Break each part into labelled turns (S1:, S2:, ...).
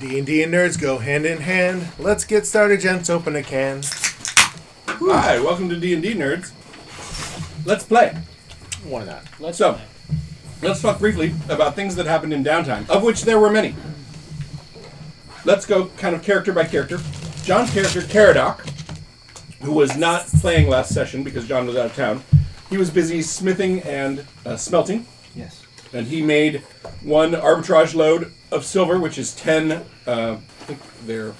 S1: D and D and nerds go hand in hand. Let's get started, gents. Open a can.
S2: Hi, welcome to D and D nerds. Let's play.
S1: Why not?
S3: Let's
S2: So, let's talk briefly about things that happened in downtime, of which there were many. Let's go kind of character by character. John's character, Caradoc, who was not playing last session because John was out of town, he was busy smithing and uh, smelting,
S3: Yes.
S2: and he made one arbitrage load of silver, which is 10, uh, I think they're, I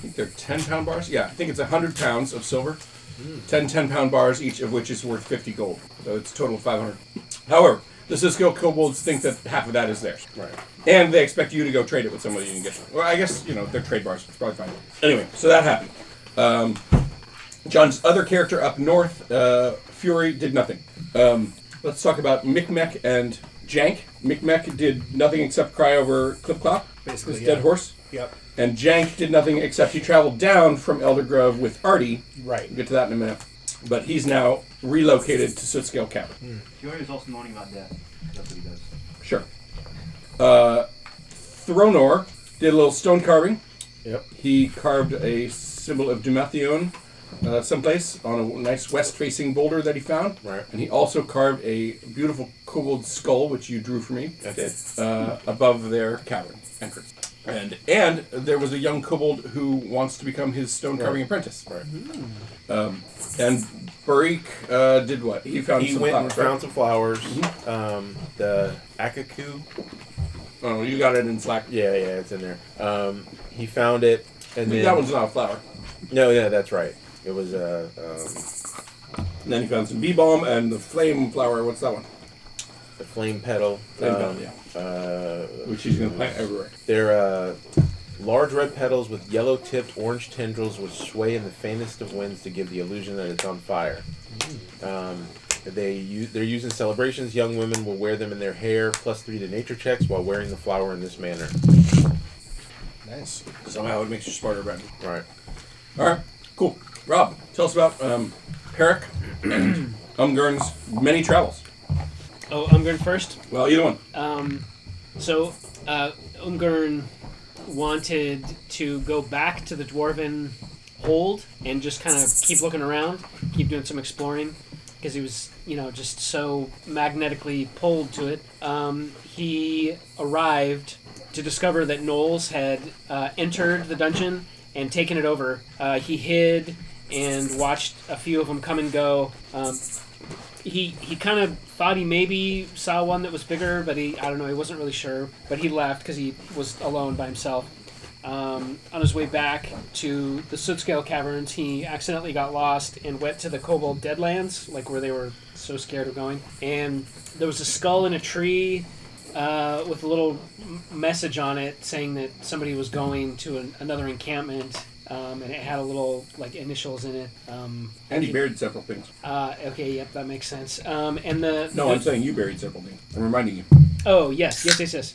S2: think they're 10 pound bars? Yeah, I think it's 100 pounds of silver.
S1: Hmm.
S2: 10 10 pound bars, each of which is worth 50 gold. So it's a total of 500. However, the Cisco kobolds think that half of that is theirs. Right. And they expect you to go trade it with somebody and get Well, I guess, you know, they're trade bars. It's probably fine. Anyway, so that happened. Um, John's other character up north, uh, Fury, did nothing. Um, let's talk about Micmac and Jank. Micmac did nothing except cry over Clip Clop,
S1: Basically,
S2: his
S1: yeah.
S2: dead horse.
S1: Yep.
S2: And Jank did nothing except he traveled down from Elder Grove with Artie.
S1: Right.
S2: We'll get to that in a minute. But he's now relocated to Sootscale Cabin.
S1: Hmm.
S4: Fury is also moaning about death. That's what he does.
S2: Sure. Uh, Thronor did a little stone carving.
S1: Yep.
S2: He carved a symbol of Dumathion uh, someplace on a nice west-facing boulder that he found.
S1: Right.
S2: And he also carved a beautiful kobold skull, which you drew for me,
S1: That's
S2: uh, above their cavern entrance. And and there was a young kobold who wants to become his stone carving apprentice. Right. Um, and Barik uh, did what? He found
S1: He
S2: some
S1: went and
S2: flowers, right?
S1: found some flowers. Um, the akaku.
S2: Oh, you got it in Slack.
S1: Yeah, yeah, it's in there. Um, he found it, and then
S2: That one's not a flower.
S1: no, Oh, yeah, that's right. It was a um,
S2: And then he found some bee balm and the flame flower. What's that one?
S1: the flame petal.
S2: Flame petal,
S1: um,
S2: yeah.
S1: uh,
S2: Which he's going to plant everywhere.
S1: They're uh, large red petals with yellow-tipped orange tendrils which sway in the faintest of winds to give the illusion that it's on fire.
S2: Mm.
S1: Um, they u- they're used in celebrations. Young women will wear them in their hair, plus three to nature checks while wearing the flower in this manner.
S3: Nice.
S2: Somehow it makes you smarter, Brandon.
S1: Right.
S2: All right, cool. Rob, tell us about um, Herrick and Umgurn's many travels.
S3: Oh, Umgurn first.
S2: Well, either one.
S3: Um, so uh, Umgurn wanted to go back to the dwarven hold and just kind of keep looking around, keep doing some exploring, because he was, you know, just so magnetically pulled to it. Um, he arrived to discover that Knowles had uh, entered the dungeon and taken it over. Uh, he hid and watched a few of them come and go. Um, he he kind of thought he maybe saw one that was bigger, but he I don't know he wasn't really sure. But he left because he was alone by himself. Um, on his way back to the Sootscale Caverns, he accidentally got lost and went to the Kobold Deadlands, like where they were so scared of going. And there was a skull in a tree uh, with a little m- message on it saying that somebody was going to an, another encampment, um, and it had a little like initials in it. Um,
S2: And he buried several things.
S3: uh, okay, yep, that makes sense. Um, and the
S2: No,
S3: the-
S2: I'm saying you buried several things. I'm reminding you.
S3: oh yes, yes, yes, yes.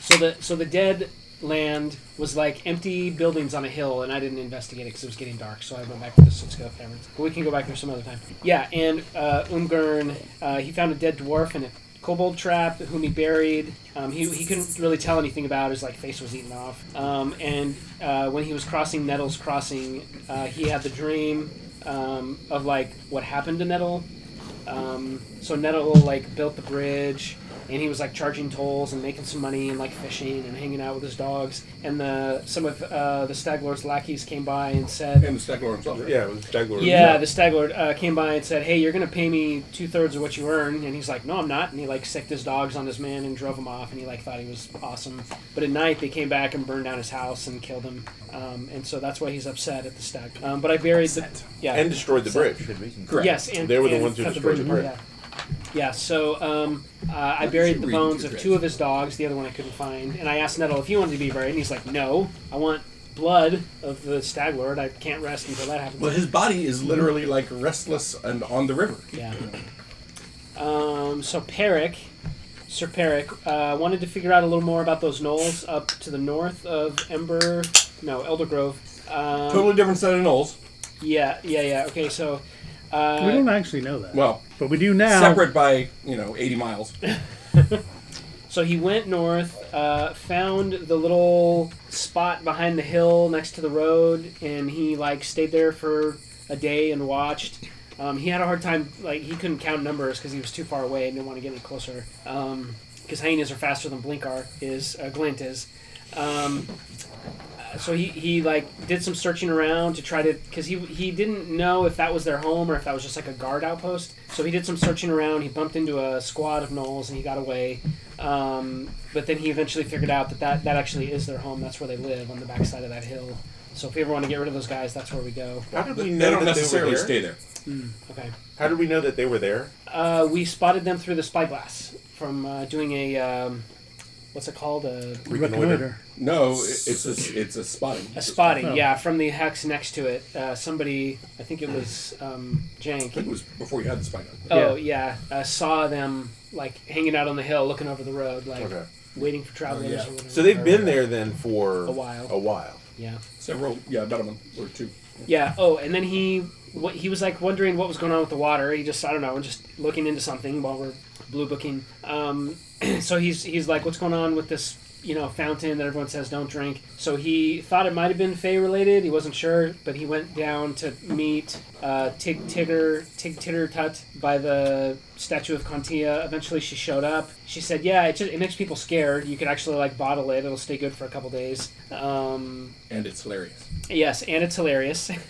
S3: So the so the dead land was like empty buildings on a hill, and I didn't investigate it because it was getting dark. So I went back to the Sitsko caverns. But we can go back there some other time. Yeah, and uh, Umgurn, uh, he found a dead dwarf in a kobold trap, whom he buried. Um, he he couldn't really tell anything about. His like face was eaten off. Um, and uh, when he was crossing Nettle's Crossing, uh, he had the dream. Um, of like what happened to Nettle, um, so Nettle like built the bridge, and he was like charging tolls and making some money and like fishing and hanging out with his dogs. And the some of uh, the Staglord's lackeys came by and said,
S2: And the Staglor himself. right?
S1: Yeah, it was Jaguar.
S3: yeah, the Staglord uh, came by and said, "Hey, you're gonna pay me two thirds of what you earn," and he's like, "No, I'm not." And he like sicked his dogs on this man and drove him off, and he like thought he was awesome. But at night, they came back and burned down his house and killed him, um, and so that's why he's upset at the Stag. Um, but I buried the yeah
S1: and destroyed the bridge.
S2: Correct.
S3: Yes, and
S1: They were the
S3: and
S1: ones who
S3: cut
S1: destroyed
S3: bridge
S1: the
S3: apart. Yeah. Yeah, so um, uh, I buried the
S2: reading
S3: bones
S2: too
S3: of
S2: fast?
S3: two of his dogs, the other one I couldn't find, and I asked Nettle if he wanted to be buried, and he's like, no, I want blood of the stag lord. I can't rest until that happens.
S2: Well, his body is literally like restless and on the river.
S3: Yeah. Um, so Peric, Sir Peric, uh, wanted to figure out a little more about those knolls up to the north of Ember, no, Elder Grove. Um,
S2: Totally different set of knolls.
S3: Yeah, yeah, yeah. Okay, so.
S5: We
S3: Uh,
S5: don't actually know that.
S2: Well,
S5: But we do now.
S2: separate by, you know, 80 miles.
S3: So he went north, uh, found the little spot behind the hill next to the road, and he like stayed there for a day and watched. Um, he had a hard time like he couldn't count numbers because he was too far away and didn't want to get any closer. Because hyenas are faster than Blinkar is, uh, Glint is. Um, uh, so he, he like did some searching around to try to because he he didn't know if that was their home or if that was just like a guard outpost. So he did some searching around. He bumped into a squad of gnolls and he got away. Um, but then he eventually figured out that, that that actually is their home. That's where they live on the backside of that hill. So if we ever want to get rid of those guys, that's where we go.
S1: How did we
S2: They
S1: know
S2: don't
S1: that
S2: necessarily
S1: they were there?
S2: stay there.
S3: Okay.
S1: How did we know that they were there?
S3: Uh, we spotted them through the spyglass from uh, doing a um, what's it called a,
S1: Reconnoiter.
S2: No, it- it's a it's a spotting.
S3: a spotting?
S5: Oh.
S3: Yeah, from the hex next to it. Uh, somebody, I think it was um,
S2: I think
S3: Jank.
S2: it was before you had the spy gun.
S3: Oh yeah, uh, saw them like hanging out on the hill, looking over the road, like
S1: Okay.
S3: waiting for travelers.
S2: yeah.
S3: or whatever.
S1: So they've been there then for
S3: A while.
S1: A while.
S3: Yeah.
S2: Several, yeah, about a month or two.
S3: Yeah. Oh, and then he what, he was like wondering what was going on with the water. He just I don't know, just looking into something while we're blue booking. Um, so he's he's like, what's going on with this you know fountain that everyone says don't drink? So he thought it might have been Fey related. He wasn't sure, but he went down to meet uh, Tig Tigger Tig Titter Tut by the statue of Contia. Eventually, she showed up. She said, yeah, it just it makes people scared. You could actually like bottle it. It'll stay good for a couple days. Um,
S2: And it's hilarious.
S3: Yes, and it's hilarious.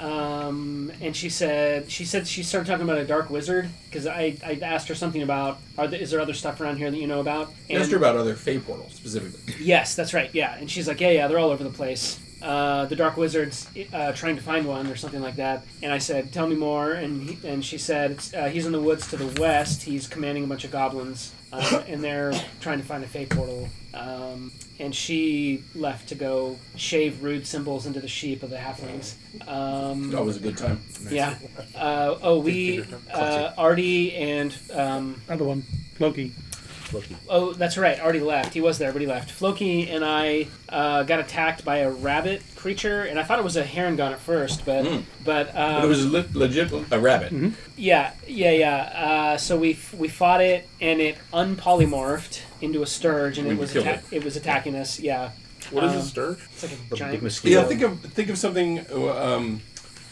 S3: um, and she said she said she started talking about a dark wizard because I, I asked her something about are there, is there other stuff around here that you know about? And,
S2: Asked her about other Fey portals specifically.
S3: Yes, that's right. Yeah, and she's like, yeah, yeah, they're all over the place. Uh, the dark wizard's uh, trying to find one or something like that. And I said, tell me more. And he, and she said it's, uh, he's in the woods to the west. He's commanding a bunch of goblins, uh, and they're trying to find a fey portal. Um, and she left to go shave rude symbols into the sheep of the halflings. Um,
S2: Always a good time.
S3: yeah. Uh, oh, we, uh, Artie and, um,
S5: Another one. Loki.
S3: oh, that's right, Artie left. He was there, but he left. Floki and I uh, got attacked by a rabbit creature, and I thought it was a heron gun at first, but, but,
S2: Hmm.
S3: um,
S2: But it was le- legit a rabbit.
S1: Mm-hmm.
S3: yeah, yeah, yeah. Uh, so we f- we fought it, and it unpolymorphed into a sturge, and
S2: We
S3: it was
S2: killed
S3: atta- it. was attacking us. Yeah,
S1: What is
S3: Uh,
S1: a sturge?
S3: it's like a
S5: The
S3: giant
S5: big mosquito.
S2: Yeah, think of think of something um,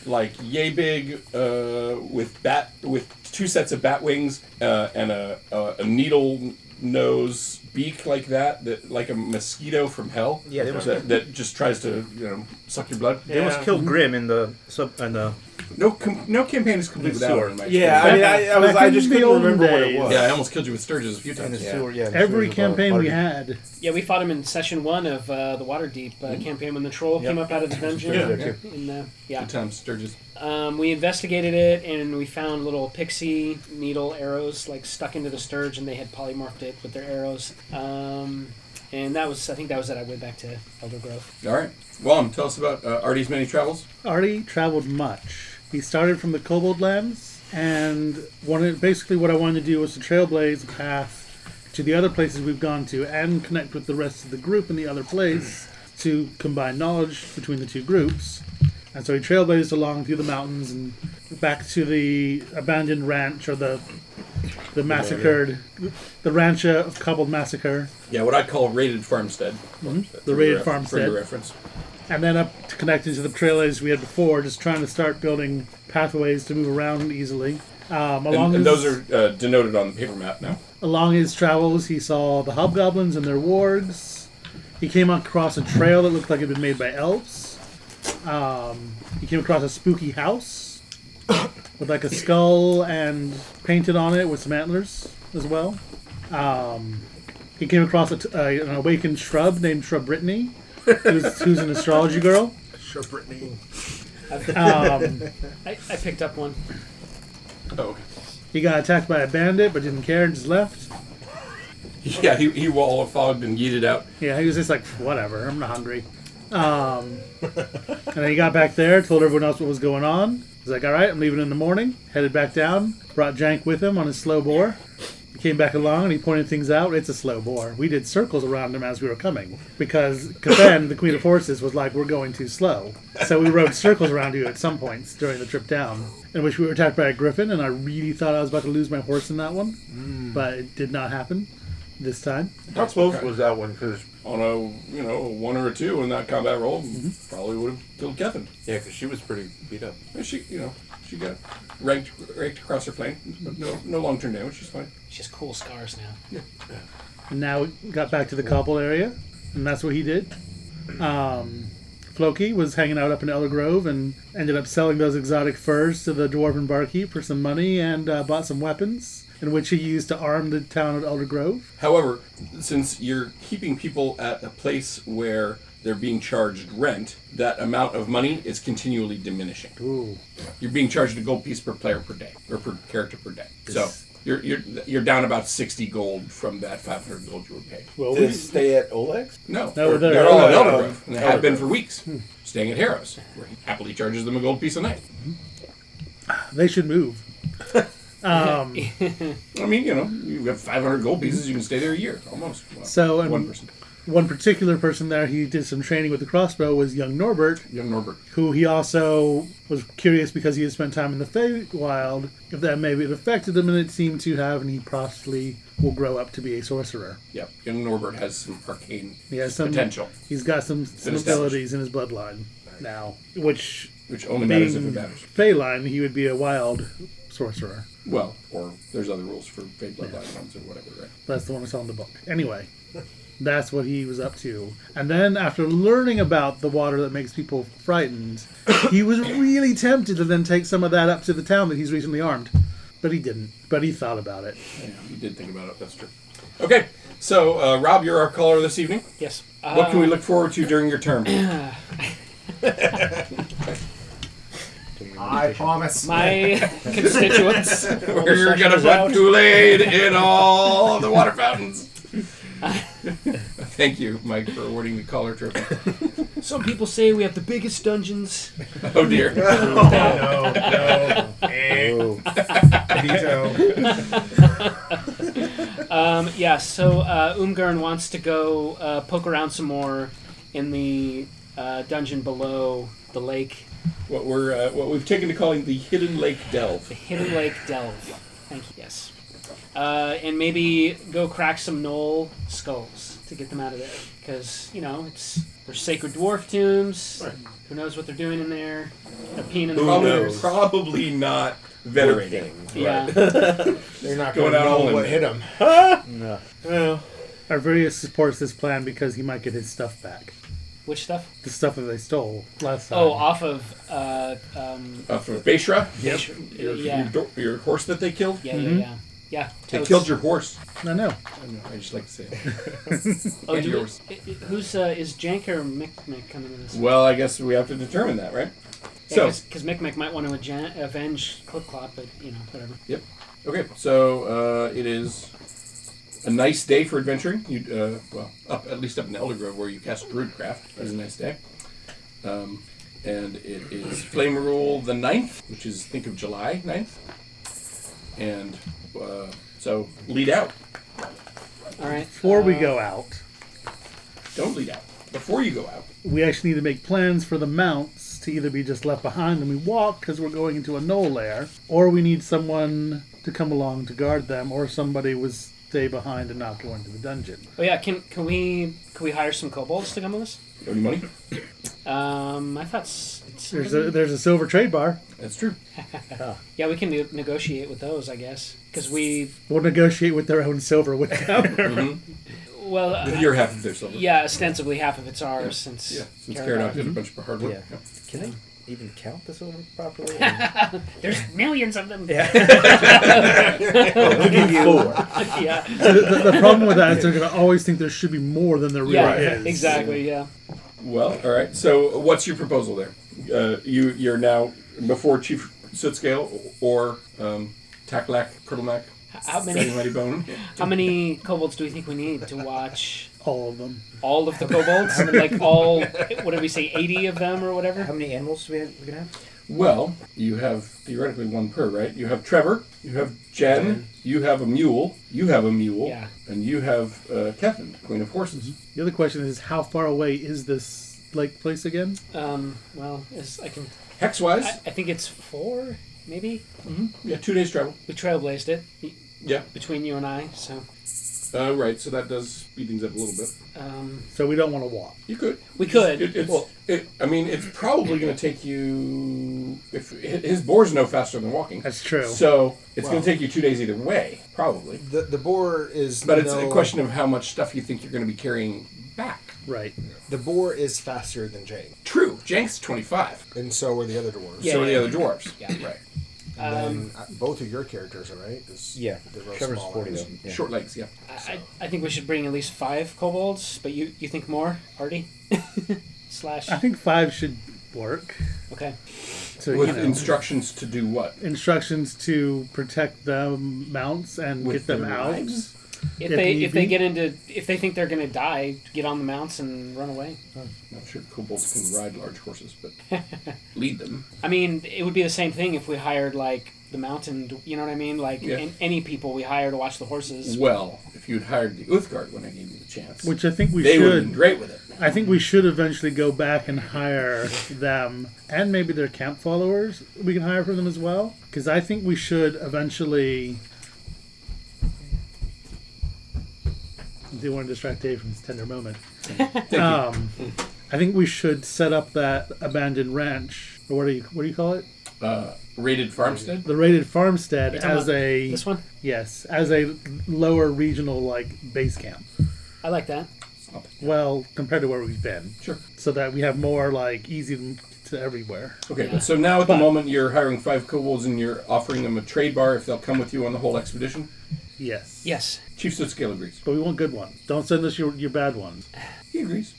S2: like yay big uh, with bat with two sets of bat wings uh, and a, a, a needle nose beak like that, that like a mosquito from hell.
S5: Yeah, there was a-
S2: that, that just tries to you know suck your blood.
S5: They almost killed
S1: Mm-hmm.
S5: Grim in the sub and the
S2: No com- no campaign is complete
S5: In the
S2: without
S5: sewer.
S2: one. in my
S1: Yeah, I
S2: experience.
S1: mean, I, I was
S6: Back
S1: I
S6: in
S1: just
S6: the
S1: couldn't
S6: olden
S1: remember what it
S6: days.
S1: was.
S2: yeah, I almost killed you with Sturges a few
S6: And the
S2: times.
S6: sewer, yeah, the Every
S1: sewer's a lot of
S6: campaign
S1: party.
S6: we had.
S3: Yeah, we fought him in session one of uh, the Waterdeep uh, campaign when the troll came up out of the dungeon.
S1: Yeah.
S2: Hmm. Yeah.
S3: In the, yeah.
S2: Good times, Sturges.
S3: Um, we investigated it and we found little pixie needle arrows like stuck into the sturge, and they had polymorphed it with their arrows. Um, and that was, I think, that was it. I went back to Elder Grove.
S2: All right, Wom, tell us about uh, Artie's many travels.
S6: Artie traveled much. He started from the Kobold Lands, and wanted basically what I wanted to do was to trailblaze a path to the other places we've gone to and connect with the rest of the group in the other place to combine knowledge between the two groups. And so he trailblazed along through the mountains and back to the abandoned ranch or the the massacred the rancha of Kobold Massacre.
S2: Yeah, what I call raided farmstead.
S6: Mm-hmm. The raided
S2: Ref-
S6: farmstead.
S2: For reference.
S6: and then up to connecting to the trailers we had before, just trying to start building pathways to move around easily. Um, along,
S2: And, and
S6: his,
S2: those are uh, denoted on the paper map now.
S6: along his travels, he saw the hobgoblins and their wargs. He came across a trail that looked like it had been made by elves. Um, he came across a spooky house with like a skull and painted on it with some antlers as well. Um, he came across a t- a- an awakened shrub named Shrub Brittany, who's, who's an astrology girl.
S5: Sure Brittany.
S6: Um,
S3: I, I picked up one.
S2: Oh, okay.
S6: He got attacked by a bandit, but didn't care and just left.
S2: Yeah, he, he wall fogged and yeeted out.
S6: Yeah, he was just like, whatever, I'm not hungry. Um, and then he got back there, told everyone else what was going on. He's like, all right, I'm leaving in the morning. Headed back down, brought Jank with him on his slow bore. He came back along and he pointed things out. It's a slow bore. We did circles around him as we were coming because Kafen, the Queen of Horses, was like, we're going too slow. So we rode circles around you at some points during the trip down. In which we were attacked by a griffin, and I really thought I was about to lose my horse in that one, but it did not happen. this time.
S1: How close was that one? Because
S2: on a you know a one or a two in that combat roll, probably would have killed Kevin.
S1: yeah, because she was pretty beat up.
S2: And she you know she got raked raked across her flank, but no no long term damage. She's fine.
S3: She has cool scars now.
S6: And now it got back to the cobble area, and that's what he did. Um, Floki was hanging out up in Elder Grove and ended up selling those exotic furs to the dwarven barkeep for some money and uh, bought some weapons, in which he used to arm the town of Elder Grove.
S2: However, since you're keeping people at a place where they're being charged rent, that amount of money is continually diminishing.
S6: Ooh.
S2: You're being charged a gold piece per player per day or per character per day. So you're you're you're down about sixty gold from that five hundred gold you were paid.
S6: Well,
S1: Did
S6: we,
S1: it stay at Oleg's?
S2: No, they're,
S6: No, they're- Hmm.
S2: they're all at
S1: they're
S2: Elder
S1: all-
S2: Grove, and they
S1: Elder
S2: have been
S1: Grove.
S2: for weeks, staying at Harrow's, where he happily charges them a gold piece a night.
S6: they should move. Um,
S2: I mean, you know, you have 500 gold pieces, you can stay there a year, almost. Well,
S6: So, um, and-
S2: one person,
S6: one particular person there he did some training with the crossbow was young Norbert,
S2: young Norbert.
S6: who he also was curious because he had spent time in the Feywild, if that maybe it affected him, and it seemed to have, and he possibly will grow up to be a sorcerer.
S2: Yep, young Norbert has some arcane
S6: He has some
S2: potential,
S6: He's got some, some
S2: established.
S6: abilities in his bloodline now, which
S2: which only matters if it
S6: being
S2: matters.
S6: Feyline, he would be a wild sorcerer.
S2: Well, or there's other rules for fake bloodline ones or whatever, right?
S6: That's the one we saw in the book. Anyway, that's what he was up to. And then after learning about the water that makes people frightened, he was really tempted to then take some of that up to the town that he's recently armed. But he didn't. But he thought about it.
S2: Yeah, you did think about it, that's true. Okay, so uh, Rob, you're our caller this evening.
S3: Yes. Uh,
S2: What can we look forward to during your term?
S5: I promise.
S3: My constituents.
S2: We're gonna put Kool Aid in all the water fountains. Thank you, Mike, for awarding the caller trophy.
S3: Some people say we have the biggest dungeons.
S2: Oh dear.
S5: No, no. Eh. Veto.
S3: Um, yeah, so uh, Umgarn wants to go uh, poke around some more in the uh, dungeon below the lake,
S2: What we're uh, what we've taken to calling the Hidden Lake Delve.
S3: the Hidden Lake Delve. Thank you. Yes. Uh, and maybe go crack some knoll skulls to get them out of there, because you know it's they're sacred dwarf tombs. Who knows what they're doing in there? They're peeing in the
S2: Probably,
S3: waters.
S2: probably not venerating.
S3: Yeah.
S5: They're not
S2: Going
S5: going
S2: out all
S5: to
S2: in.
S5: know what hit them.
S6: No.
S1: No.
S6: Arvirius supports this plan because he might get his stuff back.
S3: Which stuff?
S6: The stuff that they stole last time.
S3: Oh, off of uh, um,
S2: Uh, for Bashra, your, your,
S3: yeah,
S2: do- your horse that they killed.
S3: yeah, yeah, yeah, yeah. Oh,
S2: They
S3: totes.
S2: killed your horse.
S3: uh,
S6: I know.
S2: I, know, I just like to say. It.
S3: Oh,
S2: and
S3: do we-
S2: yours.
S3: i- i- who's uh, is Jank or Micmac coming in this?
S2: Well, I guess we have to determine that, right? So-
S3: because Micmac might want to agen- avenge Clip Clop, but you know, whatever.
S2: Yep. Okay, so uh, it is a nice day for adventuring. You uh, well, up at least up in Elder Grove where you cast Druidcraft. It was a nice day. Um, and it is Flame Rule the 9th, which is think of July 9th. And uh, so lead out.
S3: All right.
S6: Before we
S3: uh,
S6: go out,
S2: Don't lead out before you go out.
S6: we actually need to make plans for the mounts to either be just left behind and we walk because we're going into a knoll lair, or we need someone to come along to guard them, or somebody would stay behind and not go into the dungeon.
S3: Oh yeah, can can we can we hire some kobolds to come with us?
S2: You have any money?
S3: Um, I thought. s- it's-
S6: There's a there's a silver trade bar.
S2: That's true.
S3: yeah, we can ne- negotiate with those, I guess, because we
S6: We'll negotiate with their own silver with them.
S3: well, uh,
S2: You're half of their silver.
S3: yeah, ostensibly half of it's Mm-hmm. ours since
S2: Yeah, since
S3: Caradog-
S2: Caradog did a bunch of hard work.
S5: Yeah.
S2: Yeah.
S7: Can they even count the silver properly?
S3: There's millions of them.
S5: We'll give you four.
S3: yeah.
S6: the, the problem with that is they're going to always think there should be more than there really
S3: Yeah,
S6: is.
S3: exactly. Yeah.
S2: Well, all right. So, what's your proposal there? Uh, you you're now before Chief Sootscale or um, Taklak Kurtlmak
S3: How
S2: Mighty
S3: many
S2: Mighty Bone.
S3: how many kobolds do we think we need to watch
S6: All of them.
S3: all of the kobolds? like all what did we say, eighty of them or
S7: How
S3: whatever?
S7: many animals do we have, we can have?
S2: Well, you have theoretically one per, right? You have Trevor, you have Jen, you have a mule, you have a mule,
S3: Yeah. Mm-hmm.
S2: and you have uh, Kevin, Queen of Horses.
S6: The other question is how far away is this lake place again?
S3: Um, well, as I can
S2: Hex wise,
S3: I, I think it's four, maybe.
S2: yeah, two days travel.
S3: We trailblazed it y-
S2: Yeah,
S3: between you and I, so
S2: Uh, right, so that does speed things up a little bit.
S3: Um,
S6: So we don't want to walk.
S2: You could.
S3: we could.
S2: It, it's,
S3: well,
S2: it, I mean, it's probably going to take you. If his boar's no faster than walking,
S6: That's true.
S2: so it's going
S8: Well.
S2: to take you two days either way, probably.
S8: The, the boar is.
S2: But it's
S8: no-
S2: a question of how much stuff you think you're going to be carrying back.
S6: right.
S8: The boar is faster than Jake,
S2: True, Jank's twenty-five.
S8: and so are the other dwarves.
S3: Yeah.
S2: so are the other dwarves.
S3: Yeah.
S2: Right.
S8: And
S3: um,
S8: then, uh, both of your characters are right. 'Cause
S7: Yeah.
S8: they're both
S7: Trevor's
S8: smaller.
S7: 40, though. Yeah.
S2: Short legs. Yeah.
S3: I, I I think we should bring at least five kobolds, but you, you think more, Artie? Slash.
S6: I think five should work.
S3: Okay.
S6: So
S2: With
S6: you know,
S2: instructions to do what?
S6: instructions to protect the mounts and
S2: With
S6: get them
S2: their
S6: out.
S2: lives?
S3: If,
S6: If
S3: they
S6: need
S3: if they
S6: be.
S3: get into if they think they're gonna die, get on the mounts and run away.
S2: I'm sure kobolds can ride large horses, but lead them.
S3: I mean, it would be the same thing if we hired like the mountain. d- You know what I mean? Like
S2: Yeah.
S3: an- any people we hire to watch the horses.
S2: Well, if you'd hired the Uthgard when I gave you the chance,
S6: Which I think we
S2: they would have been
S6: should.
S2: great with it.
S6: I think we should eventually go back and hire them and maybe their camp followers. We can hire for them as well. Because I think we should eventually. I do want to distract Dave from this tender moment. um, I think we should set up that abandoned ranch, or what do you what do you call it?
S2: Uh, raided farmstead.
S6: The raided farmstead
S3: talking
S6: as
S3: about
S6: a
S3: This one,
S6: yes, as a lower regional like base camp.
S3: I like that.
S6: Well, compared to where we've been,
S2: Sure.
S6: so that we have more like easy to everywhere.
S2: Okay,
S3: Yeah.
S2: but so now at
S6: But-
S2: the moment you're hiring five kobolds and you're offering them a trade bar if they'll come with you on the whole expedition.
S6: Yes.
S3: Yes.
S2: Chief Sootscale agrees.
S6: But we want good ones. Don't send us your, your bad ones.
S2: He agrees.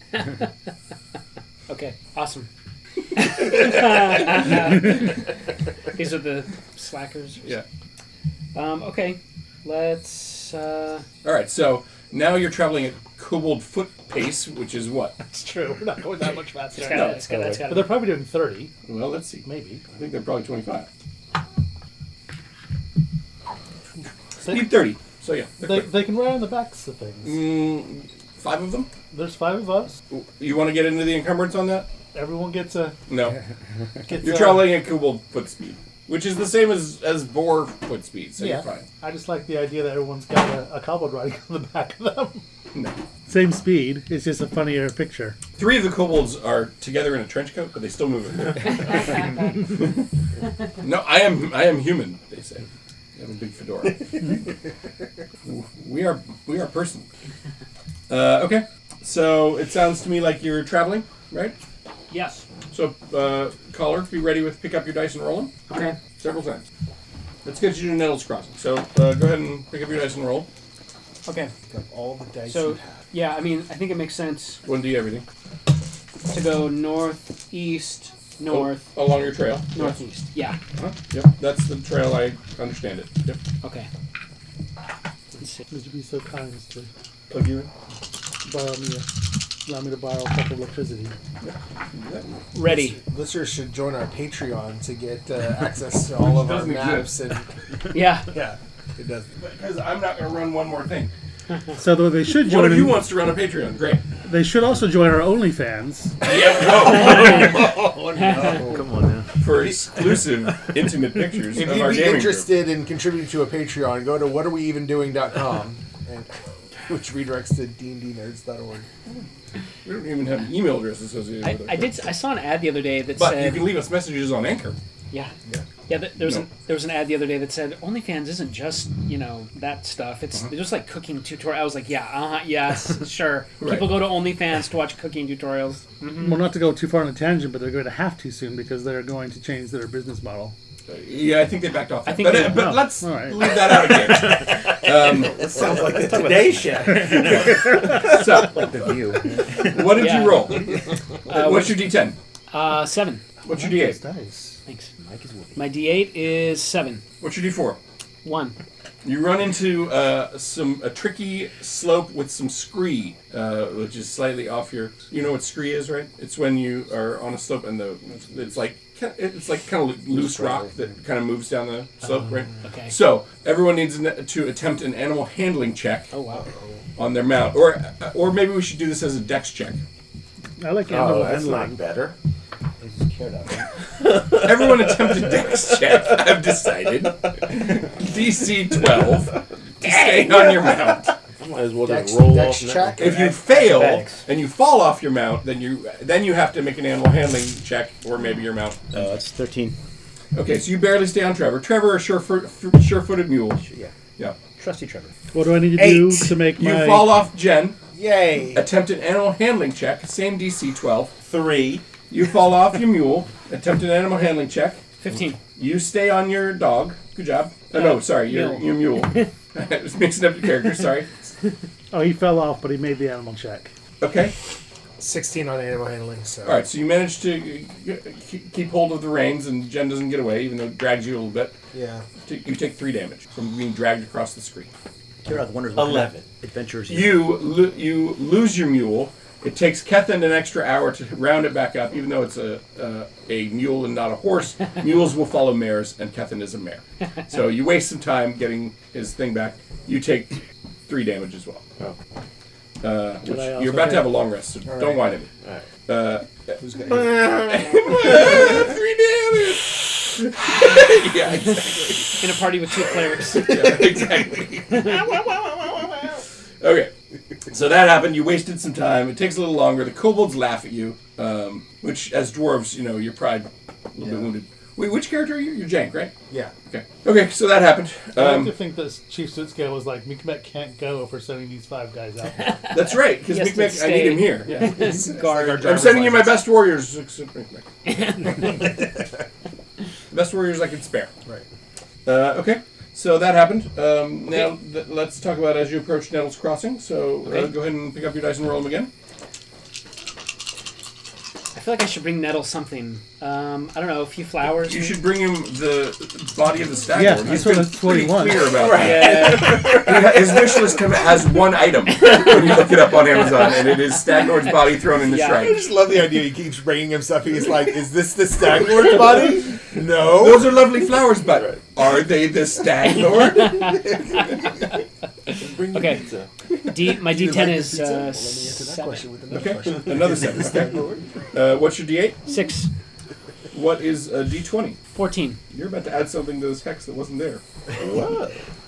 S3: Okay. Awesome. These are the slackers.
S2: Yeah.
S3: Um, okay. Let's. Uh,
S2: All right. So now you're traveling at kobold foot pace, which is what?
S6: That's true. We're not going that much faster.
S3: it's gotta, it's gotta, it's
S6: But
S3: gotta,
S6: they're probably doing 30,
S2: Well, let's see.
S6: maybe.
S2: I think they're probably 25. Speed 30. So yeah, they're
S6: They,
S2: quick.
S6: they can ride on the backs of things.
S2: Mm, five of them.
S6: There's five of us.
S2: You want to get into the encumbrance on that?
S6: Everyone gets a.
S2: No.
S6: Gets
S2: You're
S6: a-
S2: traveling at kobold foot speed, which is the same as as boar foot speed. So
S6: Yeah.
S2: you're fine.
S6: I just like the idea that everyone's got a, a cobbled riding on the back of them. Same speed. It's just a funnier picture.
S2: Three of the kobolds are together in a trench coat, but they still move. it. no, I am I am human. They say. I have a big fedora. we are we are person. Uh, okay, so it sounds to me like you're traveling, right?
S3: yes.
S2: So uh, caller, be ready with pick up your dice and roll them
S3: Okay.
S2: several times. Let's get you to Nettles Crossing. So uh, go ahead and pick up your dice and roll.
S3: Okay.
S8: Pick up all the dice
S3: So
S8: you have.
S3: yeah, I mean, I think it makes sense
S2: One D everything
S3: to go north, east, north,
S2: along your trail.
S3: northeast. Yeah.
S2: Huh? Yep, that's the trail. I understand it. Yep.
S3: Okay. Let's see.
S6: Would you be so kind as to
S2: Plug you in.
S6: borrow me a, allow me to borrow a couple of electricity?
S3: Ready.
S8: Listeners should join our Patreon to get uh, access to all of our
S2: doesn't
S8: maps and
S3: Yeah.
S8: yeah, it does.
S2: Because I'm not going to run one more thing.
S6: So though they should
S2: One
S6: join.
S2: of you
S6: in-
S2: wants to run a Patreon. Great.
S6: They should also join our OnlyFans.
S5: Come on now.
S2: For exclusive intimate pictures
S8: If
S2: of our
S8: you'd be
S2: gaming group.
S8: interested in contributing to a Patreon, go to whatareweevendoing.com, and which redirects to dndnerds.org.
S2: We don't even have an email address associated
S3: I,
S2: with it.
S3: I did. s- I saw an ad the other day that
S2: But
S3: said.
S2: you can leave us messages on Anchor.
S3: yeah. Yeah. th- There was
S2: No.
S3: an, there was an ad the other day that said OnlyFans isn't just you know that stuff. It's just like cooking tutorial. I was like, yeah, uh huh, yes, sure.
S2: Right.
S3: People go to OnlyFans to watch cooking tutorials.
S6: Well, not to go too far on a tangent, but they're going to have to soon because they're going to change their business model.
S2: Yeah, I think they backed off.
S3: I
S2: that.
S3: think
S2: but,
S3: they-
S2: uh, but
S6: Oh,
S2: let's
S6: all right.
S2: leave that out Um, again.
S7: It sounds like the Today Show.
S2: So,
S7: like the View.
S2: what did
S3: Yeah.
S2: you roll? What's your D10?
S3: Uh, seven.
S2: What's your D8?
S7: Nice.
S3: Thanks.
S7: Mike is whooping.
S3: My D8 is seven.
S2: What's your D4?
S3: One.
S2: You run into uh, some a tricky slope with some scree, uh, which is slightly off your. You know what scree is, right? It's when you are on a slope and the it's like it's like kind of loose rock that kind of moves down the slope, right?
S3: Oh, Okay.
S2: So everyone needs an- to attempt an animal handling check
S3: Oh wow.
S2: on their mount, or uh, or maybe we should do this as a dex check.
S6: I like animal
S1: Oh, that's
S6: handling.
S1: not better.
S2: Everyone attempt a dex check. I've decided. DC twelve. To stay on your mount.
S1: I'm might as well
S8: Dex,
S1: just roll
S8: dex
S1: off
S8: check.
S2: If you fail
S9: Thanks.
S2: and you fall off your mount, then you then you have to make an animal handling check or maybe your mount.
S9: Uh, it's 13.
S2: Okay, so you barely stay on Trevor. Trevor, a sure sure-footed mule.
S9: Yeah.
S2: Yeah.
S9: Trusty Trevor.
S6: What do I need to do
S9: Eight.
S6: to make
S2: You
S6: my?
S2: fall off Jen.
S7: Yay!
S2: Attempt an animal handling check. Same DC 12.
S9: Three.
S2: You fall off your mule. Attempt an animal handling check.
S3: Fifteen.
S2: You stay on your dog. Good job. Oh, no, sorry, your,
S3: Mule.
S2: your mule. I was mixing up the characters, sorry.
S6: Oh, he fell off, but he made the animal check.
S2: Okay.
S8: 16 on animal handling, so.
S2: All right, so you manage to uh, keep keep hold of the reins, and Jen doesn't get away, even though it drags you a little bit.
S8: Yeah.
S2: T- You take three damage from being dragged across the screen.
S9: Kira wonders what kind of
S1: Eleven.
S9: adventures
S2: You lo- you lose your mule. It takes Kethan an extra hour to round it back up, even though it's a uh, a mule and not a horse. Mules will follow mares, and Kethan is a mare. So you waste some time getting his thing back. You take three damage as well.
S1: Oh.
S2: Uh, which
S6: I
S2: you're
S6: also
S2: about
S6: hit?
S2: to have a long rest, so don't whine at me.
S8: Who's gonna
S1: Uh,
S8: hit?
S2: three damage. yeah, exactly.
S3: In a party with two clerics.
S2: Yeah, exactly. okay, so that happened. You wasted some time. It takes a little longer. The kobolds laugh at you, um, which, as dwarves, you know, your pride a little bit wounded. Wait, which character are you? You're Jank, right?
S8: Yeah.
S2: Okay. Okay, so that happened.
S6: I like
S2: Um,
S6: to think that Chief Sutsuke was like, Mikmet can't go if we're sending these five guys out.
S2: that's right, because
S3: Yes,
S2: Mick,
S3: it's
S2: Mick, I need
S3: stayed.
S2: him here. Yeah.
S3: Guard.
S2: I'm sending you my best warriors. except Mick, Mick. The best warriors I can spare.
S8: Right.
S2: Uh, okay, so that happened. Um, now th- let's talk about as you approach Nettles Crossing. So uh,
S3: Okay.
S2: go ahead and pick up your dice and roll them again.
S3: I feel like I should bring Nettle something. Um, I don't know, a few flowers.
S2: You
S3: maybe?
S2: should bring him the body of the stag.
S6: Yeah,
S2: lord.
S6: that's
S2: He's been
S6: what- that's what he
S2: pretty
S6: wants.
S2: clear about that.
S3: Yeah.
S2: His wish list come- has one item when you look it up on Amazon, and it is Stag Lord's body thrown in the
S3: Yeah.
S2: shrine.
S8: I just love the idea. He keeps bringing him stuff. He's like, "Is this the stag lord's body?
S3: Oh.
S8: No.
S2: Those are lovely flowers, but are they the Stag Lord?
S8: Bring
S3: Okay.
S1: pizza.
S3: D, my
S8: you
S3: D10
S8: like the
S3: is
S8: pizza? Well, let
S3: uh,
S8: me answer that
S3: seven.
S8: question with another
S2: Okay.
S8: question.
S2: Another set. Stag Lord. Uh, what's your D8?
S3: Six.
S2: What is a D20?
S3: Fourteen.
S2: You're about to add something to this hex that wasn't there.
S1: Whoa.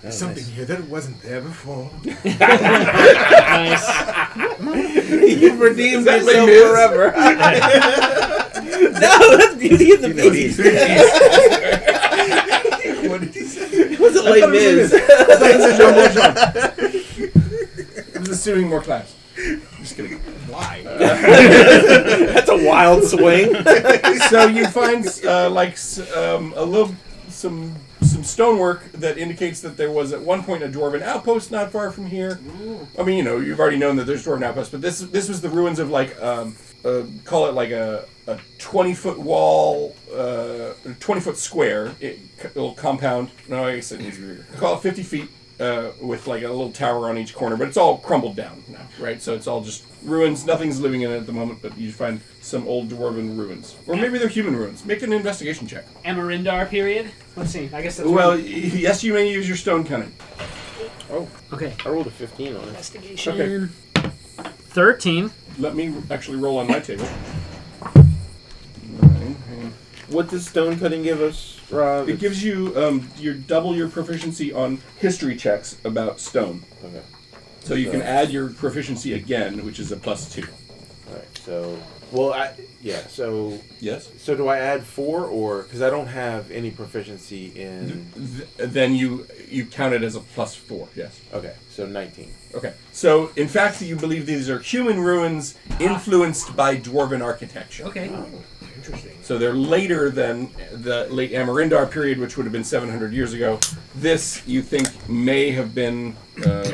S8: Something here that wasn't there before.
S3: Nice.
S7: You've redeemed
S2: that
S7: yourself
S2: Les Mis?
S7: forever. no, that's Beauty and the Beast.
S8: What did he say?
S7: It wasn't Les Mis.
S2: I was assuming more class. Uh, Just kidding.
S7: That's a wild swing.
S2: so you find uh, like s- um, a little some some stonework that indicates that there was at one point a dwarven outpost not far from here. I mean, you know, you've already known that there's dwarven outposts, but this this was the ruins of like um, uh, call it like a, a twenty foot wall, uh, twenty foot square it, c- little compound. No, I guess it needs to be bigger. Call it fifty feet. Uh, with like a little tower on each corner, but it's all crumbled down now, right? So it's all just ruins. Nothing's living in it at the moment, but you find some old dwarven ruins, or maybe they're human ruins. Make an investigation check.
S3: Amarindar period. Let's see. I guess that's
S2: Well, y-
S3: one.
S2: yes, you may use your stone cunning.
S3: okay.
S1: I rolled a 15 on it.
S3: Investigation.
S2: Okay.
S3: Thirteen.
S2: Let me actually roll on my table. Nine, hang on.
S1: What does stone cutting give us, Rob?
S2: It gives you um, your double your proficiency on history checks about stone,
S1: Okay.
S2: so you can add your proficiency again, which is a plus two.
S1: All right. So, well, I yeah. So,
S2: Yes.
S1: so do I add four or because I don't have any proficiency in?
S2: Th- then you you count it as a plus four. Yes.
S1: Okay. So 19.
S2: Okay. So in fact, you believe these are human ruins influenced by dwarven architecture.
S3: Okay.
S2: So they're later than the late Amarindar period, which would have been 700 years ago. This, you think, may have been uh,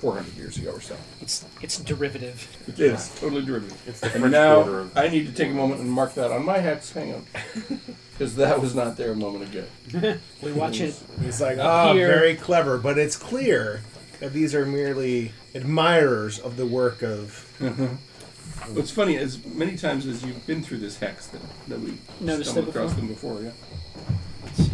S2: 400 years ago or so.
S3: It's it's derivative.
S2: It is totally derivative.
S1: It's the
S2: and
S1: French
S2: now
S1: Quarter of-
S2: I need to take a moment and mark that on my hex. Hang on, because that was not there a moment ago.
S3: We watch it.
S8: He's like, ah,
S3: Here.
S8: very clever, but it's clear that these are merely admirers of the work of.
S2: What's funny is many times as you've been through this hex that, that we
S3: Noticed
S2: stumbled
S3: it
S2: across
S3: before?
S2: them before. Yeah.
S3: Let's see.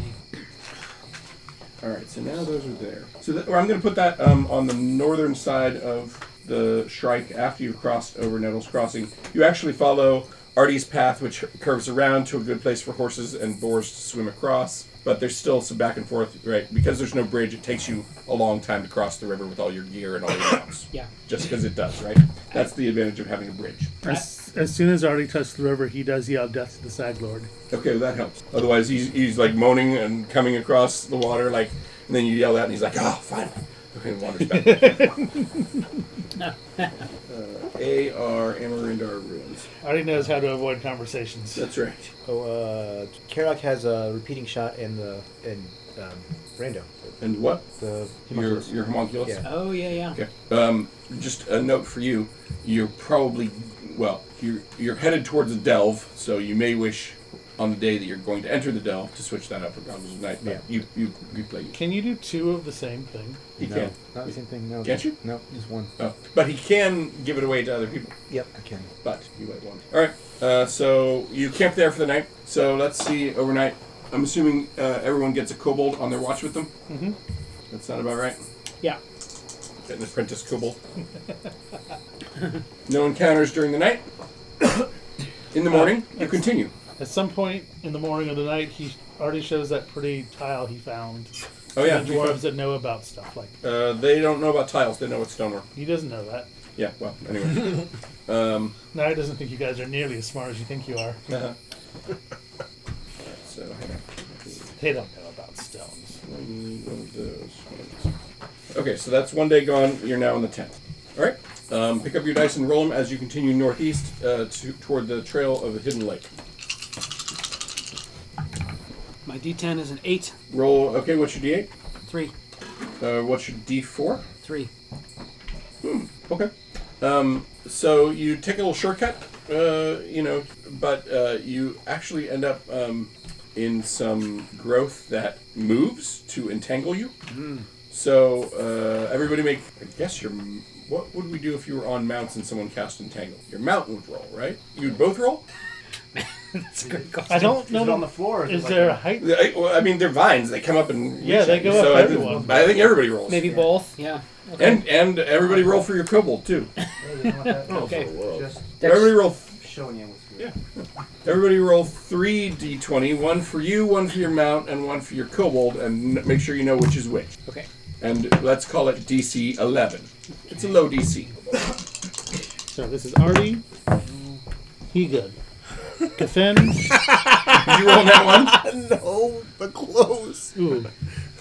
S2: All right, so now those are there. So that, or I'm going to put that um, on the northern side of the Shrike after you've crossed over Nettles Crossing. You actually follow Artie's path, which curves around to a good place for horses and boars to swim across. But there's still some back and forth, right? Because there's no bridge, it takes you a long time to cross the river with all your gear and all your mounts.
S3: Yeah.
S2: Just because it does, right? That's the advantage of having a bridge.
S6: As, as soon as Artie touched the river, he does yell death to the Sag Lord.
S2: Okay, well, that helps. Otherwise, he's, he's like moaning and coming across the water, like, and then you yell out, and he's like, oh, finally. Okay, and wanders back. uh, AR Amarindar Ruins.
S6: Artie knows how to avoid conversations.
S2: That's right.
S9: Oh, uh, Karak has a repeating shot in the in um, Brando.
S2: And what?
S9: The
S2: Your, your homunculus?
S9: Yeah.
S3: Oh yeah, yeah.
S2: Okay. Um, just a note for you. You're probably well. You're you're headed towards a delve, so you may wish on the day that you're going to enter the delve to switch that up regardless of night. But
S9: Yeah.
S2: you you you play.
S6: Can you do two of the same thing?
S2: He
S9: no,
S2: can.
S9: not the same thing. No,
S2: Can't you?
S9: No, just one.
S2: Oh, but he can give it away to other people.
S9: Yep, I can.
S2: But you might want. All right. Uh, so you camp there for the night. So let's see overnight. I'm assuming uh, everyone gets a kobold on their watch with them. Mm-hmm. That's not about right.
S3: Yeah.
S2: An apprentice kobold. no encounters during the night. In the morning, you continue.
S6: At some point in the morning of the night, he Artie shows that pretty tile he found.
S2: Oh yeah,
S6: the dwarves that know about stuff like
S2: uh, they don't know about tiles. They know it's stonework.
S6: he doesn't know that.
S2: Yeah. Well, anyway.
S6: Now he doesn't think you guys are nearly as smart as you think you are.
S2: Uh-huh. so hang on.
S6: They don't know about stones.
S2: One of those ones. Okay, so that's one day gone. You're now in the tent. All right. Um, pick up your dice and roll them as you continue northeast uh, to, toward the trail of the hidden lake.
S3: My D10 is an eight,
S2: Roll. Okay, what's your d8?
S3: three,
S2: Uh, what's your d4?
S3: three.
S2: Okay. Um, so you take a little shortcut, uh, you know, but uh, you actually end up um, in some growth that moves to entangle you.
S6: Hmm.
S2: So uh, everybody make. I guess your. What would we do if you were on mounts and someone cast entangle? Your mount would roll, right? You'd both roll.
S3: That's a good
S6: I
S3: question.
S6: don't
S4: Is
S6: know.
S4: it on the floor? Or
S6: is
S4: it
S6: there a
S4: like
S6: height?
S2: I, well, I mean, they're vines. They come up and
S6: Yeah,
S2: reach
S6: they
S2: at you,
S6: go up
S2: So
S6: for
S2: I, think-
S6: everyone.
S2: I think everybody rolls.
S3: Maybe both. Yeah. Okay.
S2: And and everybody roll for your kobold too.
S3: okay.
S4: Just
S2: Everybody roll
S4: showing you what's good.
S2: Yeah. Everybody roll three d20, one for you, one for your mount, and one for your kobold, and n- make sure you know which is which.
S3: Okay.
S2: And let's call it DC 11. It's a low DC.
S6: So this is Artie. He good. Cathin.
S2: Did you roll that one?
S5: No, but close.
S6: Ooh.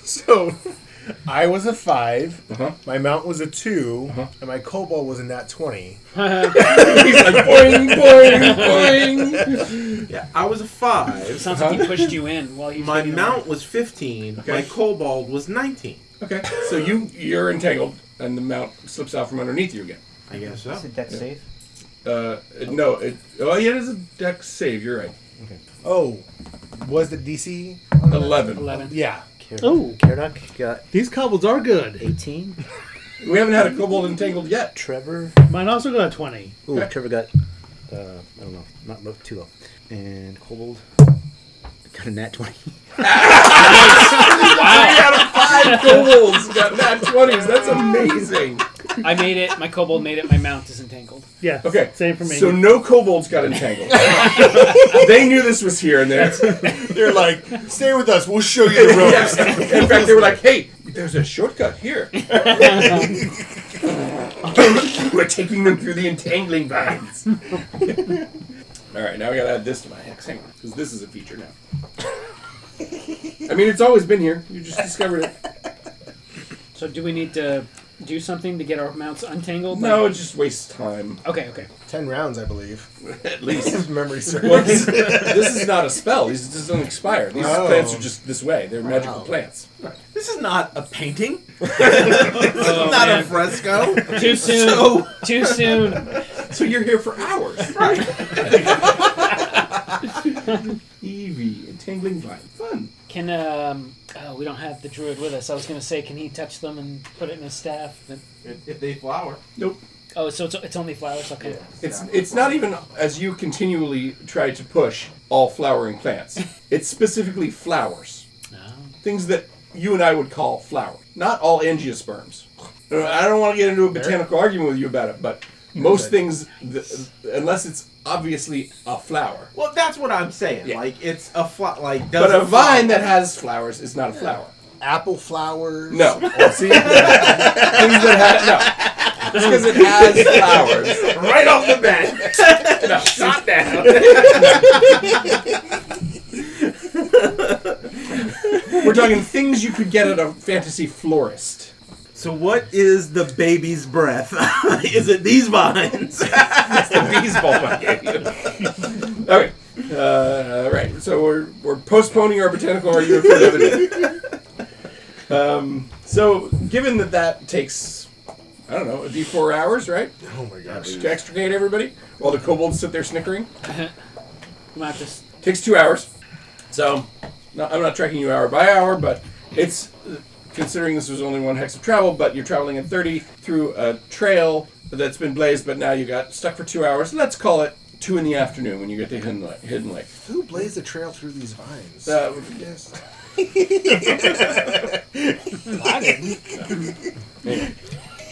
S5: So, I was a 5
S2: Uh-huh.
S5: My mount was a 2 and my kobold was a nat twenty.
S2: He's like boing, boing, boing.
S1: Yeah, I was a five.
S3: Sounds like he pushed you in while he was
S1: My
S3: getting
S1: mount was 15. My kobold was 19.
S2: Okay, so you you're entangled, and the mount slips out from underneath you again.
S1: I guess so.
S9: Is it deck safe?
S2: Uh, it- no, it, oh yeah, it is a deck save. You're right.
S5: Oh, was the DC?
S2: 11.
S3: Eleven.
S5: Yeah.
S6: Ooh.
S9: Karak got
S6: These cobbles are good.
S9: 18.
S2: We haven't had a kobold entangled yet.
S9: Trevor.
S6: Mine also got a twenty.
S9: Ooh,
S2: Okay.
S9: Trevor got, uh, I don't know, not low, too low. And Kobold got a nat 20.
S2: Kobolds got nat 20s. That's amazing.
S3: I made it. My kobold made it. My mount is entangled.
S6: Yeah.
S2: Okay.
S6: Same for me.
S2: So no kobolds got entangled. they knew this was here and there.
S5: They're like, stay with us. We'll show you the ropes.
S2: In fact, they were like, hey, there's a shortcut here. we're taking them through the entangling vines. All right, now I gotta add this to my hex. Hang on, because this is a feature now. I mean, it's always been here. You just discovered it.
S3: So do we need to do something to get our mounts untangled?
S2: No,
S3: Like-
S2: it just wastes time.
S3: Okay. Okay.
S5: Ten rounds, I believe.
S2: At least.
S5: If memory serves.
S2: Well, this, this is not a spell. These this don't expire. These
S5: Oh.
S2: plants are just this way. They're magical
S5: Wow.
S2: plants.
S7: This is not a painting.
S3: Oh,
S7: not a
S3: man.
S7: fresco.
S3: Too soon.
S7: So-
S3: Too soon.
S2: So you're here for hours. Right. Evie, entangling vine. Fun.
S3: Can um. Oh, we don't have the druid with us. I was gonna say, can he touch them and put it in his staff? Then-
S4: If, if they flower.
S2: Nope.
S3: Oh, so it's, it's only flowers. Okay.
S2: It's it's not even as you continually try to push all flowering plants. It's specifically flowers.
S3: No.
S2: Things that you and I would call flower. Not all angiosperms. I don't want to get into a botanical argument with you about it, but most things, th- unless it's obviously a flower.
S4: Well, that's what I'm saying.
S2: Yeah.
S4: Like it's a fly. Like
S2: But
S4: does
S2: a vine that has flowers is not a flower.
S8: Apple flowers.
S2: No.
S8: See, things that have no. Because it has flowers.
S4: right off the bat.
S3: Shot down.
S2: We're talking things you could get at a fantasy florist.
S7: So what is the baby's breath? is it these vines?
S2: the bees bulb I gave you. okay. Uh, all right. So we're, we're postponing our botanical argument for another day. Um, so given that that takes, I don't know, a D4 hours, right?
S8: Oh my gosh.
S2: To extricate everybody while the kobolds sit there snickering.
S3: You might have to s-
S2: Takes two hours. So no, I'm not tracking you hour by hour, but it's considering this was only one hex of travel, but you're traveling at 30 through a trail that's been blazed, but now you got stuck for two hours. Let's call it two in the afternoon when you get to Hidden Lake. Hidden Lake.
S8: Who blazed a trail through these vines?
S2: Uh,
S8: yes.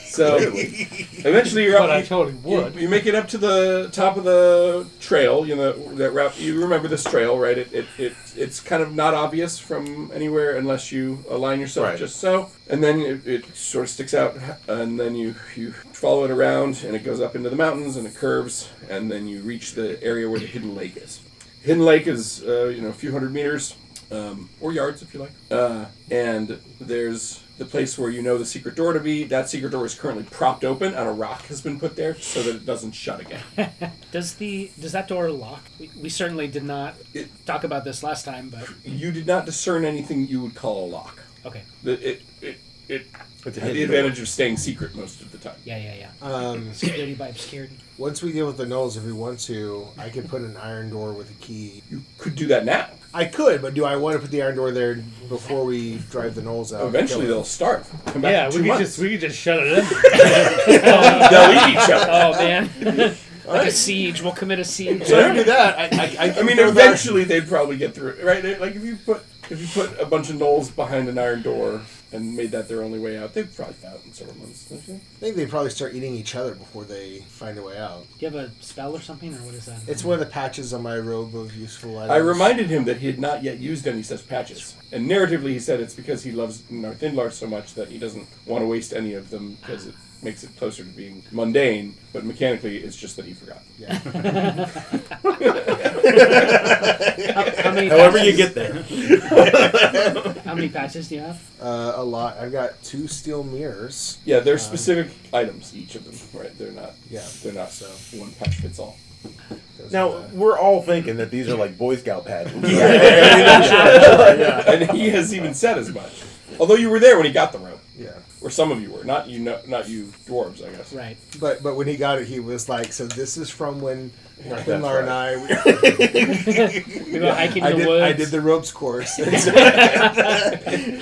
S2: so eventually you're up.
S6: But I totally
S2: you,
S6: would.
S2: you make it up to the top of the trail, you know that route. You remember this trail, right? It, it, it it's kind of not obvious from anywhere unless you align yourself
S1: Right.
S2: just so, and then it, it sort of sticks out, and then you you follow it around, and it goes up into the mountains, and it curves, and then you reach the area where the hidden lake is. Hidden Lake is uh, you know a few hundred meters um, or yards if you like, uh, and there's the place where you know the secret door to be. That secret door is currently propped open, and a rock has been put there so that it doesn't shut again.
S3: Does the does that door lock? We, we certainly did not
S2: It-
S3: talk about this last time, but
S2: you did not discern anything you would call a lock.
S3: okay.
S2: The, it it, it
S1: It's a
S2: had
S1: hidden
S2: the
S1: door.
S2: advantage of staying secret most of the time.
S3: Yeah, yeah, yeah.
S5: Uh,
S8: Um,
S3: Security by obscurity.
S8: once we deal with the gnolls, if we want to, I could put an iron door with a key.
S2: You could do that now.
S8: I could, but do I want to put the iron door there before we drive the gnolls out?
S2: Eventually
S8: Kill
S2: they'll starve. Come back
S6: Yeah,
S2: in
S6: we
S2: two
S6: could
S2: months.
S6: just we could just shut it in.
S2: they'll eat each other.
S3: Oh man, like a siege. We'll commit a siege.
S8: them. So I do that. I, I, I,
S2: I mean, eventually they'd probably get through, it, right? They- Like if you put if you put a bunch of gnolls behind an iron door and made that their only way out, they'd probably out in several months. don't you think?
S8: I think they probably start eating each other before they find a way out.
S3: Do you have a spell or something, or what is that?
S8: It's one of the patches on my robe of useful items.
S2: I reminded him that he had not yet used any such patches, and narratively he said it's because he loves Narthindlar so much that he doesn't want to waste any of them because it makes it closer to being mundane. But mechanically, it's just that he forgot.
S8: Yeah.
S3: how many
S7: However
S3: patches,
S7: you get there.
S3: How many patches do you have?
S8: Uh, a lot. I've got two steel mirrors.
S2: Yeah, they're specific items, each of them, right? They're not.
S8: Um, Yeah.
S2: they're not
S8: So-
S2: one patch fits all.
S1: Now we're all thinking that these are like Boy Scout patches.
S2: and he has even said as much. Although you were there when he got the rope,
S8: Yeah.
S2: or some of you were, not you, know, not you dwarves, I guess.
S3: Right.
S8: But but when he got it, he was like, "So this is from when Northern
S1: That's
S8: Lar and I, we,
S3: We go hiking in
S8: I
S3: the
S8: did
S3: woods.
S8: I did the ropes course.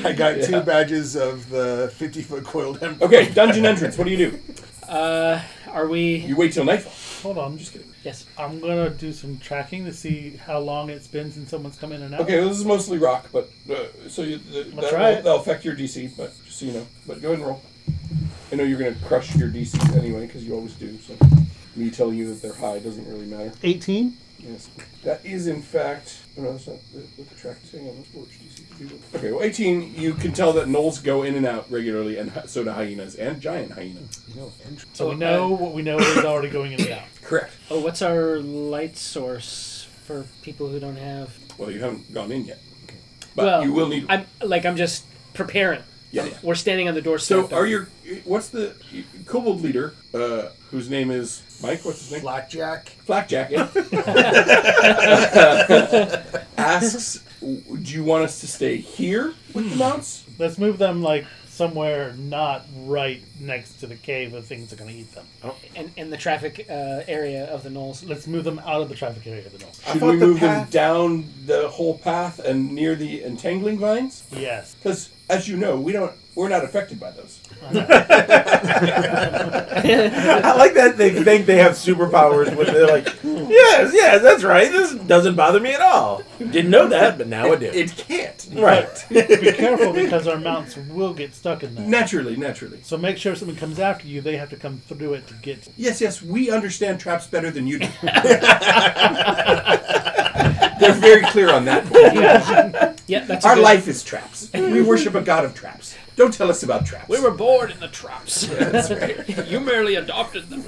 S8: I got two badges of the fifty foot coiled emperor.
S2: Okay, dungeon entrance. What do you do?
S3: uh, are we?
S2: You wait till nightfall.
S6: Hold on, I'm
S2: Just
S6: just
S2: kidding.
S3: Yes.
S6: I'm gonna do some tracking to see how long it's been since someone's come in and out.
S2: Okay, well, this is mostly rock, but uh, so you, th-
S6: I'll
S2: that
S6: try
S2: will,
S6: it.
S2: that'll affect your DC, but just so you know. But go ahead and roll. I know you're gonna crush your DCs anyway because you always do. So me telling you that they're high doesn't really matter.
S6: 18.
S2: Yes, that is in fact. Oh, no, that's not the, what the track is. Hang on, let's watch DC. to do it. Okay, well, 18. You can tell that gnolls go in and out regularly, and hy- so do hyenas and giant hyena.
S6: So we know what we know is already going in and out.
S2: Correct.
S3: Oh, what's our light source for people who don't have?
S2: Well, you haven't gone in yet, but
S3: well,
S2: you will need.
S3: I'm like I'm just preparing.
S2: Yeah, yeah.
S3: We're standing on the doorstep.
S2: So, are your what's the kobold leader uh, whose name is Mike? What's his name?
S8: Blackjack.
S2: Flapjack. yeah. asks, "Do you want us to stay here with the mounts?"
S6: Let's move them like somewhere not right next to the cave where things are gonna eat them.
S3: and, and the traffic uh, area of the knolls.
S6: Let's move them out of the traffic area of the north.
S2: Should we move them down the whole path and near the entangling vines?
S6: Yes.
S2: Because, as you know, we don't we're not affected by those.
S1: I like that they think they have superpowers when they're like, yes, yes, that's right. This doesn't bother me at all. Didn't know that, but now I do.
S2: It can't.
S1: right.
S6: Be careful because our mounts will get stuck in that.
S2: Naturally, naturally.
S6: So make sure if someone comes after you, they have to come through it to get.
S2: Yes, yes, we understand traps better than you do. They're very clear on that.
S3: Yeah, that's a
S2: Our
S3: good-
S2: life is traps. We worship a god of traps. Don't tell us about traps.
S10: We were born in the traps.
S2: That's right.
S10: you merely adopted them.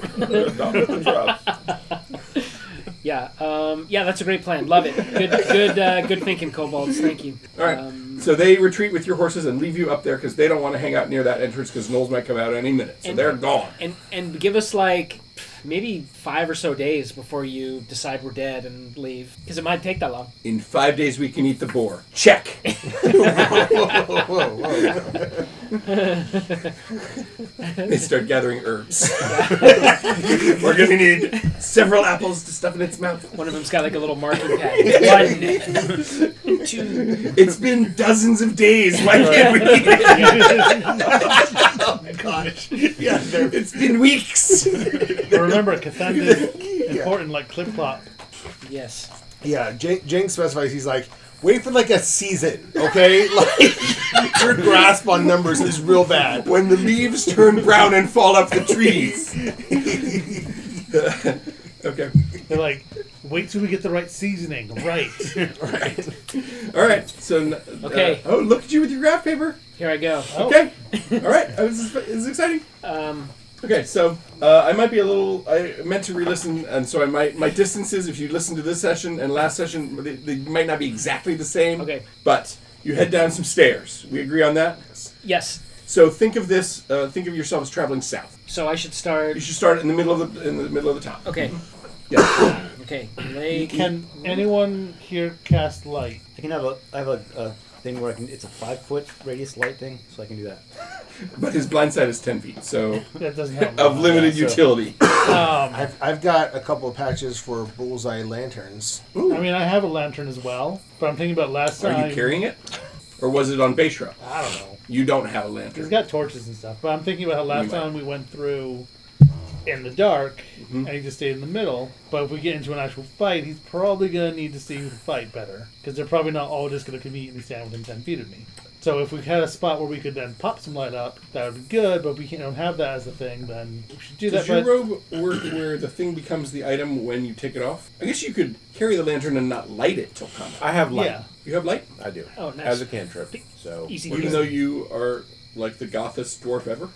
S3: Yeah, um, yeah, that's a great plan. Love it. Good, good, uh, good thinking, kobolds. Thank you.
S2: All right.
S3: Um,
S2: So they retreat with your horses and leave you up there because they don't want to hang out near that entrance because gnolls might come out any minute. So
S3: And-
S2: they're gone.
S3: and and give us like maybe five or so days before you decide we're dead and leave, because it might take that long.
S2: In five days, we can eat the boar. Check. they start gathering herbs. We're gonna need several apples to stuff in its mouth.
S3: One of them's got like a little marking pad. One, two.
S2: It's been dozens of days. Why can't we eat it?
S5: Oh my gosh. Yeah, they're
S2: It's been weeks.
S6: But remember, Cathan is important like Clip Clop.
S3: Yes.
S5: Yeah, Jane, Jane specifies he's like, wait for like a season, okay? Like your grasp on numbers is real bad.
S2: when the leaves turn brown and fall off the trees. okay.
S6: They're like, wait till we get the right seasoning. Right.
S2: All right. All right. So. n- uh,
S3: Okay. Oh.
S2: oh, look at you with your graph paper.
S3: Here I go.
S2: Okay. All right. Oh, this, is, this is exciting.
S3: Um,
S2: Okay, so uh, I might be a little. I meant to re-listen, and so I might my distances. If you listen to this session and last session, they, they might not be exactly the same.
S3: Okay.
S2: But you head down some stairs. We agree on that.
S3: yes.
S2: So think of this. Uh, think of yourselves traveling south.
S3: So I should
S2: You
S3: start.
S2: should start in the middle of the in the middle of the top.
S3: Okay.
S2: Yeah.
S3: Okay. They
S6: Can anyone here cast light?
S9: I can have a. I have a, a thing where I can. It's a five foot radius light thing, so I can do that.
S2: but his blind side is ten feet, so
S6: That doesn't help. Um,
S2: of limited
S5: Yeah, so-
S2: utility.
S5: I've, I've got a couple of patches for bullseye lanterns.
S6: I mean, I have a lantern as well, but I'm thinking about last time.
S2: Are you carrying it, or was it on Bashra?
S6: I don't know.
S2: You don't have a
S6: He's
S2: lantern.
S6: got torches and stuff, but I'm thinking about how last
S2: You might.
S6: time we went through in the dark
S2: Mm-hmm.
S6: and he just stayed in the middle. But if we get into an actual fight, he's probably going to need to see who can fight better because they're probably not all just going to conveniently stand within 10 feet of me. So if we had a spot where we could then pop some light up, that would be good, but if we can't, don't have that as a thing, then we should do
S2: Does your
S6: that. But
S2: robe work where the thing becomes the item when you take it off? I guess you could carry the lantern and not light it till combat.
S1: I have light.
S6: yeah,
S2: You have light,
S1: I do.
S3: Oh, nice.
S1: As a cantrip. So.
S3: easy.
S2: even though you are like the gothest dwarf ever.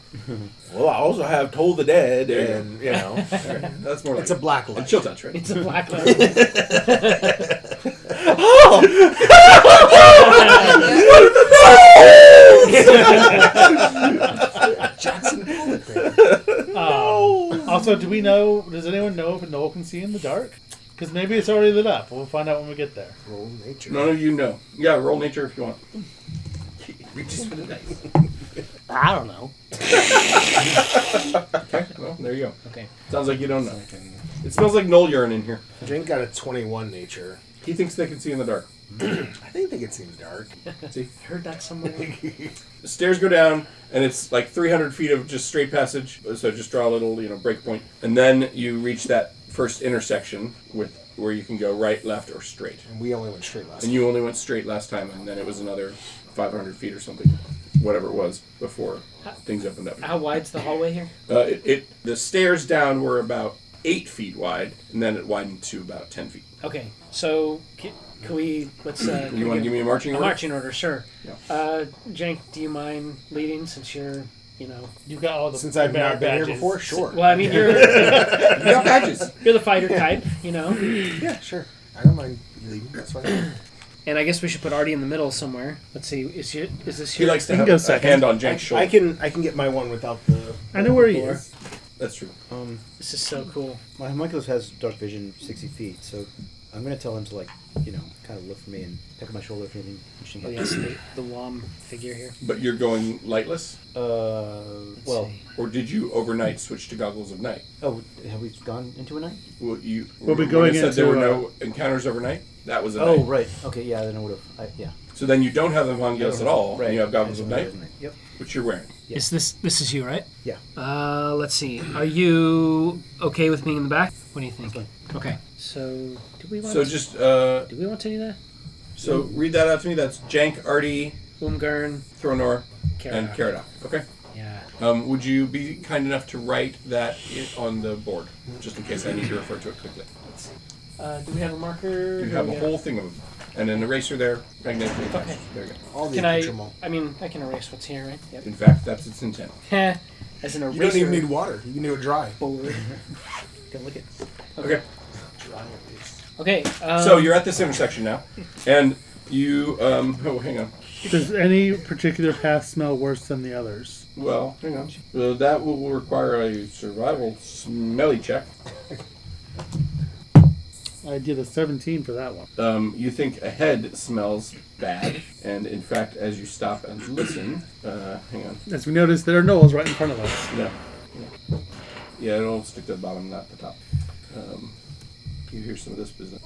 S1: Well, I also have Toll the Dead,
S2: There you go.
S1: and you know.
S2: Okay, that's more. Like
S5: It's a black
S2: and
S5: light.
S2: chill touch, right?
S3: It's a black leather.
S6: Um, also, do we know? Does anyone know if Noel can see in the dark? Because maybe it's already lit up. We'll find out when we get there.
S5: Roll nature.
S2: None of you know. Yeah, roll nature if you want. Reaches for the dice.
S6: I don't know.
S2: Okay, well there you go.
S3: Okay.
S2: Sounds like you don't know. It smells like null urine in here.
S5: Jane got a 21 nature.
S2: He thinks they can see in the dark.
S5: I think they can see in the dark.
S2: See,
S3: Heard that somewhere.
S2: the stairs go down, and it's like 300 feet of just straight passage. So just draw a little, you know, break point, and then you reach that first intersection with where you can go right, left, or straight.
S5: And we only went straight last
S2: And you only went straight last time, and then it was another 500 feet or something, whatever it was before things opened up.
S3: How wide's the hallway here?
S2: Uh, it, it the stairs down were about eight feet wide, and then it widened to about 10 feet.
S3: Okay. So can, can we? Let's. Uh,
S2: You want to give me a marching
S3: a
S2: order?
S3: marching order? Sure.
S2: Yeah.
S3: Uh, Jenk, do you mind leading since you're, you know?
S6: You got all the
S5: Since I've
S6: bear
S5: not been here
S6: badges.
S5: before, sure.
S3: Well, I mean, you're
S2: You got badges.
S3: you're the fighter type, you know.
S5: Yeah, sure. I don't mind leaving. That's fine.
S3: And I guess we should put Artie in the middle somewhere. Let's see. Is you, is this
S2: He
S3: here?
S2: likes to
S11: You can
S2: have
S11: go
S2: a
S11: second.
S2: hand on
S5: I,
S2: Jank's shoulder.
S5: I can I can get my one without the.
S11: I know where he is.
S2: That's true.
S9: Um,
S3: This is so cool.
S9: my Michaelis has dark vision, sixty feet, so I'm gonna tell him to like, you know, kind of look for me and peck at my shoulder if anything. interesting
S3: Oh yes, the, the Wom figure here.
S2: But you're going lightless,
S9: Uh,
S3: Let's
S9: well,
S3: see.
S2: or did you overnight switch to goggles of night?
S9: oh, have we gone into a night?
S2: Well, you.
S11: We'll be
S2: when
S11: going
S2: it said there
S11: into,
S2: were
S11: uh,
S2: no encounters overnight. That was a
S9: Oh,
S2: night.
S9: right. Okay, yeah, then I would have. Yeah.
S2: So then you don't have the Vangelis at all,
S9: Right.
S2: and you have goggles of
S9: That's
S2: night.
S9: what it is, Yep.
S2: Which you're wearing.
S3: Is this this is you, right?
S9: Yeah.
S3: Uh, let's see. Are you okay with being in the back? What do you think? Okay. So do we want
S2: So just uh,
S3: do we want to do that?
S2: so read that out to me. That's Jank, Artie,
S3: Umgarn,
S2: Thronor, and
S3: Caradoc.
S2: Caradoc. Okay.
S3: Yeah.
S2: Um, would you be kind enough to write that i- on the board, just in case I need to refer to it quickly?
S3: Uh, do we have a marker?
S2: You
S3: Do
S2: have
S3: we
S2: a whole thing of them, and an eraser there, magnetic.
S3: Okay.
S2: There you go.
S3: Can I? I mean, I can erase what's here, right? Yep.
S2: In fact, that's its intent.
S3: Heh. As an eraser.
S8: You don't even need water. You can do it dry.
S3: Don't look at.
S2: Okay.
S3: Okay. Um,
S2: so you're at this intersection now, and you. Um, oh, hang on.
S6: Does any particular path smell worse than the others?
S2: Well, hang on. Uh, that will require a survival smelly check.
S6: I did a 17 for that one.
S2: Um, you think ahead smells bad, and in fact, as you stop and listen, uh, hang on.
S6: As we noticed, there are knolls right in front of us.
S2: No. Yeah, it'll stick to the bottom, not the top. Um, you hear some of this business.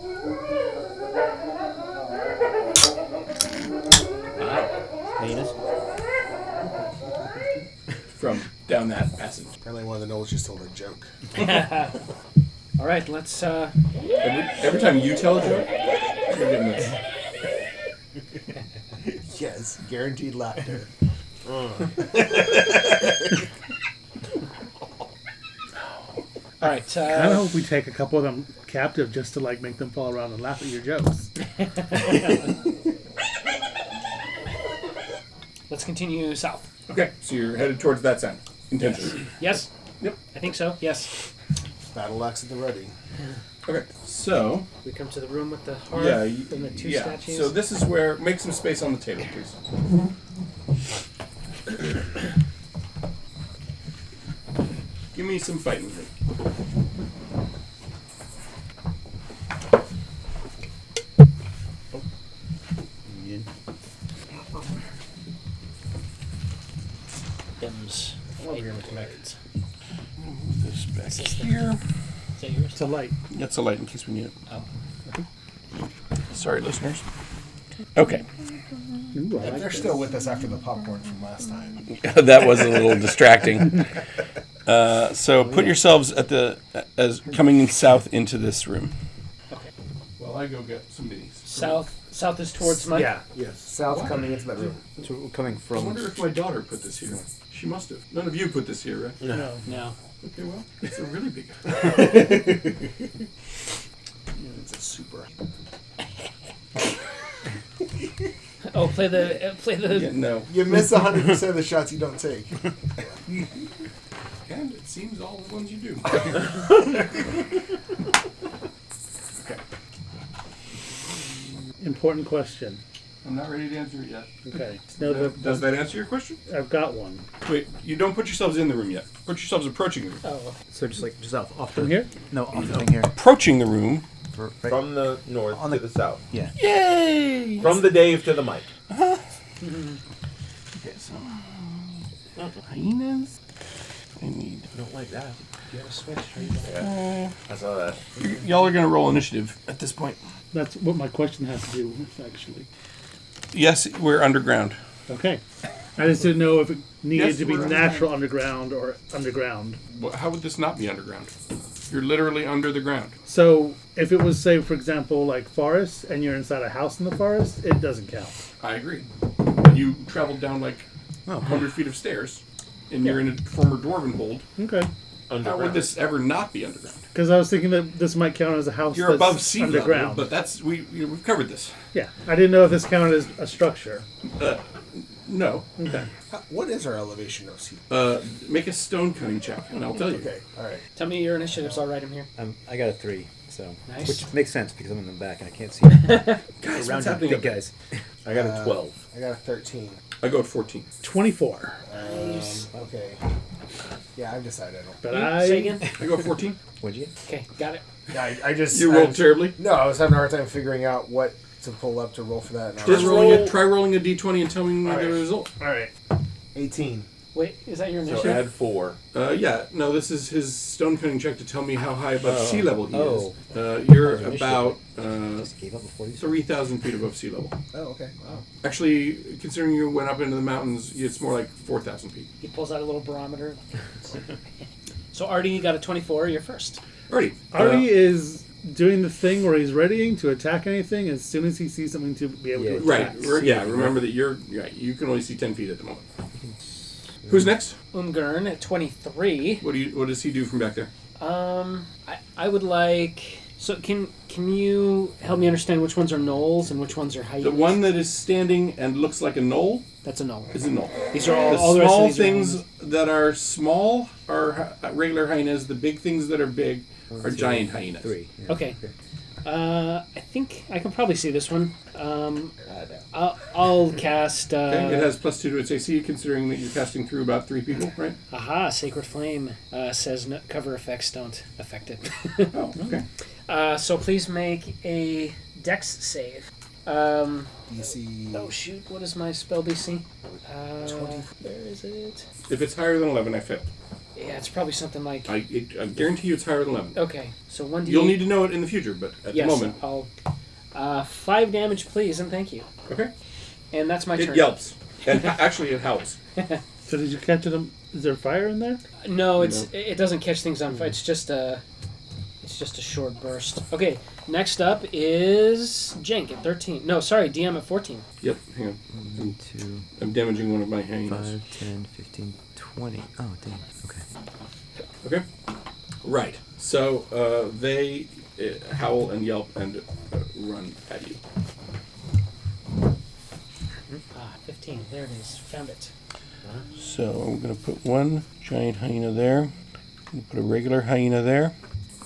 S2: From down that passage.
S8: Apparently, one of the gnolls just told a joke.
S3: All right. Let's. Uh,
S2: Every, every time you tell a joke, you're getting this.
S8: yes, guaranteed laughter.
S3: all right.
S6: I kind of
S3: Uh,
S6: hope we take a couple of them captive just to like make them fall around and laugh at your jokes.
S3: let's continue south.
S2: Okay, so you're headed towards that sound. Intentionally.
S3: Yes.
S2: Yep.
S3: I think so. Yes.
S8: Battle axe at the ready.
S2: Okay, so.
S3: We come to the room with the hearth
S2: Yeah, you-
S3: and the two
S2: yeah.
S3: statues.
S2: So this is where. Make some space on the table, please. Give me some fight movement.
S3: Them's fight
S2: This back
S3: Is this the- Is that yours?
S6: It's a light.
S2: That's a light in case we need it.
S3: Oh.
S2: Sorry, listeners. Okay,
S6: Ooh, I like
S8: They're
S6: this.
S8: still with us after the popcorn from last time.
S2: that was a little distracting. Uh, so put yourselves at the as coming in south into this room.
S3: Okay.
S2: Well, I go get some minis.
S3: South. South is towards my.
S6: Yeah.
S8: Yes, south coming into that room.
S9: So coming
S2: I
S9: from.
S2: wonder if my daughter put this here. She must have. None of you put this here, right?
S6: No.
S3: No.
S2: Okay, well, it's a really big.
S8: It's a super.
S3: Oh, play the uh, play the.
S2: Yeah, no.
S8: You miss 100% of the shots you don't take.
S2: And it seems all the ones you do.
S6: Important question.
S2: I'm not ready to answer it yet.
S6: Okay. It's noted.
S2: Does that answer your question?
S6: I've got one.
S2: Wait, you don't put yourselves in the room yet. Put yourselves approaching the room.
S3: Oh.
S9: So just like just off, off the
S6: From here?
S9: No, off the thing here.
S2: Approaching the room.
S9: For, right?
S1: From the north
S9: On
S1: to
S9: the-
S1: the south.
S9: yeah.
S2: Yay!
S1: From the Dave to the Mike.
S2: Okay, so hyenas. I need.
S1: I don't like that. You have a switch. I saw that.
S2: Y'all are gonna roll initiative at this point.
S6: That's what my question has to do with, actually.
S2: Yes, we're underground.
S6: Okay. I just didn't know if it needed
S2: Yes,
S6: to be
S2: we're
S6: natural underground or underground.
S2: Wha- How would this not be underground? You're literally under the ground.
S6: So if it was, say, for example, like forest, and you're inside a house in the forest, it doesn't count.
S2: I agree. You traveled down like 100 feet of stairs, and you're in a former dwarven hold.
S6: Okay.
S2: How would this ever not be underground?
S6: Because I was thinking that this might count as a house.
S2: You're
S6: that's
S2: above sea level,
S6: underground.
S2: but that's we we- we've covered this.
S6: yeah, I didn't know if this counted as a structure.
S2: No,
S6: Okay.
S8: What is our elevation of sea?
S2: uh, make a stone cutting check, and I'll tell you.
S8: Okay, all right.
S3: Tell me your initiatives. I'll write them here.
S9: Um, I got a three, so
S3: Nice.
S9: which makes sense because I'm in the back and I can't see. guys,
S2: what's
S9: up,
S2: happening
S9: big
S2: up there?
S9: guys.
S1: I got a 12.
S8: I got a 13.
S2: I go at 14.
S6: Twenty-four.
S8: Okay. Yeah, I've decided I don't.
S6: But
S3: You-
S6: I
S3: Mm-hmm. Say again.
S2: I go at 14.
S9: What'd you get?
S3: Okay, got it.
S8: I, I just.
S2: You
S8: I
S2: rolled
S5: um,
S8: was-
S2: terribly.
S8: No, I was having a hard time figuring out what to pull up to roll for that. And I
S2: Just
S8: was
S2: rolling a, try rolling a d20 and tell me
S8: All
S2: the
S8: right.
S2: result.
S8: All right. 18.
S3: Wait, is that your
S1: So
S3: initiative?
S1: add four.
S2: Uh, yeah, no, this is his stone cutting check to tell me how high above
S1: Oh.
S2: sea level he
S1: Oh.
S2: is. Uh, you're
S1: Initiative.
S2: about uh, 3,000 feet above sea level.
S9: Oh, okay. Wow.
S2: Actually, considering you went up into the mountains, it's more like 4,000 feet.
S3: He pulls out a little barometer. so Artie, you got a 24. You're first.
S2: Artie.
S6: Artie is doing the thing where he's readying to attack anything as soon as he sees something to be able to
S2: Right.
S6: attack.
S2: re- Yeah. Remember that you're. Yeah, you can only see ten feet at the moment. Who's next?
S3: Umgurn at 23.
S2: What do you? What does he do from back there?
S3: Um, I, I would like. So can can you help me understand which ones are knolls and which ones are hyenas?
S2: The one that is standing and looks like a knoll
S3: That's a knoll.
S2: is a knoll.
S3: These are all-
S2: the
S3: all the rest of
S2: small
S3: these are
S2: things that are small are hy- regular hyenas. The big things that are big are
S3: two,
S2: giant hyenas. Three.
S3: Okay. Uh, I think I can probably see this one. Um,
S2: Ah,
S3: I'll, I'll cast. Uh,
S2: it has plus two to its AC, considering that you're casting through about three people, right?
S3: Aha! Sacred flame uh, says no, cover effects don't affect it.
S2: oh, okay.
S3: Uh, so please make a Dex save. Um,
S8: DC.
S3: Oh shoot! What is my spell DC? Uh, where is it?
S2: If it's higher than eleven, I fail.
S3: Yeah, it's probably something like.
S2: I, it, I guarantee you, it's higher than eleven.
S3: Okay, so one.
S2: You'll need to know it in the future, but at
S3: Mm-hmm. yes,
S2: the moment,
S3: I'll. Uh, five damage, please, and thank you.
S2: Okay.
S3: And that's my
S2: it
S3: turn.
S2: yelps, and actually, it howls.
S6: So did you catch it? on- Is there fire in there?
S3: No, it's it it doesn't catch things on fire. It's just a, it's just a short burst. Okay, next up is Jenk at thirteen. No, sorry, DM at fourteen.
S2: Yep, hang on. I'm, I'm damaging one of my hangings.
S12: 5, 10, 15, 20. Oh, dang. Okay.
S2: Okay. Right. So uh, they uh, howl and yelp and uh, run at you.
S3: Ah, fifteen. There it is. Found it.
S2: So I'm going to put one giant hyena there. I'm going to put a regular hyena there.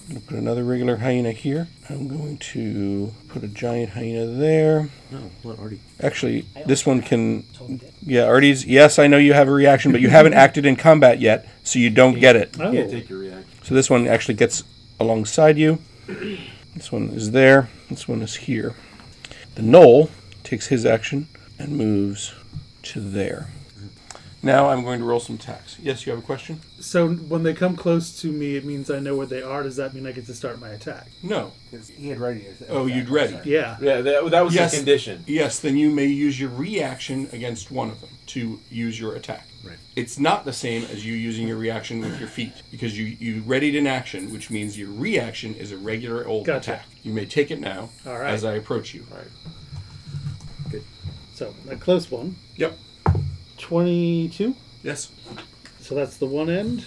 S2: I'm going to put another regular hyena here. I'm going to put a giant hyena there.
S12: No, not Artie.
S2: Actually, this one can. Yeah, Artie's. Yes, I know you have a reaction, but you haven't acted in combat yet, so you don't get it.
S6: Oh.
S1: You can't take your reaction.
S2: So this one actually gets alongside you. This one is there. This one is here. The knoll takes his action and moves to there. Now I'm going to roll some attacks. Yes, you have a question?
S6: So when they come close to me, it means I know where they are. Does that mean I get to start my attack?
S2: No.
S6: He had ready.
S2: Oh, you'd ready?
S6: Yeah.
S1: Yeah, that, that was
S2: yes,
S1: the condition.
S2: Yes, then you may use your reaction against one of them to use your attack. Right. It's not the same as you using your reaction with your feet because you you readied an action, which means your reaction is a regular old
S6: Gotcha.
S2: attack. You may take it now
S6: All right.
S2: as I approach you. Right.
S6: So a close one.
S2: Yep.
S6: Twenty-two.
S2: Yes.
S6: So that's the one end.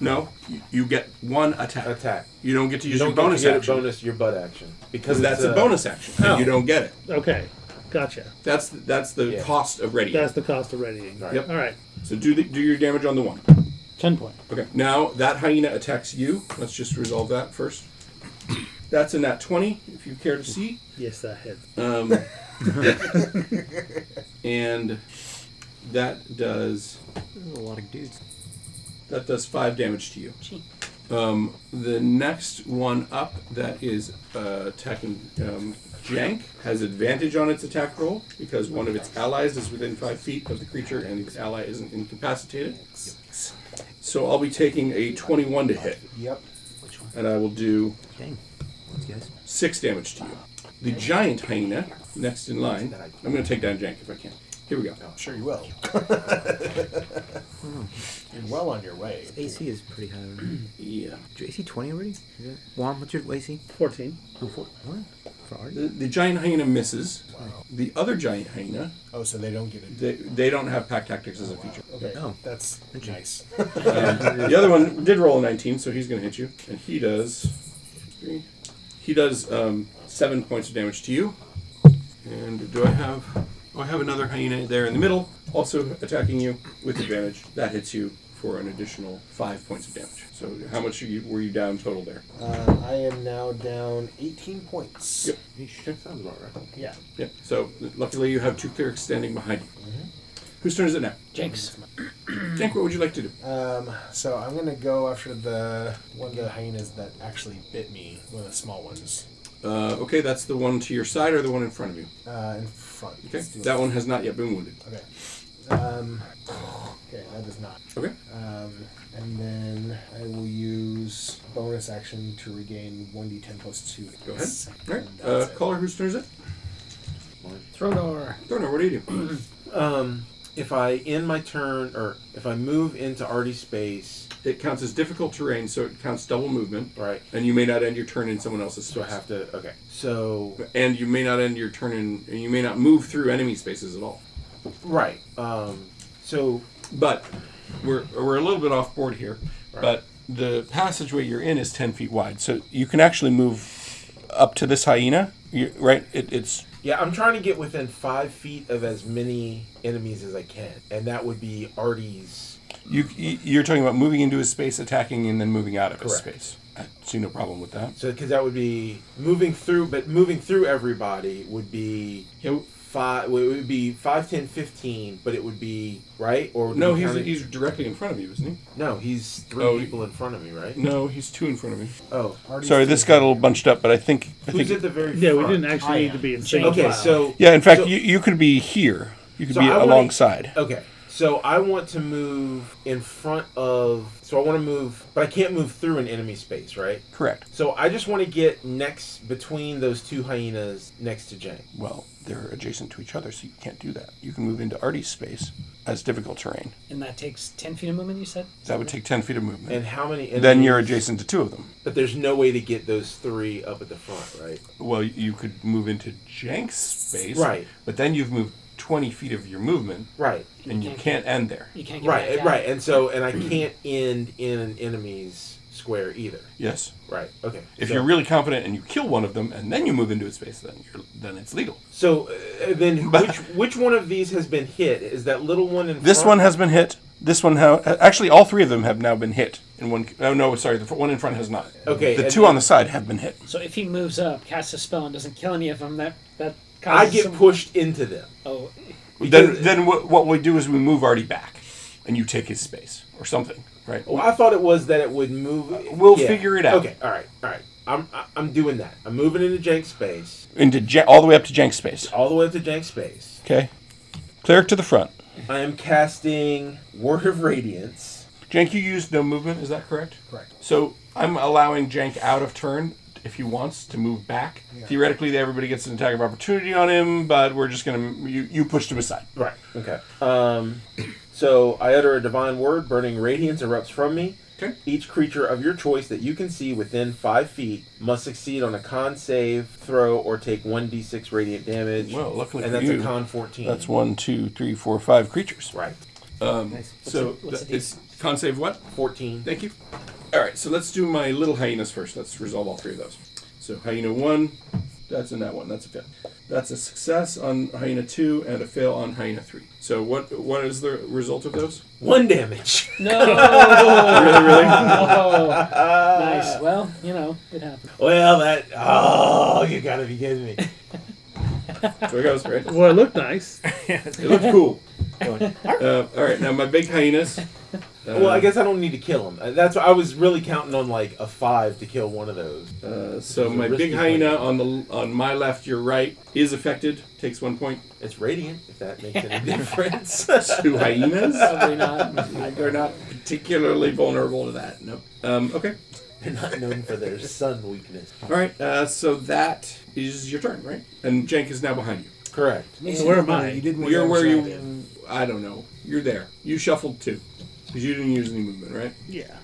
S2: No, you- you get one attack.
S1: Attack.
S2: You don't get to
S1: You
S2: use
S1: don't
S2: your
S1: get to
S2: bonus
S1: get a
S2: action.
S1: bonus- uh, your butt action. Because
S2: because
S1: it's
S2: that's a,
S1: a-
S2: bonus action, and
S6: Oh.
S2: you don't get it.
S6: Okay. Gotcha.
S2: That's that's the cost of ready.
S6: That's the cost of readying.
S2: Yep.
S6: All right.
S2: So do the, do your damage on the one.
S6: Ten point.
S2: Okay. Now that hyena attacks you. Let's just resolve that first. That's a nat twenty, if you care to see.
S6: Yes, that hit.
S2: Um, and that does
S12: There's a lot of dudes.
S2: that does five damage to you. Um, the next one up that is uh, attacking um, Jank has advantage on its attack roll because one of its allies is within five feet of the creature and its ally isn't incapacitated. So I'll be taking a 21 to hit.
S8: Yep.
S2: And I will do
S12: Dang. Yes.
S2: six damage to you. The giant hyena, next in line. I'm going to take down Jank if I can. Here we go.
S8: Sure you will. You're well on your way.
S12: AC is pretty high. Already.
S2: yeah.
S12: Is your AC 20 already? Is that- Juan, what's your AC?
S6: 14.
S12: Oh, four, what? For Artie?
S2: The, the giant hyena misses. The other giant hyena,
S8: Oh, so they don't get it.
S2: they, they don't have pack tactics as a feature.
S8: Okay. That's nice.
S2: Um, the other one did roll a 19, so he's going to hit you. And he does. three. He does um, seven points of damage to you. And do I have. Oh, I have another hyena there in the middle, also attacking you with advantage. That hits you for an additional five points of damage. So, how much are you, were you down total there?
S8: Uh, I am now down 18 points.
S2: Yep.
S1: Sounds about right.
S8: Yeah.
S2: Yeah. So, luckily, you have two clerics standing behind you.
S8: Mm-hmm.
S2: Whose turn is it now?
S3: Jenks.
S2: Jenk, what would you like to do?
S8: Um, so I'm gonna go after the one of the hyenas that actually bit me, one of the small ones
S2: Uh, okay, that's the one to your side or the one in front of you.
S8: uh, in front.
S2: Okay,
S8: Let's do
S2: that
S8: it.
S2: one has not yet been wounded.
S8: Okay. Um,
S5: Okay, that does not.
S12: Okay.
S5: Um, and then I will use bonus action to regain 1d10 plus 2.
S12: Go ahead. All right. Uh, caller, whose turn is it?
S1: Thronor.
S12: Thronor, what do you do?
S1: um, if I end my turn, or if I move into Artie's space,
S12: it counts as difficult terrain, so it counts double movement.
S1: Right.
S12: And you may not end your turn in someone else's space. So I have
S1: to. Okay. So.
S12: And you may not end your turn in. And you may not move through enemy spaces at all.
S1: Right. Um, so.
S12: But we're we're a little bit off board here. But the passageway you're in is ten feet wide, so you can actually move up to this hyena. You, right. It, it's
S1: Yeah, I'm trying to get within five feet of as many enemies as I can, and that would be Artie's.
S12: you. you- You're talking about moving into his space, attacking, and then moving out of his
S1: Correct.
S12: space. I see no problem with that.
S1: So, because that would be moving through, but moving through everybody would be five. well, It would be five, ten, fifteen, but it would be right or would
S12: No,
S1: we
S12: he's
S1: count it-
S12: he's directly in front of you, isn't he?
S1: no, he's three
S12: Oh,
S1: people in front of me, right?
S12: No, he's two in front of me.
S1: Oh,
S12: Sorry, this got a little bunched up, but I think I
S1: Who's
S12: think
S1: at the very
S6: Yeah, we
S1: front?
S6: didn't actually
S1: I
S6: need
S1: am.
S6: to be in sync.
S1: Okay, so
S12: yeah. In fact,
S1: so-
S12: you, you could be here. You could
S1: So
S12: be
S1: I wanna-
S12: alongside.
S1: Okay. So I want to move in front of. So I want to move, but I can't move through an enemy space, right?
S12: Correct.
S1: So I just want to get next between those two hyenas next to Jane.
S12: Well, they're adjacent to each other, so you can't do that. You can move into Artie's space as difficult terrain.
S3: And that takes 10 feet of movement, you said?
S12: That would take ten feet of movement.
S1: And how many
S12: Then
S1: enemies-
S12: you're adjacent to two of them.
S1: But there's no way to get those three up at the front, right?
S12: Well, you could move into Jank's space,
S1: Right.
S12: But then you've moved twenty feet of your movement,
S1: Right.
S12: And you can't end there.
S1: right, right. And so, and I can't end in an enemy's square either.
S12: Yes.
S1: Right. Okay.
S12: If
S1: So-
S12: you're really confident and you kill one of them, and then you move into its space, then you're, then it's legal.
S1: So uh, then, which which one of these has been hit? Is that little one in
S12: This
S1: front?
S12: one has been hit. This one, ha- actually, all three of them have now been hit. And one, oh no, sorry, the fr- one in front has not.
S1: Okay,
S12: The
S1: and-
S12: two on the side have been hit.
S3: So if he moves up, casts a spell, and doesn't kill any of them, that, that
S1: I
S3: causes
S1: get
S3: some-
S1: pushed into them.
S3: Oh,
S12: Then, then what, what we do is we move Artie back, and you take his space or something, right?
S1: Well, I thought it was that it would move.
S12: Uh, we'll figure it out.
S1: Okay. All right. All right. I'm I- I'm doing that. I'm moving into Jank's space,
S12: Into Jan- all the way up to Jank's space.
S1: all the way up to Jank's space.
S12: Okay, cleric to the front.
S1: I am casting Word of Radiance.
S12: Jank, you used no movement. Is that correct?
S1: Correct.
S12: So I'm allowing Jank out of turn if he wants to move back.
S1: Yeah.
S12: Theoretically, everybody gets an attack of opportunity on him, but we're just gonna you, you pushed him aside.
S1: Right. Okay. Um, so I utter a divine word. Burning radiance erupts from me.
S12: Okay.
S1: Each creature of your choice that you can see within five feet must succeed on a con save, throw, or take one d6 radiant damage.
S12: Well, luckily
S1: and
S12: for
S1: that's
S12: you,
S1: a con 14.
S12: That's one, two, three, four, five creatures.
S1: Right.
S12: Um,
S1: Nice. What's
S12: So
S1: it- what's
S12: that-
S1: it
S12: it's con save what?
S1: 14.
S12: Thank you. All right, so let's do my little hyenas first. Let's resolve all three of those. So hyena one, that's in that one. That's a fail. That's a success on hyena two and a fail on hyena three. So what what is the result of those?
S1: One damage.
S3: No.
S12: really, really.
S3: No. Nice. Well, you know, it happened.
S1: Well, that. Oh, you gotta be kidding me.
S12: There it goes, right?
S6: Well, it looked nice.
S12: It looked cool. Uh, all right, now my big hyenas. Uh,
S1: well, I guess I don't need to kill him. Uh, That's I was really counting on like a five to kill one of those.
S12: Uh, so
S1: It's a
S12: my
S1: risky
S12: big hyena
S1: play.
S12: on the on my left, your right, is affected. Takes one point.
S1: It's radiant, if that makes any difference.
S12: Two hyenas.
S1: Probably not.
S12: They're not particularly vulnerable to that. No. Um, okay.
S1: They're not known for their sun weakness.
S12: All right. Uh, so that is your turn, right? And Jank is now behind you.
S1: Correct.
S6: So where am I?
S12: You didn't.
S6: what
S12: You're
S6: I was
S12: where
S6: trying
S12: you. I don't know. You're there. You shuffled too, because you didn't use any movement, right?
S6: Yeah.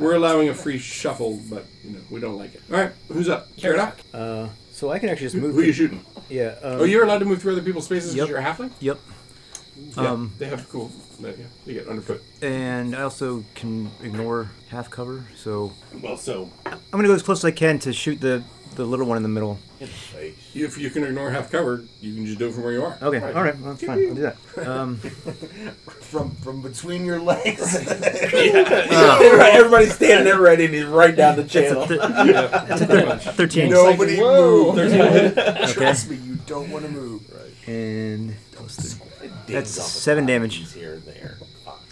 S12: We're allowing a free shuffle, but you know we don't like it. All right. Who's up? Caradoc.
S8: Uh, so I can actually just
S12: Who-
S8: move.
S12: who you
S8: through-
S12: shooting?
S8: Yeah. Um,
S12: oh, you're allowed to move through other people's spaces
S8: Yep.
S12: because you're a halfling.
S8: Yep.
S12: Yeah,
S8: Um,
S12: they have cool. Yeah, they get underfoot.
S8: And I also can ignore half cover, so
S12: Well, so
S8: I'm gonna go as close as I can to shoot the the little one in the middle.
S12: if you can ignore half covered, you can just do it from where you are.
S8: Okay, all right, well, that's fine. I'll do that. Um,
S13: from from between your legs.
S1: Everybody- Everybody's standing there ready, and he's right down the channel.
S8: that's a thir- thirteen.
S13: Nobody
S1: It's like, whoa.
S13: move.
S8: Okay.
S13: Trust me, you don't want to move.
S8: and plus three.
S1: It dings
S8: that's
S1: off his
S8: seven damage.
S1: Here and there.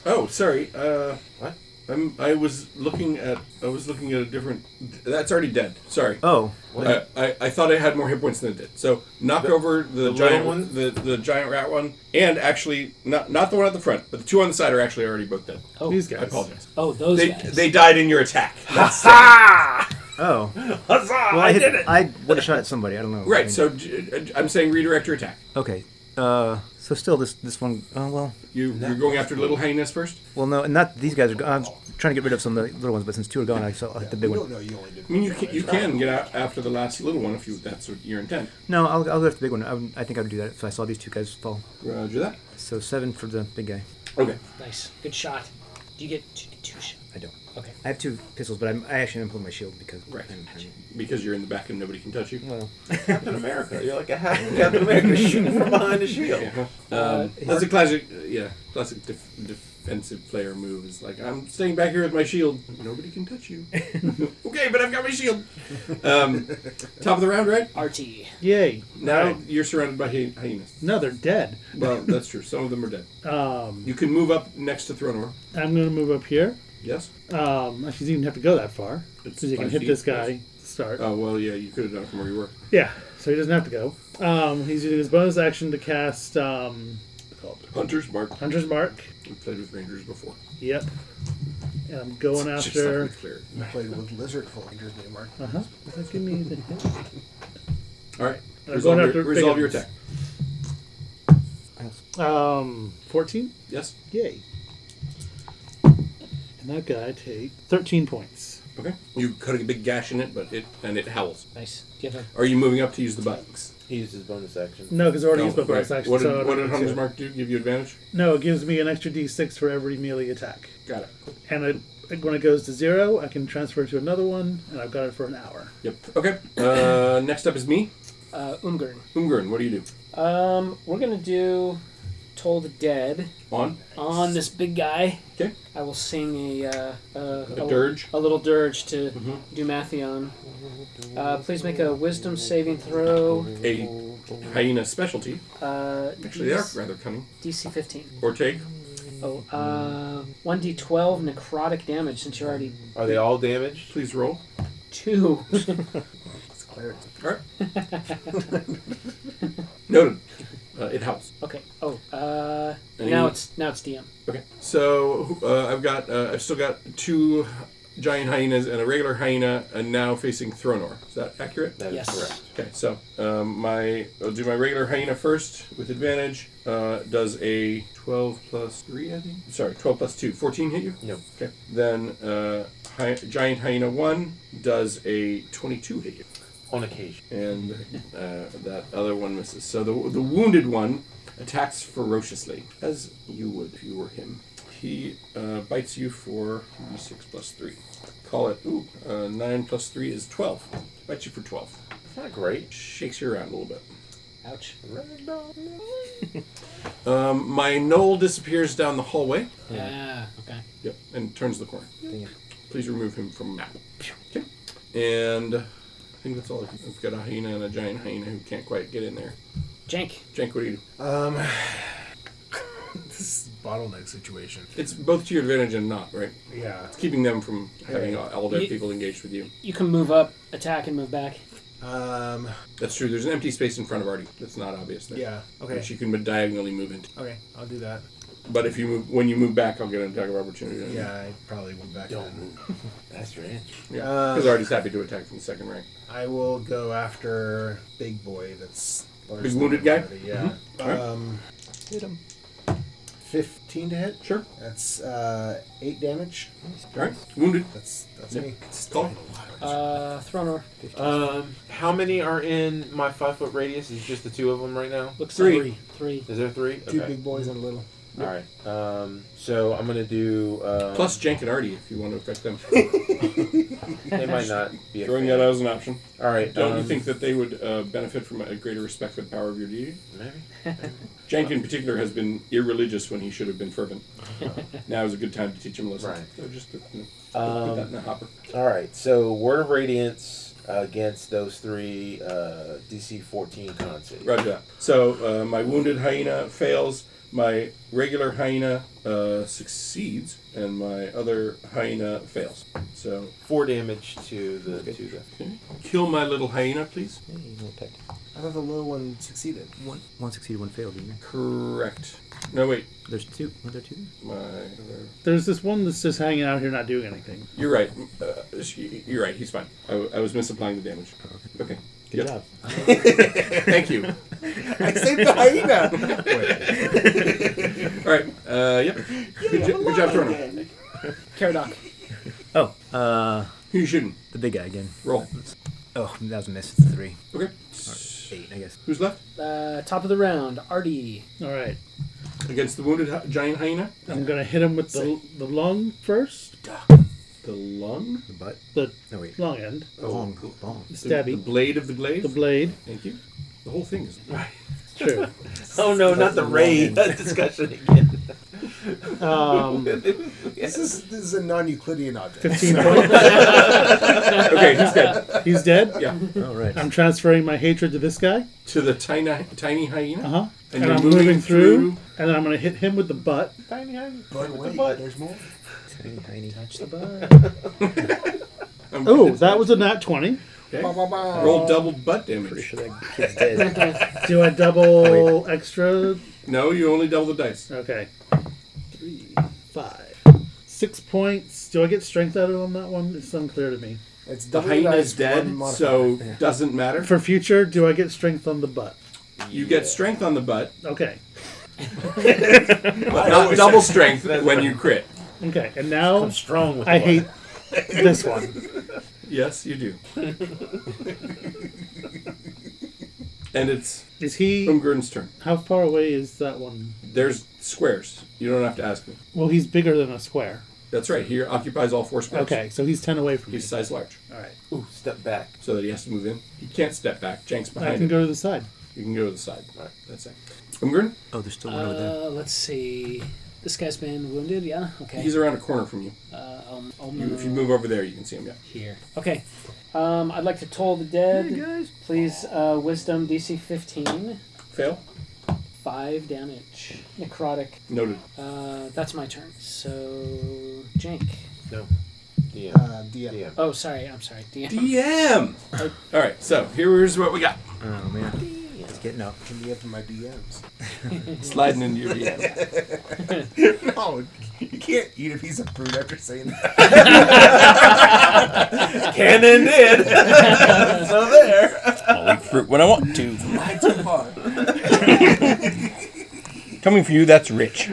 S12: Oh, sorry. Uh, what?
S2: I'm, I was looking at I was looking at a different. That's already dead. Sorry.
S12: Oh.
S2: I, I, I thought I had more hit points than it did. So knocked over the,
S1: the
S2: giant
S1: little
S2: one, the, the giant rat one, and actually not not the one at the front, but the two on the side are actually already both dead.
S3: Oh,
S2: these guys. I apologize.
S3: Oh, those
S2: they,
S3: guys.
S2: They died in your attack. That's
S12: Oh.
S2: Huzzah, I
S12: Well, I, hit,
S2: did it.
S12: I would have shot at somebody. I don't know.
S2: right.
S12: I-
S2: So j- I'm saying redirect your attack.
S12: Okay. Uh, so still this this one. Oh well.
S2: You you're going after little hanging nest first.
S12: Well, no, not these guys are. go- I'm trying to get rid of some of the little ones, but since two are gone, I so I'll hit the big
S8: Oh,
S12: one.
S2: know you only did. I mean, you can, you can get out after the last little one if you that's what your intent.
S12: No, I'll, I'll go after the big one. I, would- I think I would do that if I saw these two guys fall.
S2: Roger that.
S12: So seven for the big guy.
S2: Okay.
S3: Nice. Good shot. Do you get two, two shots?
S12: I don't.
S3: Okay.
S12: I have two pistols, but I'm, I actually didn't pull my shield because.
S2: Right. Because you're in the back and nobody can touch you.
S12: Well.
S2: Captain
S1: America. You're like a half Captain America shooting from behind a shield.
S2: Um, that's a classic, uh, yeah, classic def- defensive player move. Is like I'm staying back here with my shield. Nobody can touch you. okay, but I've got my shield. Um, top of the round, right?
S3: RT.
S6: Yay.
S2: Now you're surrounded by hy- hyenas.
S6: No, they're dead.
S2: Well, that's true. Some of them are dead.
S6: Um,
S2: You can move up next to Thronor.
S6: I'm going to move up here.
S2: Yes.
S6: Um, actually, you didn't even have to go that far.
S2: It's
S6: Because you can
S2: five
S6: hit
S2: feet.
S6: this guy. to Start.
S2: Oh well, yeah, you could have done it from where you were.
S6: Yeah, so he doesn't have to go. Um, he's using his bonus action to cast um,
S2: Hunter's mark.
S6: Hunter's Mark.
S2: I played with rangers before.
S6: Yep. And I'm going
S2: It's just
S6: after.
S2: like we cleared.
S5: You played with Lizard for Rangers name, Mark.
S6: Uh huh. Give me the
S2: All right.
S6: I'm
S2: Resolve,
S6: going
S2: your,
S6: after big
S2: resolve your
S6: ones.
S2: attack.
S6: Um, 14?
S2: Yes.
S6: Yay. And that guy take 13 points.
S2: Okay. You cut a big gash in it, but it and it howls.
S3: Nice. Do you have
S2: Are you moving up to use the buttons?
S1: He used his bonus action.
S6: No, 'cause I already
S2: Oh,
S6: used my bonus
S2: right.
S6: action,
S2: What did,
S6: so I don't
S2: what
S6: need
S2: did
S6: to.
S2: Hunter's Mark do? Give you advantage?
S6: No, it gives me an extra d6 for every melee attack.
S2: Got it.
S6: And it, it- when it goes to zero, I can transfer it to another one, and I've got it for an hour.
S2: Yep. Okay. Uh, next up is me.
S3: a- Uh, Umgurn.
S2: Umgurn, what do you do?
S3: Um, we're gonna do Toll the Dead
S2: On?
S3: on this big guy.
S2: Okay.
S3: I will sing a uh, a,
S2: A dirge? Mm-hmm.
S3: a little dirge to do Mattheon. Uh, please make a Wisdom saving throw.
S2: A hyena specialty.
S3: Uh,
S2: Actually, they are rather cunning.
S3: DC 15.
S2: Or take.
S3: Oh, uh, 1d12 necrotic damage since you're already
S1: Are they all damaged?
S2: Please roll.
S3: two.
S2: All right. Noted. Uh, it helps.
S3: okay. Oh, uh,
S2: Any-
S3: now it's now it's DM.
S2: Okay. So uh, I've got uh, I've still got two giant hyenas and a regular hyena, and now facing Thronor. Is that accurate?
S1: That is
S3: Yes.
S1: correct.
S2: Okay, so um, my I'll do my regular hyena first with advantage. Uh, does a 12 plus 3, I think? Sorry, 12 plus 2. 14 hit you?
S1: No.
S2: Okay. Then uh, hy- giant hyena 1 does a 22 hit you.
S1: On occasion.
S2: And uh, that other one misses. So the, the wounded one attacks ferociously, as you would if you were him. He uh, bites you for 6 plus 3. Call it, ooh, uh, 9 plus 3 is 12. Bites you for 12
S1: Not great.
S2: shakes you around a little bit.
S3: Ouch.
S2: Um, my knoll disappears down the hallway.
S3: Yeah. okay.
S2: Yep, and turns the corner. Please remove him from map. Okay. And I think that's all. I've got a hyena and a giant hyena who can't quite get in there.
S3: Jank.
S2: Jank, what do you do?
S8: Um, this is bottleneck situation.
S2: It's both to your advantage and not, right?
S8: Yeah.
S2: It's keeping them from having all their
S3: You-
S2: people engaged with you.
S3: You can move up, attack, and move back.
S8: Um.
S2: That's true. There's an empty space in front of Artie. That's not obvious there.
S8: Yeah. Okay.
S2: Which you can diagonally move into.
S8: Okay. I'll do that.
S2: But if you move, when you move back, I'll get an attack of opportunity.
S8: Yeah. I probably went back. Don't
S1: That's right.
S2: Yeah.
S8: Uh,
S2: Because Artie's happy to attack from the second rank.
S8: I will go after big boy. That's larger
S2: Big
S8: than
S2: wounded guy?
S8: everybody, Yeah.
S2: Mhm. Alright.
S8: Um,
S12: Hit him.
S8: fifteen to hit.
S2: Sure.
S8: That's uh, eight damage.
S2: All right. Wounded.
S8: That's that's
S2: Yep.
S8: me.
S2: Call.
S3: Uh, Thronor.
S1: Um, how many are in my five foot radius? Is it just the two of them right now?
S3: Looks
S2: Three.
S3: like three.
S1: Is there three?
S8: Two
S1: Okay.
S8: big boys and a little.
S1: All right. Um, so I'm gonna do. Um,
S2: Plus Jank and Artie, if you want to affect them.
S1: they might not be a
S2: Throwing
S1: fan.
S2: that out as an option.
S1: All right.
S2: Don't you
S1: um,
S2: think that they would uh, benefit from a greater respect for the power of your deity?
S1: Maybe.
S2: Jank, in particular, has been irreligious when he should have been fervent. now is a good time to teach him a lesson.
S1: Right.
S2: So just put, you know, put
S1: Um,
S2: that in the hopper.
S1: All right. So word of radiance. against those three uh, DC 14 con saves.
S2: Roger that. So uh, my wounded hyena fails, my regular hyena uh, succeeds, and my other hyena fails. So
S1: four damage to the to the.
S2: Kill my little hyena, please.
S8: I thought the little one succeeded. One.
S12: One succeeded, one failed, didn't you?
S2: Correct. No wait.
S12: There's two. Were there two?
S2: My other
S6: There's this one that's just hanging out here, not doing anything.
S2: You're right. Uh, sh- you're right. He's fine. I, I was misapplying the damage.
S12: Oh,
S2: Okay.
S9: Good
S2: Yep.
S9: job.
S2: Thank you.
S8: I saved the hyena.
S2: All right. Uh, yep. Good, jo- good job, Torna.
S12: Caradoc. Oh, uh.
S2: Who you shooting?
S12: The big guy again.
S2: Roll.
S12: Oh, that was a miss. It's a three.
S2: Okay.
S12: Or eight, I guess.
S2: Who's left?
S3: Uh, top of the round, Artie.
S6: All right.
S2: Against the wounded hy- giant hyena.
S6: I'm gonna hit him with the, the lung first.
S2: The lung.
S12: The butt.
S6: The
S12: No, wait.
S6: long end.
S12: Long,
S2: cool.
S12: long.
S2: The-
S6: Stabby.
S2: The, blade of the glaive.
S6: The blade.
S2: Thank you. The whole thing is
S6: It's true.
S1: Oh no, not the Ray discussion again.
S6: Um,
S8: This is this is a non-Euclidean object.
S6: 15 points.
S2: okay, he's dead.
S6: He's dead?
S2: Yeah.
S12: All right.
S6: I'm transferring my hatred to this guy.
S2: To the tiny tiny hyena.
S6: Uh huh.
S2: And
S6: And,
S2: you're
S6: I'm
S2: moving
S6: moving, through,
S2: through.
S6: and then I'm gonna hit him with the butt.
S14: Tiny, tiny.
S8: But wait,
S14: butt.
S8: there's more.
S12: Tiny, tiny.
S6: Touch the butt. oh, that was a nat twenty.
S2: Okay.
S8: Ba, ba, ba.
S2: Roll double butt damage.
S12: Sure, that kid's dead.
S6: Do I double extra?
S2: No, you only double the dice.
S6: Okay. Three, five, six points. Do I get strength out of on that one? It's unclear to me.
S8: It's
S2: The
S8: double
S2: hyena is
S8: dice,
S2: dead,
S8: one modifier.
S2: so doesn't matter.
S6: For future, do I get strength on the butt?
S2: You get strength on the butt,
S6: Okay.
S2: but not double strength when you crit.
S6: Okay. And now
S1: I'm strong with
S6: I
S1: the
S6: hate this one.
S2: Yes, you do. and it's
S6: Is he?
S2: Umgren's turn.
S6: How far away is that one?
S2: There's squares. You don't have to ask me.
S6: Well, he's bigger than a square.
S2: That's right. He occupies all four squares.
S6: Okay, so he's ten away from me.
S2: He's size large,
S6: All right.
S1: Ooh, step back.
S2: so that he has to move in. He can't step back. Jank's behind
S6: I can
S2: him.
S6: go to the side.
S2: You can go to the side. All right, that's it. Umgren,
S12: Oh, there's still one over there.
S3: Uh, let's see. This guy's been wounded. Yeah. Okay.
S2: he's around a corner from you.
S3: uh, um, I'll
S2: you. If you
S3: move
S2: move over there, you can see him. Yeah.
S3: here. Okay. Um, I'd like to toll the dead. Please, uh, wisdom DC 15,
S2: Fail.
S3: five damage, necrotic.
S2: Noted.
S3: Uh, that's my turn. So, Jank.
S1: Yeah.
S5: Uh, DM.
S1: Yeah.
S3: Oh, sorry. I'm sorry. DM.
S2: DM. All right. So here's what we got.
S12: Oh, man. It's getting up.
S8: Can be up in my DMs.
S2: Sliding into your DM.
S8: No, you can't eat a piece of fruit after saying that.
S1: Cannon did. so there.
S15: I'll eat fruit when I want to.
S8: Not too far.
S15: Coming from you, that's rich.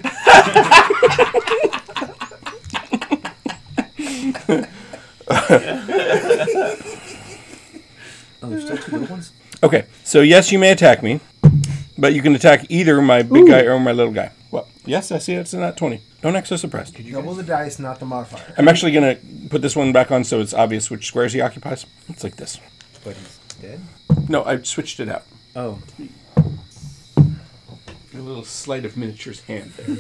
S12: Oh, there's still two little ones?
S15: Okay, so yes, you may attack me, but you can attack either my big guy or my little guy. What? Yes, I see it's not 20. Don't act so surprised.
S8: Double the dice, not the modifier.
S15: I'm actually going to put this one back on so it's obvious which squares he occupies. It's like this.
S12: But he's dead?
S2: No, I switched it out.
S12: Oh.
S2: A little sleight of miniatures hand there.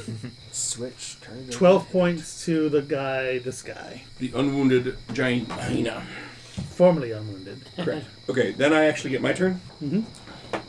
S8: Switch. Turn it
S6: Twelve points to the guy. This guy,
S2: the unwounded giant hyena.
S6: formerly unwounded.
S2: Correct. Okay, then I actually get my turn.
S12: Oh,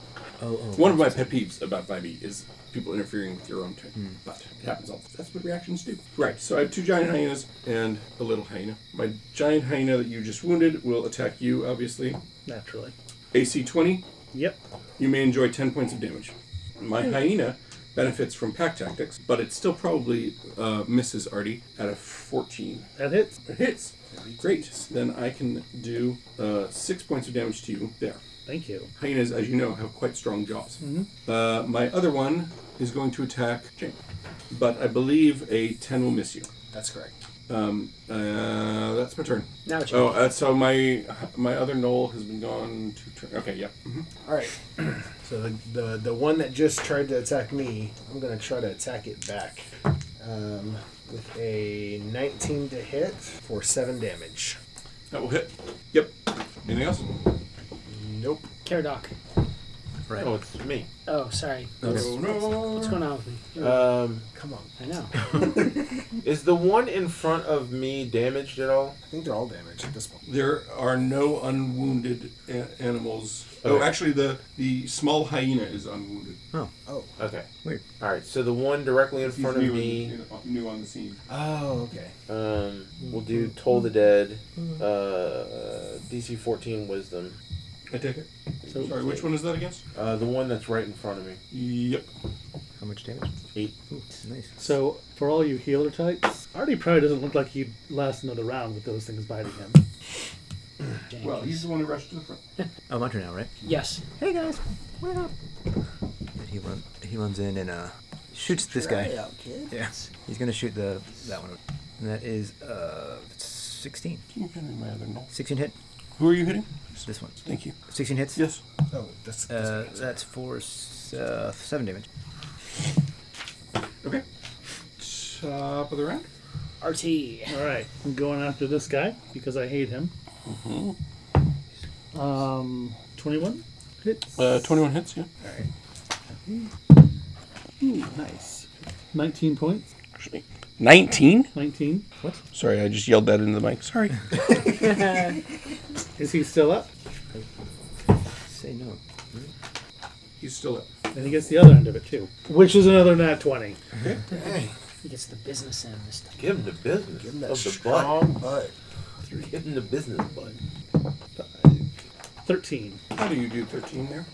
S12: oh.
S2: One of my pet peeves about 5e is people interfering with your own turn,
S12: Hmm.
S2: but it happens all. That's what reactions do. Right. So I have two giant hyenas and a little hyena. My giant hyena that you just wounded will attack you, obviously.
S6: Naturally.
S2: AC 20.
S6: Yep.
S2: You may enjoy 10 points of damage. My hyena benefits from pack tactics, but it still probably uh, misses Artie at a 14.
S6: That hits.
S2: It hits. Great. Then I can do uh, six points of damage to you there.
S6: Thank you.
S2: Hyenas, as you know, have quite strong jaws.
S3: Mm-hmm.
S2: Uh, my other one is going to attack Jane, but I believe a 10 will miss you.
S8: That's correct.
S2: Um, uh, that's my turn.
S3: Now it's
S2: Oh,
S3: your
S2: uh, so my my other knoll has been gone to turn. Okay, yeah.
S3: Mm-hmm.
S2: Mhm.
S8: All right. So the, the the one that just tried to attack me, I'm gonna try to attack it back um, with a 19 to hit for seven damage.
S2: That will hit. Yep. Anything else?
S8: Nope.
S3: Caradoc.
S1: Right. Oh, it's me.
S3: Oh, sorry.
S1: Okay.
S3: What's, what's- what's going on with me? Here.
S1: Um,
S8: Come on.
S3: I know.
S1: Is the one in front of me damaged at all?
S8: I think they're all damaged at this point.
S2: There are no unwounded a- animals. Oh,
S1: Okay.
S2: actually, the the small hyena is unwounded.
S1: Oh.
S8: Oh.
S1: Okay. Weird. All right. So the one directly in
S2: He's
S1: front of
S2: new
S1: me.
S2: in- in- new on the scene.
S8: Oh, okay.
S1: Um, we'll do Toll the Dead. Uh, DC 14 Wisdom.
S2: I take it. Sorry, which one is that against?
S1: Uh, the one that's right in front of me.
S2: Yep.
S12: How much damage?
S1: Eight.
S12: nice.
S6: So, for all you healer types, Artie probably doesn't look like he'd last another round with those things biting him.
S2: Well, he's the one who rushed to the front.
S12: Oh, my turn now, right?
S3: Yes.
S12: Hey guys, what up? And he run, he runs in and uh, shoots this
S8: Try
S12: guy.
S8: it out, kid.
S12: Yes. He's gonna shoot the that one, and that is uh, sixteen.
S2: my other knob?
S12: Sixteen hit.
S2: Who are you hitting?
S12: This one.
S2: Thank you.
S12: Sixteen hits.
S2: Yes.
S8: Oh, that's, that's
S12: Uh, that's four, s- uh, seven damage.
S2: Okay. Top of the round.
S3: RT.
S6: All right, I'm going after this guy because I hate him. Um, 21 hits.
S2: Uh, 21 hits, yeah.
S6: Ooh,
S2: nice.
S6: 19 points.
S15: 19?
S6: 19. What?
S15: Sorry, I just yelled that into the mic. Sorry.
S6: Is he still up?
S12: Say no.
S2: He's still up.
S6: And he gets the other end of it too, which is another nat 20.
S3: He gets the business end this time.
S1: Give him the business.
S8: Give him that
S1: of the
S8: strong butt.
S1: butt. Give him the business butt.
S6: 13.
S2: How do you do 13 there?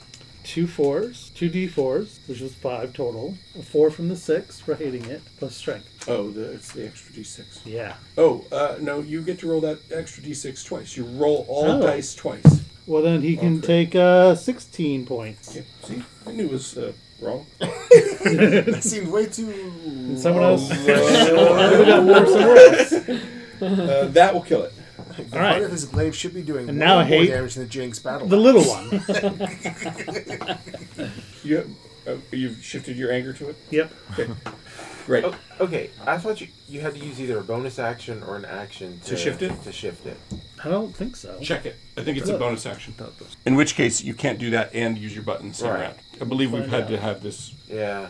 S6: Two fours, two d4s, which was five total. A four from the six for hating it, plus strength.
S2: Oh, the, it's the extra d6.
S6: Yeah.
S2: Oh, uh, no, you get to roll that extra d6 twice. You roll all
S6: Oh.
S2: dice twice.
S6: Well, then he can take uh, 16 points.
S2: Yeah, see? I knew it was uh, wrong.
S8: that seemed way too.
S6: And someone else.
S8: Lord.
S6: got war somewhere else.
S2: Uh, that will kill it.
S8: The
S6: right.
S8: part of his blade should be doing
S6: And
S8: way
S6: now I
S8: more
S6: hate
S8: damage than the Jinx battle.
S6: the little one.
S2: You have, uh, you've shifted your anger to it?
S6: Yep.
S2: Okay. Great.
S1: Oh, okay. I thought you, you had to use either a bonus action or an action to,
S2: To shift it?
S1: To shift it.
S6: I don't think so.
S2: Check it. I think it's a
S6: Look.
S2: bonus action. In which case, you can't do that and use your button same
S1: Right.
S2: round. I believe we've
S6: Find
S2: had
S6: out.
S2: to have this.
S1: Yeah.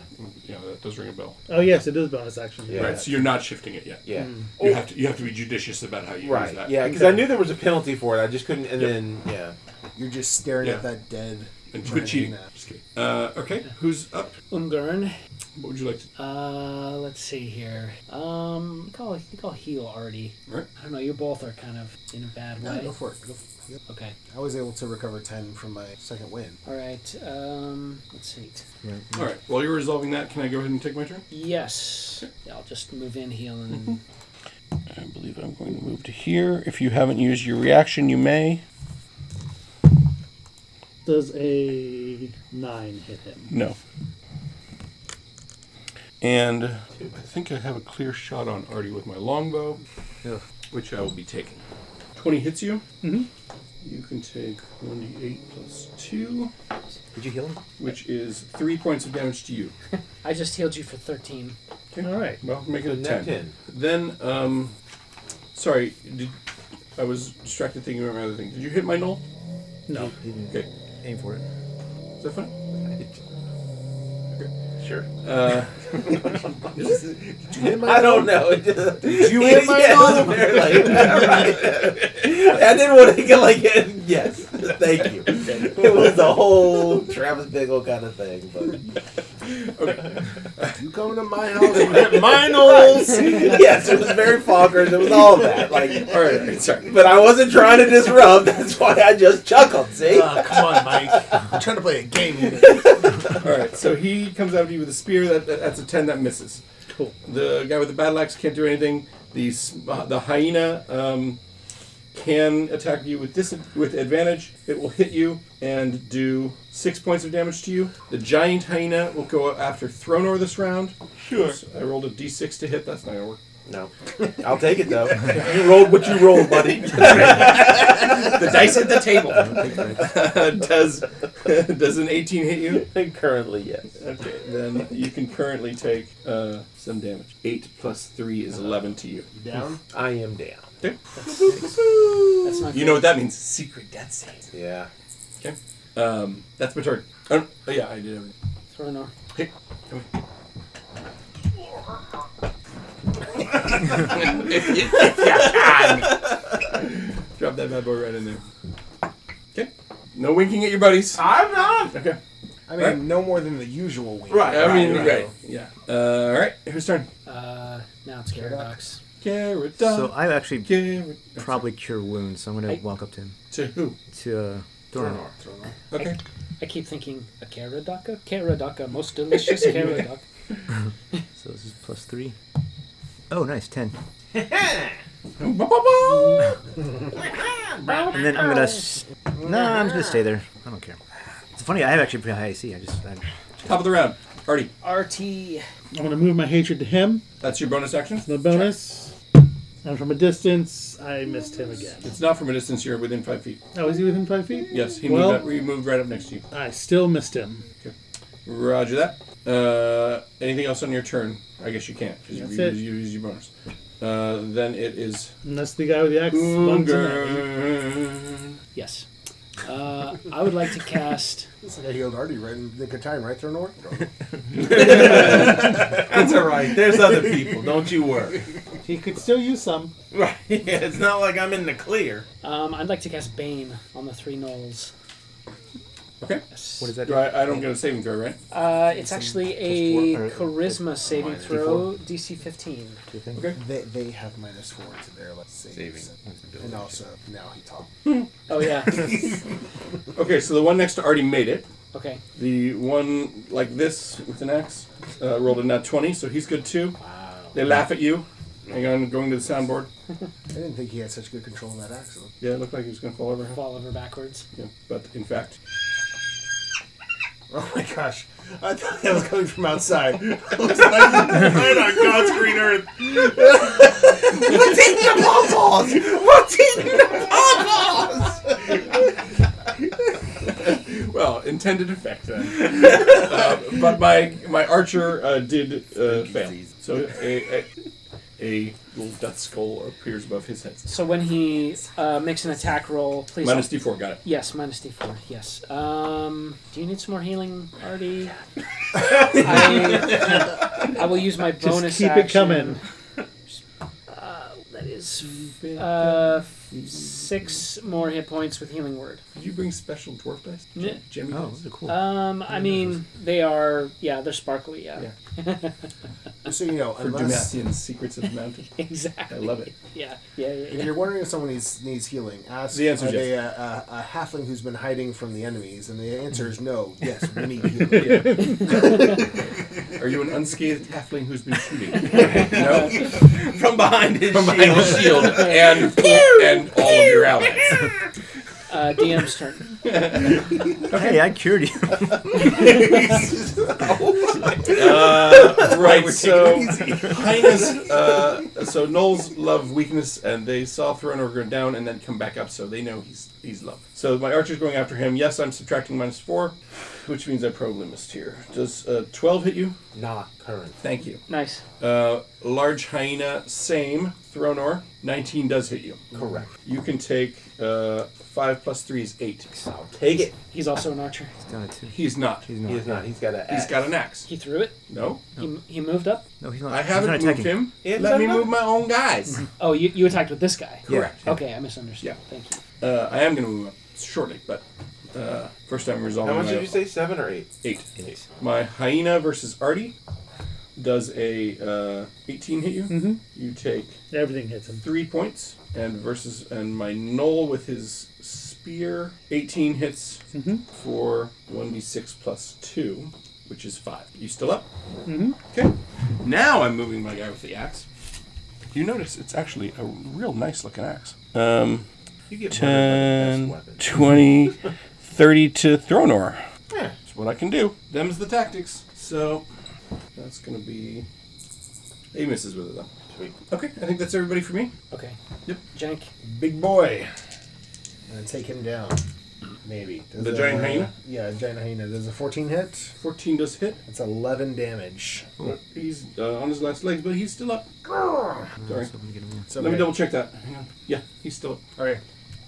S2: Yeah, that does ring a bell.
S6: Oh, yes, it is bonus action.
S2: Right, so you're not shifting it yet. Oh.
S1: Yeah.
S2: You have to you have to be judicious about how you use
S1: Right.
S2: that.
S1: Yeah, because I knew there was a penalty for it. I just couldn't. And then yeah.
S8: You're just staring
S2: Yeah.
S8: at that dead.
S2: And
S8: Brian
S2: quit cheating.
S8: now.
S2: Just kidding. Uh, okay, who's up?
S3: Umgurn.
S2: What would you like to?
S3: Uh, let's see here. Um, I call I think I'll heal Artie.
S2: Right.
S3: I don't know. You both are kind of in a bad
S8: No,
S3: way.
S8: Uh, go for it. Go for it. Yep.
S3: Okay.
S8: I was able to recover 10 from my second win.
S3: All right. Um, let's see.
S2: All right. While you're resolving that, can I go ahead and take my turn?
S3: Yes. Yeah, I'll just move in healing.
S15: I believe I'm going to move to here. If you haven't used your reaction, you may.
S6: Does a 9 hit him?
S15: No. And I think I have a clear shot on Artie with my longbow, which I will be taking.
S2: 20 hits you.
S6: Mm-hmm.
S2: You can take 1d8 plus 2,
S12: Did you heal him?
S2: which is 3 points of damage to you.
S3: I just healed you for thirteen.
S6: All right.
S2: Well, make it a
S1: So net
S2: 10. Then, um, sorry, did, I was distracted thinking about my other thing. Did you hit my null?
S6: No.
S2: Okay.
S12: Aim for it.
S2: Is that fine?
S1: Sure.
S2: Uh,
S1: I don't know. It just,
S8: Did you hit my
S1: Yeah,
S8: dog?
S1: they're like, right. I didn't want to get like yes. Thank you. It was the whole Travis Bickle kind of thing, but.
S8: You coming to mine all the
S1: Minals. yes, it was very Fockers. It was all that. Like,
S2: all right, all right, sorry.
S1: but I wasn't trying to disrupt. That's why I just chuckled. See?
S12: Ah,
S8: come on, Mike. I'm trying to play a game here.
S2: All right, so he comes after you with a spear. That, that that's a ten. That misses.
S6: Cool.
S2: The guy with the battle axe can't do anything. The s- uh, the hyena um, can attack you with dis- with advantage. It will hit you and do six points of damage to you. The giant hyena will go after Thronor this round. Sure. I rolled a d6 to hit. That's not gonna work.
S1: no, I'll take it though. You rolled what you rolled, buddy.
S2: The dice at the table does does an 18 hit you?
S1: Currently, yes.
S2: Okay, then you can currently take uh, some damage. Eight plus three
S1: Uh-huh.
S2: is eleven to you.
S8: Down?
S1: I am down.
S2: Okay.
S3: That's not.
S2: You know what that means? Secret death save.
S1: Yeah.
S2: Okay. Um, that's my turn. Oh, yeah, I did everything.
S3: Sort of no.
S2: Hey, come here. if you, if you can. Drop that bad boy right in there. Okay. No winking at your buddies.
S4: I'm not.
S2: Okay.
S8: I mean,
S2: Right.
S8: no more than the usual wink.
S2: Right. I mean, right. Yeah. Uh, all right. Whose turn?
S3: Uh, now it's Carrot Docs.
S2: Carrot
S12: So I actually probably cure wounds. So I'm gonna
S3: I-
S12: walk up to him.
S2: To who?
S12: To uh, Doran.
S2: Okay.
S3: I, I keep thinking a Karadaka, Karadaka, most delicious Karadaka.
S12: so this is plus three. Oh, nice ten. And then I'm gonna. S- nah, I'm just gonna stay there. I don't care. It's funny. I have actually pretty high AC. I just. I,
S2: Top of the round. Artie.
S3: RT.
S6: I'm gonna move my hatred to him.
S2: That's your bonus action.
S6: The bonus. And from a distance, I missed him again.
S2: It's not from a distance. You're within five feet.
S6: Oh, is he within five feet?
S2: Yes. He
S6: well,
S2: moved. Up, he moved right up next to you.
S6: I still missed him.
S2: Roger that. Uh, anything else on your turn? I guess you can't because you,
S6: That's
S2: you,
S6: it.
S2: you use your bonus. Uh, then it is.
S6: And that's the guy with the axe. bugs in
S2: there.
S3: Yes. Uh, I would like to cast.
S8: It's like I healed Artie right in the good time, right there, Nor?
S4: That's all right. There's other people. Don't you worry.
S6: He could still use some.
S4: Right. It's not like I'm in the clear.
S3: Um, I'd like to cast Bane on the three gnolls.
S2: Okay.
S3: What
S2: is that? Do I, I don't get a saving throw, right?
S3: Uh, it's actually a
S2: Plus four, or-
S3: charisma saving
S2: minus
S3: throw, DC 15.
S8: Okay. They, they have minus four to their let's see. Saving. And also now he talked.
S3: Oh yeah.
S2: Okay, so the one next to Artie made it.
S3: Okay.
S2: The one like this with an axe uh, rolled a nat 20, so he's good too. Wow. They laugh at you. Hang on, going to the soundboard.
S8: I didn't think he had such good control of that axe. though.
S2: Yeah, it looked like he was going to fall over.
S3: Fall over backwards.
S2: Yeah, but in fact.
S8: Oh my gosh. I thought that was coming from outside.
S4: Looks like right on God's green earth. What's in your pawpaws? What's in your pawpaws?
S2: Well, intended effect then. uh, but my my archer uh, did uh, fail. So a, a, a little death skull appears above his head.
S3: So when he uh, makes an attack roll, please.
S2: Minus D4, got it.
S3: Yes, minus D4. Yes. Um, do you need some more healing, Artie? I, I will use my
S6: Just
S3: bonus.
S6: keep it coming.
S3: action. Uh, that is uh, f- six more hit points with healing word.
S2: Did you bring special dwarf dice?
S3: Yeah.
S2: Jimmy Uh,
S12: Oh,
S2: dice?
S12: those are cool.
S3: Um, I mean, they are. Yeah, they're sparkly. Yeah.
S8: Just so you know,
S2: For
S8: unless
S2: Dumathian secrets of the mountain.
S3: exactly.
S2: I love it.
S3: Yeah. Yeah. Yeah.
S8: If you're wondering if someone needs, needs healing, ask
S2: The answer's
S8: are they
S2: yes.
S8: a, a, a halfling who's been hiding from the enemies? And the answer is no. Yes, we need healing.
S2: Are you an unscathed halfling who's been shooting?
S8: No.
S2: no.
S4: From behind his
S2: From behind his
S4: shield.
S2: shield and and all of your allies.
S3: Uh, DM's turn.
S12: Hey, I cured you.
S2: Uh, right.
S12: We're
S2: So
S12: taking it easy.
S2: Heina's, uh, so Knowles love weakness, and they saw Throner go down and then come back up, so they know he's he's love. So my archer's going after him. Yes, I'm subtracting minus four, which means I probably missed here. Does uh, twelve hit you?
S4: Not current.
S2: Thank you.
S3: Nice.
S2: Uh, large hyena, same. Thronor, 19 does hit you.
S4: Correct.
S2: You can take uh, 5 plus 3 is 8.
S4: I'll take it.
S3: He's also an archer.
S2: He's not. He's
S4: He's not. He's got an axe.
S2: He's got an axe.
S3: He threw it.
S2: No.
S3: He, he moved up.
S12: No, he's
S2: I haven't moved him. Let me move my own guys.
S3: Oh, you, you attacked with this guy.
S2: Correct.
S3: Okay, I misunderstood.
S2: Yeah.
S3: Thank you.
S2: Uh, I am going to move up shortly, but uh, first time resolving.
S1: How much
S2: my-
S1: did you say? Seven or eight?
S2: Eight. Eight. My hyena versus Artie does a uh, 18 hit you.
S6: Mhm.
S2: You take
S6: Everything hits him.
S2: three points, and versus and my knoll with his spear 18 hits
S6: Mhm.
S2: for 1d6 plus two, which is five. You still up?
S6: Mhm.
S2: Okay. Now I'm moving my guy with the axe. You notice it's actually a real nice looking axe. Um,
S1: You get
S2: 10,
S1: murdered
S2: 20, 30 to Thronor.
S1: Yeah.
S2: That's what I can do. Them's the tactics. So that's going to be. He misses with it though.
S1: Sweet.
S2: Okay, I think that's everybody for me.
S3: Okay.
S2: Yep.
S3: Jank.
S8: Big boy. I'm going to take him down. Maybe. Does
S2: The
S8: a-
S2: giant hyena?
S8: Yeah, giant hyena. Does a 14 hit?
S2: 14 does hit.
S8: That's 11 damage.
S2: But He's uh, on his last legs, but he's still up. Sorry.
S8: So
S2: Let me
S8: okay.
S2: double check that. Hang on. Yeah, he's still up.
S8: Okay.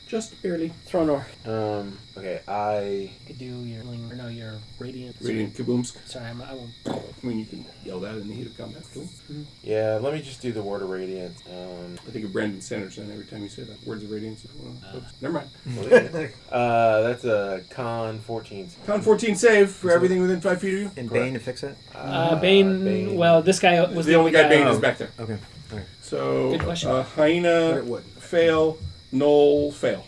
S2: Just barely.
S3: Thronor.
S1: Um, okay, I.
S3: could do your ling- or no, your radiant.
S2: Radiant kaboomsk.
S3: Sorry, I'm, I won't.
S2: I mean, you can yell that in the heat of combat. Cool.
S1: Yeah, let me just do the word of radiant. Um,
S2: I think of Brandon Sanderson every time you say that. Words of Radiance. Well, oops, never mind.
S1: uh, that's a con 14.
S2: Con 14 save for everything within 5 feet of you.
S12: And
S1: Correct.
S12: Bane to fix it?
S3: Uh, Bane, Well, this guy was
S2: the, only guy, Bane is
S12: Oh,
S2: back there.
S12: okay. All right.
S2: So,
S3: Good question.
S2: Uh,
S3: But
S2: hyena
S3: it wouldn't.
S2: fail, Knoll fail.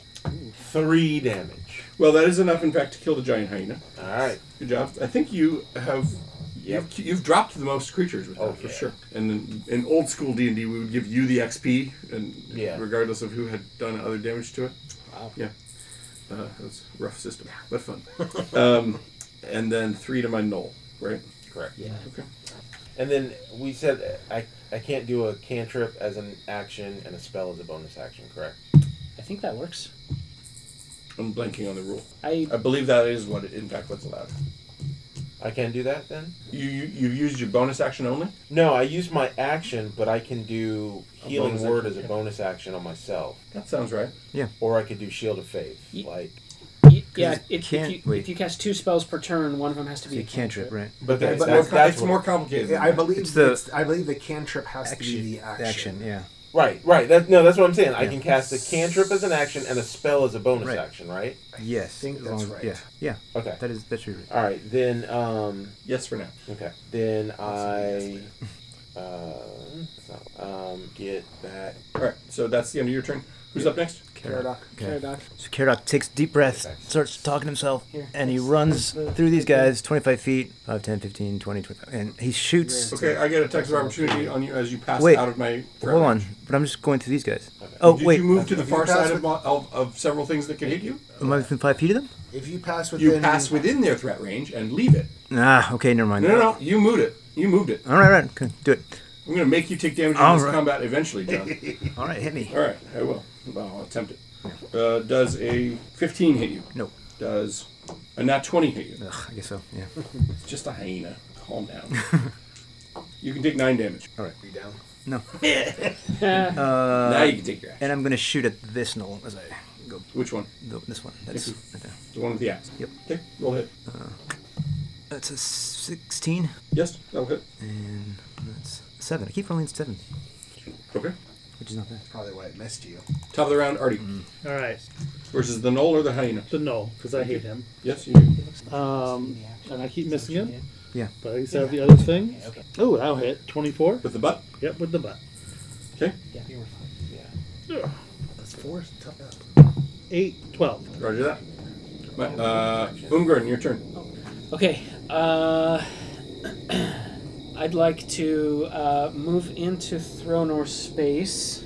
S1: Three damage.
S2: Well, that is enough, in fact, to kill the giant hyena.
S1: All right.
S2: Good job. I think you have. You've, you've dropped the most creatures with that for sure. And in, in old school D and D, we would give you the XP, and
S1: Yeah.
S2: regardless of who had done other damage to it. Wow. Yeah. Uh, that was a rough system, but fun. um, and then three to my null, right?
S1: Correct.
S2: Yeah. Okay.
S1: And then we said I, I can't do a cantrip as an action and a spell as a bonus action, correct?
S3: I think that works.
S2: I'm blanking on the rule.
S3: I-
S2: I believe that is what, in fact, what's allowed.
S1: I can do that then?
S2: You you, you used your bonus action only.
S1: No, I use my action, but I can do
S2: A
S1: healing
S2: bonus
S1: word
S2: action,
S1: as a
S2: okay.
S1: bonus action on myself.
S2: That sounds right.
S12: Yeah.
S1: Or I could do shield of faith. Like,
S3: Y- Yeah,
S12: it
S3: if, if
S12: can't-
S3: you,
S12: wait.
S3: if you cast two spells per turn, one of them has to be
S12: So
S3: a
S12: you can't trip, right?
S1: But
S12: that's,
S1: that's- that's what-
S12: than
S5: I
S12: that.
S5: believe
S12: It's
S5: it's
S12: the-
S5: I believe the cantrip has to be the
S12: the action,
S5: action.
S12: yeah.
S1: right, right. That, no, that's what I'm saying. I
S12: Yeah.
S1: can cast a cantrip as an action and a spell as a bonus action, right?
S12: Yes.
S5: think
S12: as
S5: that's
S12: long as-
S5: right.
S12: Yeah. Yeah.
S1: Okay.
S12: That is that should be right.
S1: All right, then. Um,
S2: Yes, for now.
S1: Okay. Then I. Uh, so, um, get that.
S2: All right. So that's the end of your turn. Who's up next?
S5: Caradoc.
S12: Okay. So Karadok takes deep breaths, starts talking to himself, and he runs through these guys 25 feet, 5, 10, 15, 20, 25, and he shoots.
S2: Okay, I get a text of opportunity on you as you pass
S12: Wait,
S2: out of my.
S12: hold on, but I'm just going through these guys. Oh,
S2: Did
S12: wait.
S2: you move to the
S5: You
S2: far
S5: pass
S2: side of,
S5: with-
S2: mo- of, of several things that can hit you?
S12: Am I within 5 feet of them?
S5: If you pass within,
S2: You pass within their threat range and leave it.
S12: Ah, okay, never mind.
S2: No, no, no. You moved it. You moved it.
S12: All right, all right, okay, do it.
S2: I'm going to make you take damage in
S12: All
S2: this
S12: right.
S2: combat eventually, John.
S12: All right, hit me.
S2: All right, I will. Well, I'll attempt it. Uh, does a 15 hit you?
S12: No.
S2: Does a nat 20 hit you?
S12: Ugh, I guess so, yeah.
S2: It's just a hyena. Calm down. you can take nine damage.
S12: All right.
S5: You down.
S12: No.
S3: Uh,
S12: Uh,
S2: now you can take your action.
S12: And I'm going to shoot at this knoll as I go.
S2: Which one?
S12: The, this one. That's,
S2: This
S12: right there.
S2: The one with the axe.
S12: Yep. Uh,
S2: Okay, roll hit.
S12: that's a 16,
S2: Yes, that'll hit.
S12: and that's 7. I keep rolling 7,
S2: Okay.
S12: which is not bad.
S5: Probably why it missed you.
S2: Top of the round, Artie.
S14: All right.
S2: Versus the knoll or the hyena?
S14: The null, because I hate him.
S2: Yes, you do.
S14: Um, and I keep missing him.
S12: Yeah.
S14: But I still have the other thing. Oh, that'll hit. 24.
S2: With the butt?
S14: Yep, with the butt.
S2: Okay.
S3: yeah, you were fine.
S5: That's four. is Tough up.
S14: 8, 12.
S2: Roger that. Ma- Uh, Umgren, your turn.
S3: Okay. Uh, I'd like to uh, move into Thronor space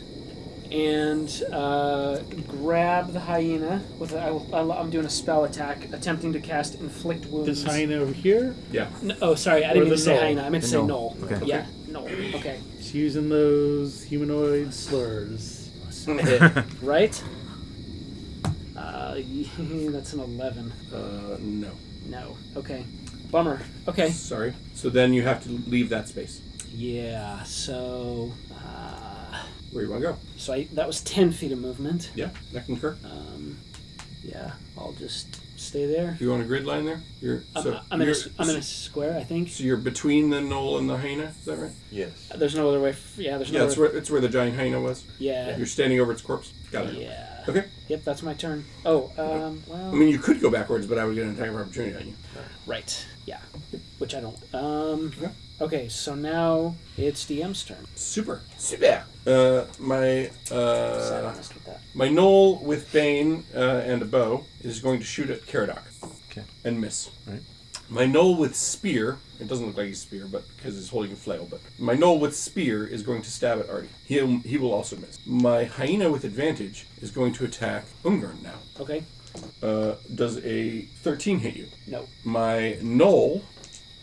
S3: and uh, grab the hyena. With a, I, will- I'm doing a spell attack, attempting to cast inflict wounds.
S14: This hyena over here,
S2: Yeah.
S3: N- oh, sorry, I
S14: Or
S3: didn't
S14: the
S3: mean to say
S14: gnoll.
S3: hyena. I meant to
S12: The
S3: say
S12: gnoll.
S3: null.
S12: Okay.
S3: Yeah, null. Okay.
S14: she's using those humanoid slurs.
S3: Right. Uh, that's an eleven.
S2: Uh, no.
S3: No. Okay. Bummer. Okay.
S2: Sorry. So then you have to leave that space.
S3: Yeah. So. Uh,
S2: Where you want to go?
S3: so I, that was ten feet of movement.
S2: Yeah, that can occur.
S3: Um, yeah. I'll just stay there.
S2: You want a grid line there? You're
S3: I'm,
S2: so
S3: Uh, I'm in a,
S2: you're,
S3: s- I'm in a square. I think.
S2: so you're between the knoll and the hyena. Is that right?
S1: Yes.
S3: There's no other way. F- yeah. There's no.
S2: Yeah,
S3: other
S2: it's where it's where the giant hyena was.
S3: Yeah.
S2: You're standing over its corpse. Got it.
S3: Yeah.
S2: Okay.
S3: Yep. That's my turn. Oh. Um. Well.
S2: I mean, you could go backwards, but I would get an attack of opportunity on you.
S3: right. Yeah. Which I don't. Um.
S2: Okay.
S3: Okay. So now it's DM's turn.
S2: Super. Super. Uh, my
S3: Sad
S2: uh,
S3: honest with that.
S2: my knoll with bane uh, and a bow is going to shoot at Caradoc.
S12: Okay.
S2: And miss.
S12: Right.
S2: My knoll with spear. It doesn't look like he's spear, but because he's holding a flail. But my knoll with spear is going to stab at Artie. He um, he will also miss. My hyena with advantage is going to attack Ungern now.
S3: Okay.
S2: Uh, does a 13 hit you?
S3: No.
S2: My knoll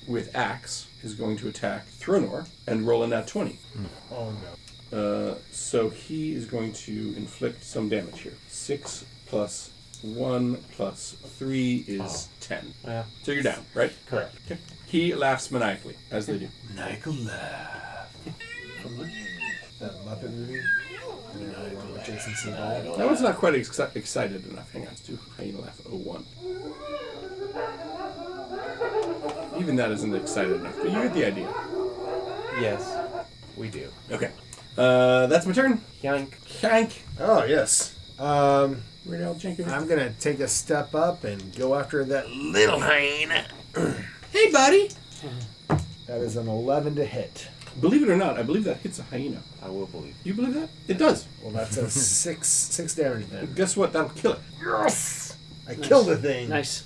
S2: with axe is going to attack Thronor and roll a nat 20.
S5: Oh no.
S2: Uh, so he is going to inflict some damage here. 6 plus 1 plus 3 is 10.
S1: Yeah.
S2: So you're down, right?
S1: Correct.
S2: Okay. He laughs maniacally, as they do.
S5: That Muppet movie.
S8: happening right along with Jason Seagal.
S2: That one's not quite ex- excited enough. Hang on, let's do hyena laugh 01. Even that isn't excited enough, but you get the idea.
S9: Yes, we do.
S2: Okay. Uh, that's my turn.
S9: Yank.
S2: Yank. Uh,
S8: Oh yes. Um,
S2: Weird Al Jenkins.
S8: I'm gonna take a step up and go after that little hyena.
S2: Hey, buddy.
S8: That is an 11 to hit.
S2: Believe it or not, I believe that hits a hyena.
S9: I will believe.
S2: You believe that? It does.
S8: Well, that's a six six damage then.
S2: Guess what? That'll kill it.
S8: Yes. I killed the thing.
S3: Nice.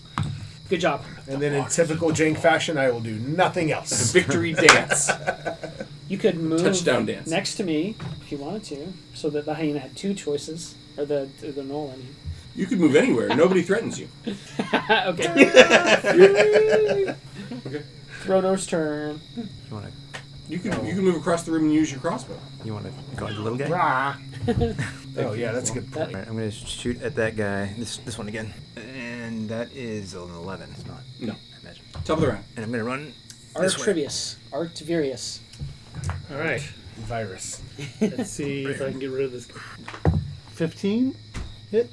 S3: Good job.
S8: And then in typical Jank fashion, I will do nothing else.
S2: Victory dance.
S3: You could move
S2: Touchdown dance.
S3: next to me if you wanted to, so that the hyena had two choices, or the the knoll. I mean.
S2: You could move anywhere. Nobody threatens you.
S3: Ah, okay. Frodo's turn.
S5: You want
S2: You can you can move across the room and use your crossbow.
S5: to you want to go at the little guy?
S8: oh yeah, that's a good
S5: All right, I'm gonna shoot at that guy. This this one again, and that is an 11. It's not.
S2: No.
S5: I imagine.
S2: Top of the round.
S5: And I'm gonna run. This way.
S3: Artrivius. Artvirius.
S6: All right.
S8: virus.
S6: Let's see if I can get rid of this. 15 hit?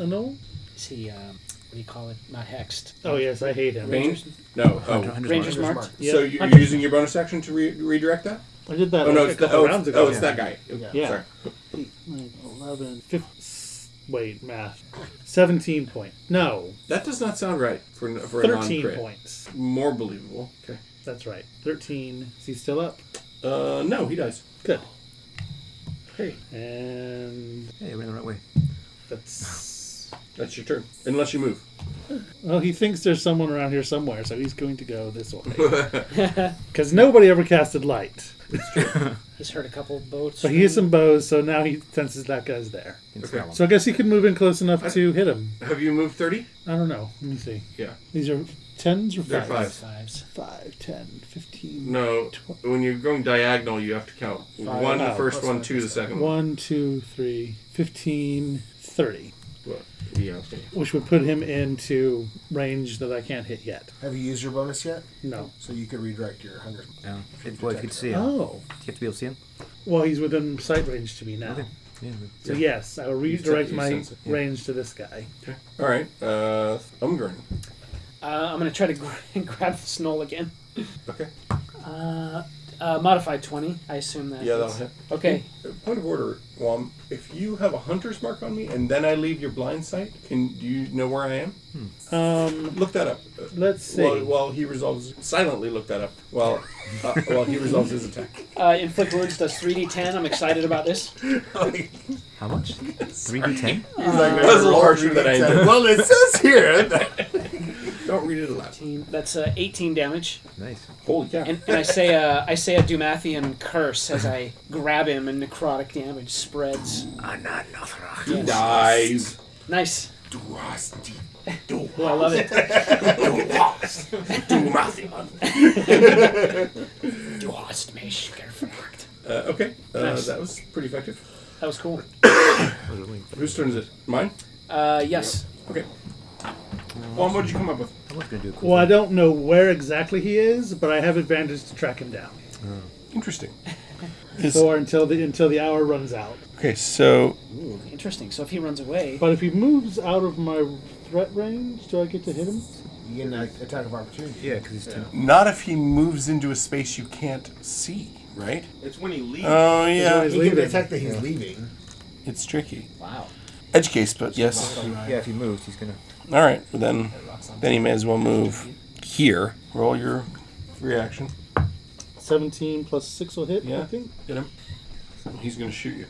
S6: I know.
S3: Is he, um, what do you call it? Not hexed.
S6: Oh, yes, I hate him.
S2: Bane?
S3: Rangers?
S2: No. Oh.
S5: Hunter- Hunter's
S3: Rangers
S5: mark.
S3: marked.
S6: Yeah.
S2: So you- you're using your bonus action to re- redirect that?
S6: I did that
S2: Oh no,
S6: like a
S2: it's the,
S6: couple
S2: oh,
S6: rounds
S2: it's,
S6: ago.
S2: oh, it's that guy.
S6: Yeah.
S2: Sorry.
S6: 8, 9, 11, 15. Wait, math. 17 point. No,
S2: That does not sound right for for a
S6: 13
S2: non-crit.
S6: points.
S2: More believable. Okay.
S6: That's right. 13. Is he still up?
S2: Uh, no, he dies.
S6: Good. Hey. And
S5: Hey, we're in the right way.
S6: that's.
S2: That's your turn, unless you move.
S6: Well, he thinks there's someone around here somewhere, so he's going to go this way. Because nobody ever casted light.
S3: Just heard a couple boats.
S6: So he has some bows, so now he senses that guy's there. So I guess he can move in close enough to hit him.
S2: Have you moved thirty?
S6: I don't know. Let me see.
S2: Yeah.
S6: These are tens or
S2: They're
S6: fives?
S3: Fives.
S6: Five, ten, fifteen.
S2: No. When you're going diagonal, you have to count
S6: Five.
S2: one the
S6: Oh,
S2: first one, two the second one.
S6: One, two, three, fifteen, thirty.
S2: Well, yeah. Okay.
S6: Which would put him into range that I can't hit yet.
S8: Have you used your bonus yet?
S6: No.
S8: So you could redirect your hunter.
S5: Yeah. If, well, if you could see him,
S6: Oh.
S5: you have to be able to see him.
S6: Well, he's within sight range to me now.
S5: Yeah. we-
S6: So yes, I will redirect
S2: you
S6: my
S2: sense it,
S6: range to this guy.
S2: All right. Uh, Umgren.
S3: Uh, I'm going to try to gra- grab the snoll again.
S2: Okay.
S3: Uh, uh, modified 20. I assume that.
S2: Yeah, that'll
S3: is-
S2: hit.
S3: Okay.
S2: Point of order, Wom. If you have a hunter's mark on me and then I leave your blind sight, can do you know where I am?
S6: Um,
S2: Look that up. Uh,
S6: let's see.
S2: While, while he resolves silently, look that up. While uh, while he resolves his attack.
S3: Uh, Inflict Wounds does 3d10. I'm excited about this.
S5: How much? Three d ten.
S2: that was a little harsher than I intended.
S8: well, it says here. That...
S2: Don't read it aloud.
S3: 18. That's uh, 18 damage.
S5: Nice.
S2: Holy cow!
S3: And, and I say uh, I say a Dumathian curse as I grab him, and necrotic damage spreads.
S2: he dies.
S3: Nice.
S2: Drasti.
S3: Oh, I love it. Du hast mich gefragt.
S2: Uh, okay, uh,
S3: Nice.
S2: that was pretty effective.
S3: That was cool.
S2: Whose turn is it? Mine.
S3: Uh, yes.
S2: Okay. Wom, what did you come up with?
S5: I was gonna do a cool.
S6: Well, I don't know where exactly he is, but I have advantage to track him down.
S2: Interesting.
S6: Or until the until the hour runs out.
S12: Okay, so
S3: Interesting. So if he runs away,
S6: But if he moves out of my threat range, do I get to hit him?
S8: You get an uh, attack of opportunity.
S5: Yeah, because he's ten.
S12: not if he moves into a space you can't see, right?
S9: It's when he leaves.
S12: Oh
S6: when
S12: yeah,
S6: he's
S8: He can
S6: leaving.
S8: detect that he's leaving.
S12: it's tricky.
S8: Wow.
S12: Edge case, but yes.
S5: Yeah, if he moves, he's gonna.
S12: All right, well then, then he may as well move here. Roll your reaction.
S6: Seventeen plus six will hit. I
S2: Yeah.
S6: think
S2: Get him. He's gonna shoot you.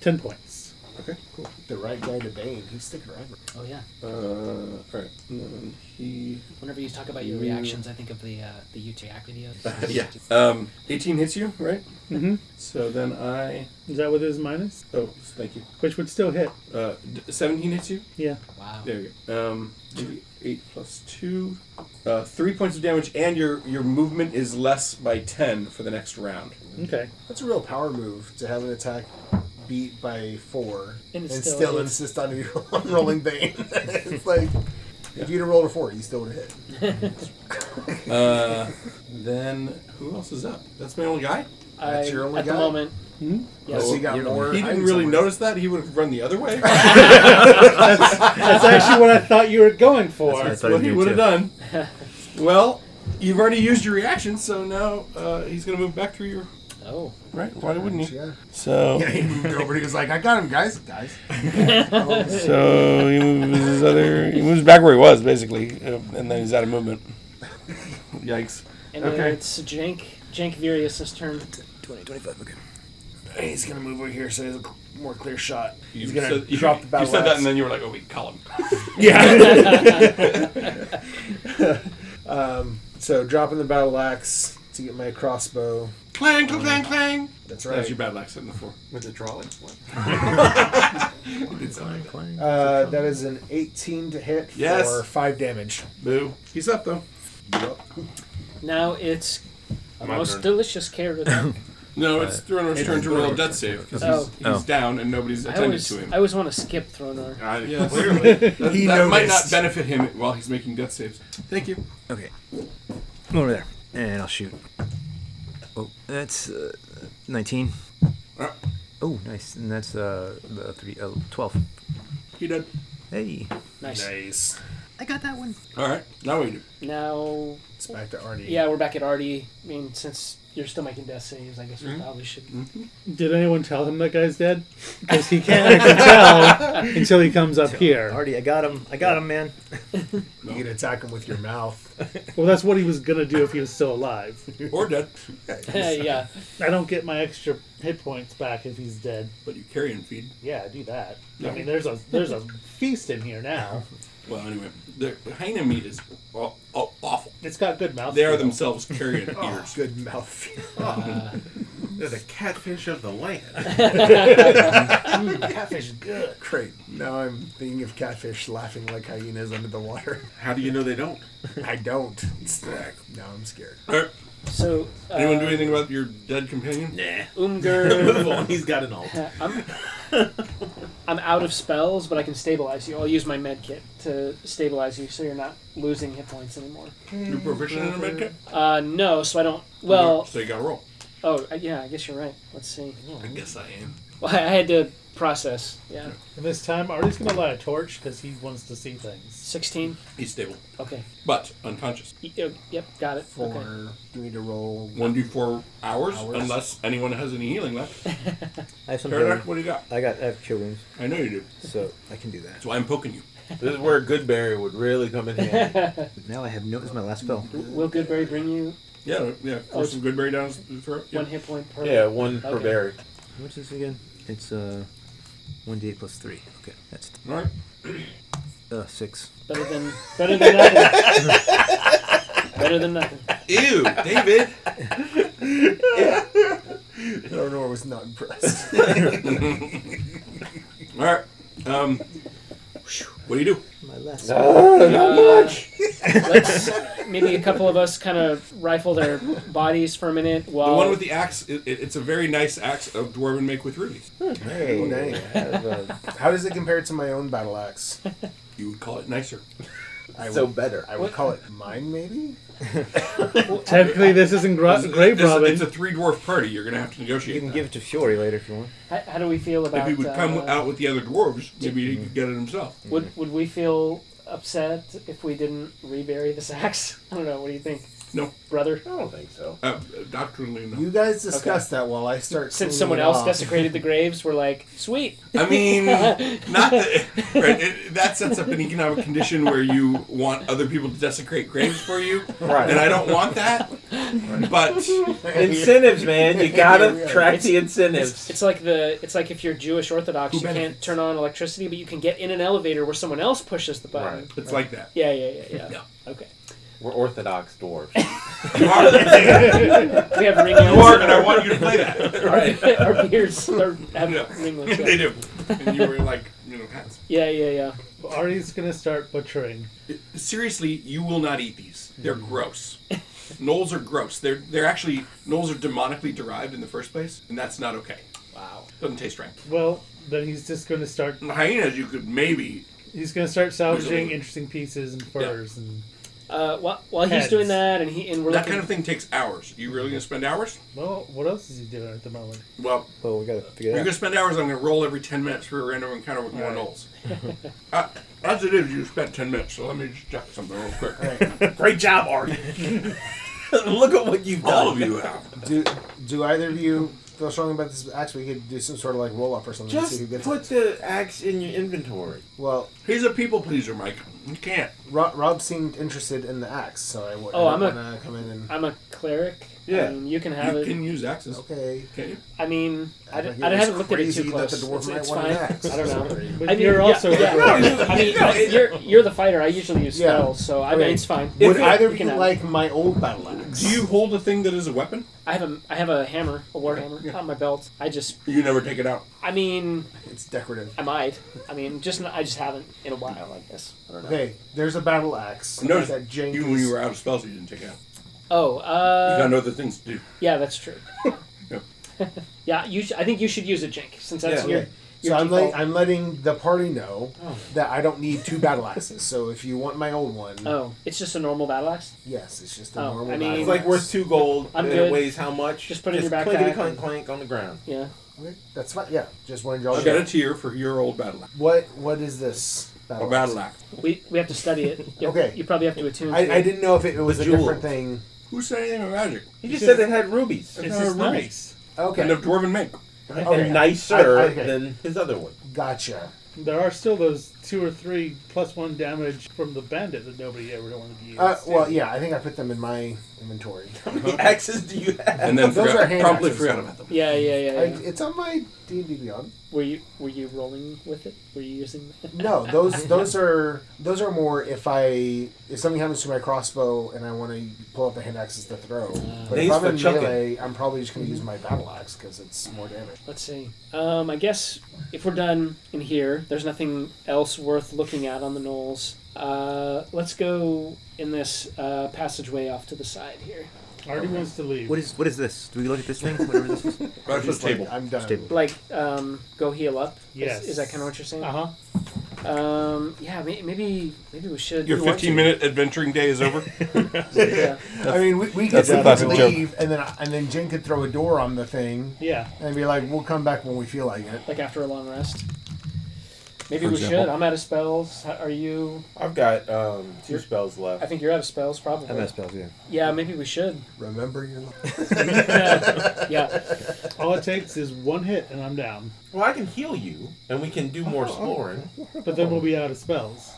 S6: ten points.
S2: Okay, cool.
S8: The right guy to Bane. He's sticking around.
S3: oh yeah.
S2: Uh, all right. And then he.
S3: Whenever you talk about your reactions, I think of the uh, the UT act videos.
S2: Yeah. Um, 18 hits you, right?
S6: Mhm.
S2: So then I.
S6: Is that what his minus?
S2: Oh, thank you.
S6: Which would still hit.
S2: Uh, d- 17 hits you?
S6: Yeah.
S3: Wow.
S2: There you go. Um, 8 plus 2. Uh, 3 points of damage, and your, your movement is less by 10 for the next round.
S6: Okay.
S8: That's a real power move to have an attack beat by four
S3: And
S8: and,
S3: it still
S8: still,
S3: is.
S8: insist on you on rolling Bane. it's like if you'd have rolled a four, you still would have hit.
S2: Uh, then who else is up? That's my only guy?
S3: I,
S8: That's your only
S3: at the
S8: guy?
S3: moment,
S2: Hmm?
S4: Yes, he got more.
S2: He didn't
S4: items
S2: really
S4: than-
S2: notice that. He would have run the other way.
S14: that's, that's actually what I thought you were going for.
S2: That's what he would have done. Well, you've already used your reaction, so now uh, he's going to move back through your.
S3: Oh.
S2: Right? Why wouldn't he?
S5: Yeah.
S15: So-
S4: Yeah, he moved over. He was like, I got him, guys. Guys.
S12: Oh,
S15: So he moves his other. He moves back where he was basically, uh, and then he's out of movement. Yikes.
S3: And then it's Jank Jank Virius's turn.
S12: 20, 25, okay.
S8: He's gonna move over here so he has a cl- more clear shot.
S2: You
S8: He's gonna
S2: said- you-
S8: drop the battle.
S2: You said that,
S8: axe.
S2: and then you were like, "Oh, wait, column."
S8: Yeah. um, so dropping the battle axe to get my crossbow.
S2: clang, clang, clang, clang.
S8: That's right.
S2: That's your battle axe hitting the floor with the trolley. It's like that.
S8: Uh, that is an 18 to hit
S2: Yes.
S8: for five damage.
S2: Boo. He's up though.
S3: Now it's
S2: My
S3: most
S2: turn.
S3: delicious carrot. attack.
S2: No, it's Thronor's
S15: It's
S2: turn to roll a
S15: Thronor's
S2: death
S15: turn.
S2: save because
S3: Oh.
S2: he's, he's
S15: Oh.
S2: down and nobody's
S3: I
S2: attended
S3: always,
S2: to him.
S3: I always want to skip Thronor.
S2: I,
S3: yes.
S2: Clearly, that,
S3: He
S2: that might not
S3: noticed.
S2: benefit him while he's making death saves. Thank you.
S12: Okay. I'm over there, and I'll shoot. Oh, that's uh, 19.
S2: Uh.
S12: Oh, nice. And that's uh, the three, uh, 12.
S2: He did.
S12: Hey.
S3: Nice.
S8: Nice.
S3: I got that one.
S2: All right, now we do.
S3: Now
S8: it's back to Artie.
S3: Yeah, we're back at Artie. I mean, since you're still making death saves, I guess we probably should.
S6: Did anyone tell him that guy's dead? Because he can't actually tell until he comes up here.
S12: Already, I got him. I got him, man.
S8: You can attack him with your mouth.
S6: Well, that's what he was gonna do if he was still alive.
S2: Or dead.
S6: yeah. I don't get my extra hit points back if he's dead.
S2: But you carry and feed.
S6: Yeah, do that.
S2: Yeah.
S6: I mean, there's a there's a feast in here now.
S2: Well, anyway, the the hyena meat is aw- aw- awful.
S6: It's got good mouth.
S2: They are
S6: feel.
S2: themselves carrion ears.
S8: Good mouth.
S4: They're the catfish of the land.
S8: Mm, catfish is good. Great. Now I'm thinking of catfish laughing like hyenas under the water.
S4: How do you know they don't?
S8: I don't. It's like, now I'm scared.
S2: All right.
S3: So,
S2: Er, anyone
S3: uh,
S2: do anything about your dead companion? Nah.
S3: Umgur.
S2: Move on. He's got an alt.
S3: I'm, I'm out of spells, but I can stabilize you. I'll use my med kit to stabilize you, so you're not losing hit points anymore.
S2: You're proficient in a med kit?
S3: Uh, no, so I don't. Well,
S2: So you got to roll.
S3: oh I- yeah, I guess you're right. Let's see.
S2: I guess I am.
S3: Well, I had to process. Yeah,
S6: And this time, Artie's gonna light a torch because he wants to see things.
S3: sixteen.
S2: He's stable,
S3: Okay.
S2: but unconscious.
S3: Y- uh, Yep, got it.
S8: For
S3: Okay.
S8: do we need to roll?
S2: One d four hours,
S8: Hours.
S2: unless anyone has any healing left.
S12: I have some
S2: Paradox,
S12: healing.
S2: what do you got?
S12: I got I have cure wounds,
S2: I know you do.
S12: so I can do that.
S2: That's why I'm poking you.
S1: This is where Goodberry would really come in handy.
S12: Now I have no. It's my last spell.
S3: Will Goodberry bring you
S2: Yeah, yeah. Pour some good berry down his throat. Yeah.
S3: one hit point per?
S1: yeah, one per
S3: Okay.
S1: berry.
S12: How much is this again? It's uh, one d8 plus three. Okay, that's
S2: All right.
S12: uh six.
S3: Better than better than nothing. better than nothing.
S2: Ew, David.
S8: Eleanor was not impressed.
S2: All right. Um, what do you do?
S12: My last.
S3: Uh, let's maybe a couple of us kind of rifle their bodies for a minute while
S2: the one with the axe. It, it- it's a very nice axe of dwarven make with rubies.
S8: Hey, dang. How does it compare to my own battle axe?
S2: You would call it nicer.
S8: I
S1: So
S8: would,
S1: better.
S8: I would call it mine, maybe.
S6: Technically, this isn't gra- grave
S2: It's-
S6: robbing.
S2: It's a three dwarf party. You're gonna have to negotiate.
S12: You can
S5: Mm-hmm.
S2: that.
S12: give it to Fiori later if you want.
S3: how, how do we feel
S2: if
S3: about
S2: he would come
S3: uh,
S2: out with the other dwarves, maybe he could get it himself.
S3: Would would we feel upset if we didn't rebury this axe? I don't know. What do you think,
S2: No,
S3: brother?
S1: I don't think so.
S2: uh, doctrinally no.
S8: You guys discuss that while I start.
S3: Since
S8: cleaning
S3: someone
S8: it
S3: else
S8: off.
S3: desecrated the graves, we're like, sweet.
S2: I mean, not that, right, it, that sets up an economic condition where you want other people to desecrate graves for you,
S1: Right.
S2: and I don't want that. But
S1: incentives, man. You gotta track the incentives.
S3: It's like the it's like if you're Jewish Orthodox, you can't turn on electricity, but you can get in an elevator where someone else pushes the button.
S1: Right.
S2: it's like that.
S3: Yeah, yeah, yeah, yeah. Okay.
S1: We're Orthodox dwarves.
S2: You are,
S3: We have ringlets.
S2: you are, and I want you to play that.
S3: our, our beards are, have
S2: Yeah.
S3: ringlets. Yeah.
S2: they do. And you were like, you know, hats.
S3: yeah, yeah, yeah.
S6: Artie's gonna start butchering.
S2: seriously, you will not eat these. They're gross. Knolls are gross. They're they're actually knolls are demonically derived in the first place, and that's not okay.
S3: Wow.
S2: Doesn't taste right.
S6: Well, then he's just gonna start.
S2: And hyenas, you could maybe
S6: He's gonna start
S2: There's a
S6: salvaging
S2: little-
S6: interesting pieces and furs and
S3: Uh, while, while he's
S12: Heads.
S3: doing that, and he and we're
S12: that
S3: looking,
S12: kind of thing takes hours. You really gonna spend hours?
S6: Well, what else is he doing at the moment?
S12: Well,
S2: well, we gotta figure
S12: You're
S2: it out.
S12: gonna spend hours. I'm gonna roll every ten minutes through a random encounter with more rolls. uh, as it is, you spent ten minutes. So let me just check something real quick. Great job, Art.
S16: Look at what you've
S12: All
S16: done.
S12: of you have.
S5: Do do either of you feel strongly about this axe? We could do some sort of like roll up or something. to see who
S1: Just
S5: gets
S1: put
S5: it.
S1: the axe in your inventory.
S5: Well,
S12: he's a people pleaser, Mike. You can't.
S5: Rob, Rob seemed interested in the axe, so I would.
S3: Oh,
S5: I
S3: I'm
S5: would
S3: a
S5: wanna come in and.
S3: I'm a cleric.
S5: Yeah.
S3: I mean, you can have
S5: You
S3: it.
S5: can
S12: use axes.
S5: Okay.
S12: Can you?
S3: I mean, I, d-
S5: But
S3: I
S5: it was
S3: haven't looked at it
S5: crazy
S3: too
S5: that
S3: close.
S5: the dwarf
S3: It's,
S5: might
S3: it's
S5: want
S3: fine.
S5: an axe.
S3: I don't know.
S5: But
S3: I mean,
S5: you're
S3: yeah,
S5: also-
S3: yeah.
S5: No,
S3: I mean,
S5: no,
S3: I- you're you're the fighter. I usually use
S5: Yeah.
S3: spells, so I mean,
S5: Right.
S3: it's fine.
S5: Would
S3: We
S5: either of
S3: can
S5: you
S3: have it.
S5: like my old battle axe?
S12: Do you hold a thing that is a weapon?
S3: I have a I have a hammer, a war hammer on my belt. I just
S12: You never take it out.
S3: I mean,
S5: it's decorative.
S3: I might. I mean, just not, I just haven't in a while. I guess. I don't know.
S5: Okay, there's a battle axe.
S12: No,
S5: that Jenkins.
S12: you when you were out of spells, you didn't take it out.
S3: Oh, uh,
S12: you got other things to do.
S3: Yeah, that's true.
S12: Yeah.
S3: yeah, you. Sh- I think you should use a Jink since that's your.
S5: Okay.
S3: your
S5: So I'm,
S3: default.
S5: let, I'm letting the party know
S3: Oh,
S5: that I don't need two battle axes. So if you want my old one,
S3: Oh, it's just a normal battle axe.
S5: Yes, it's just
S1: a normal
S3: Oh, I
S1: battle
S3: mean,
S1: axe. It's like worth two gold,
S3: I'm
S1: and it
S3: good.
S1: weighs how much?
S3: Just put it in
S1: Just
S3: your backpack.
S1: clinkety clink clank on the ground.
S3: Yeah.
S5: Okay, that's fine. Yeah, just wanted y'all.
S12: I
S5: to
S12: got
S5: know.
S12: a tier for your old battle axe.
S5: What What is this
S12: A battle axe.
S3: We, we have to study it. okay. You probably have to attune.
S5: I,
S3: to
S5: I didn't know if it was a
S3: Bejeweled.
S5: different thing.
S12: Who said anything about magic?
S1: He just said it had Uh, rubies.
S12: It's just nice.
S5: Okay.
S12: And of dwarven make.
S5: Okay.
S1: And nicer
S5: I- okay.
S1: than his other one.
S5: Gotcha.
S6: There are still those two or three plus one damage from the bandit that nobody ever wanted to use.
S5: Uh, well, yeah, I think I put them in my inventory. How
S1: many axes do you have?
S12: And then
S5: Those
S12: forgot-
S5: are hand
S12: promptly
S5: axes.
S12: forgot about them.
S3: Yeah, yeah, yeah.
S5: I,
S3: yeah.
S5: it's on my D and D Beyond.
S3: Were you were you rolling with it? Were you using?
S5: No, those those are those are more if I if something happens to my crossbow and I want to pull out the hand axes to throw. But
S1: These
S5: if I'm
S1: for
S5: in
S1: chucking.
S5: melee, I'm probably just going to use my battle axe because it's more damage.
S3: Let's see. Um, I guess if we're done in here, there's nothing else worth looking at on the knolls. Uh, let's go in this uh, passageway off to the side here.
S6: Artie wants to leave.
S17: What is what is this? Do we look at this thing? Whatever this is.
S12: Right, this table.
S5: I'm done.
S3: Like, um, go heal up. Is-
S6: Yes.
S3: Is, that kind of what you're saying?
S6: Uh
S3: huh. Um, yeah. may- Maybe maybe we should.
S12: Your
S3: we want to.
S12: 15 minute adventuring day is over.
S3: Yeah.
S5: I mean, we, we could
S12: That's
S5: just
S12: a classic joke.
S5: leave, and then and then Jen could throw a door on the thing.
S3: Yeah.
S5: And be like, "We'll come back when we feel like it."
S3: Like after a long rest. Maybe
S1: For
S3: we
S1: example.
S3: should. I'm out of spells. H- Are you?
S1: I've got um, 2 spells left.
S3: I think you're out of spells, probably.
S1: I'm out of spells, yeah.
S3: Yeah, maybe we should.
S5: Remember your.
S3: yeah. yeah.
S6: All it takes is one hit and I'm down.
S1: Well, I can heal you, and we can do more exploring.
S6: But then we'll be out of spells.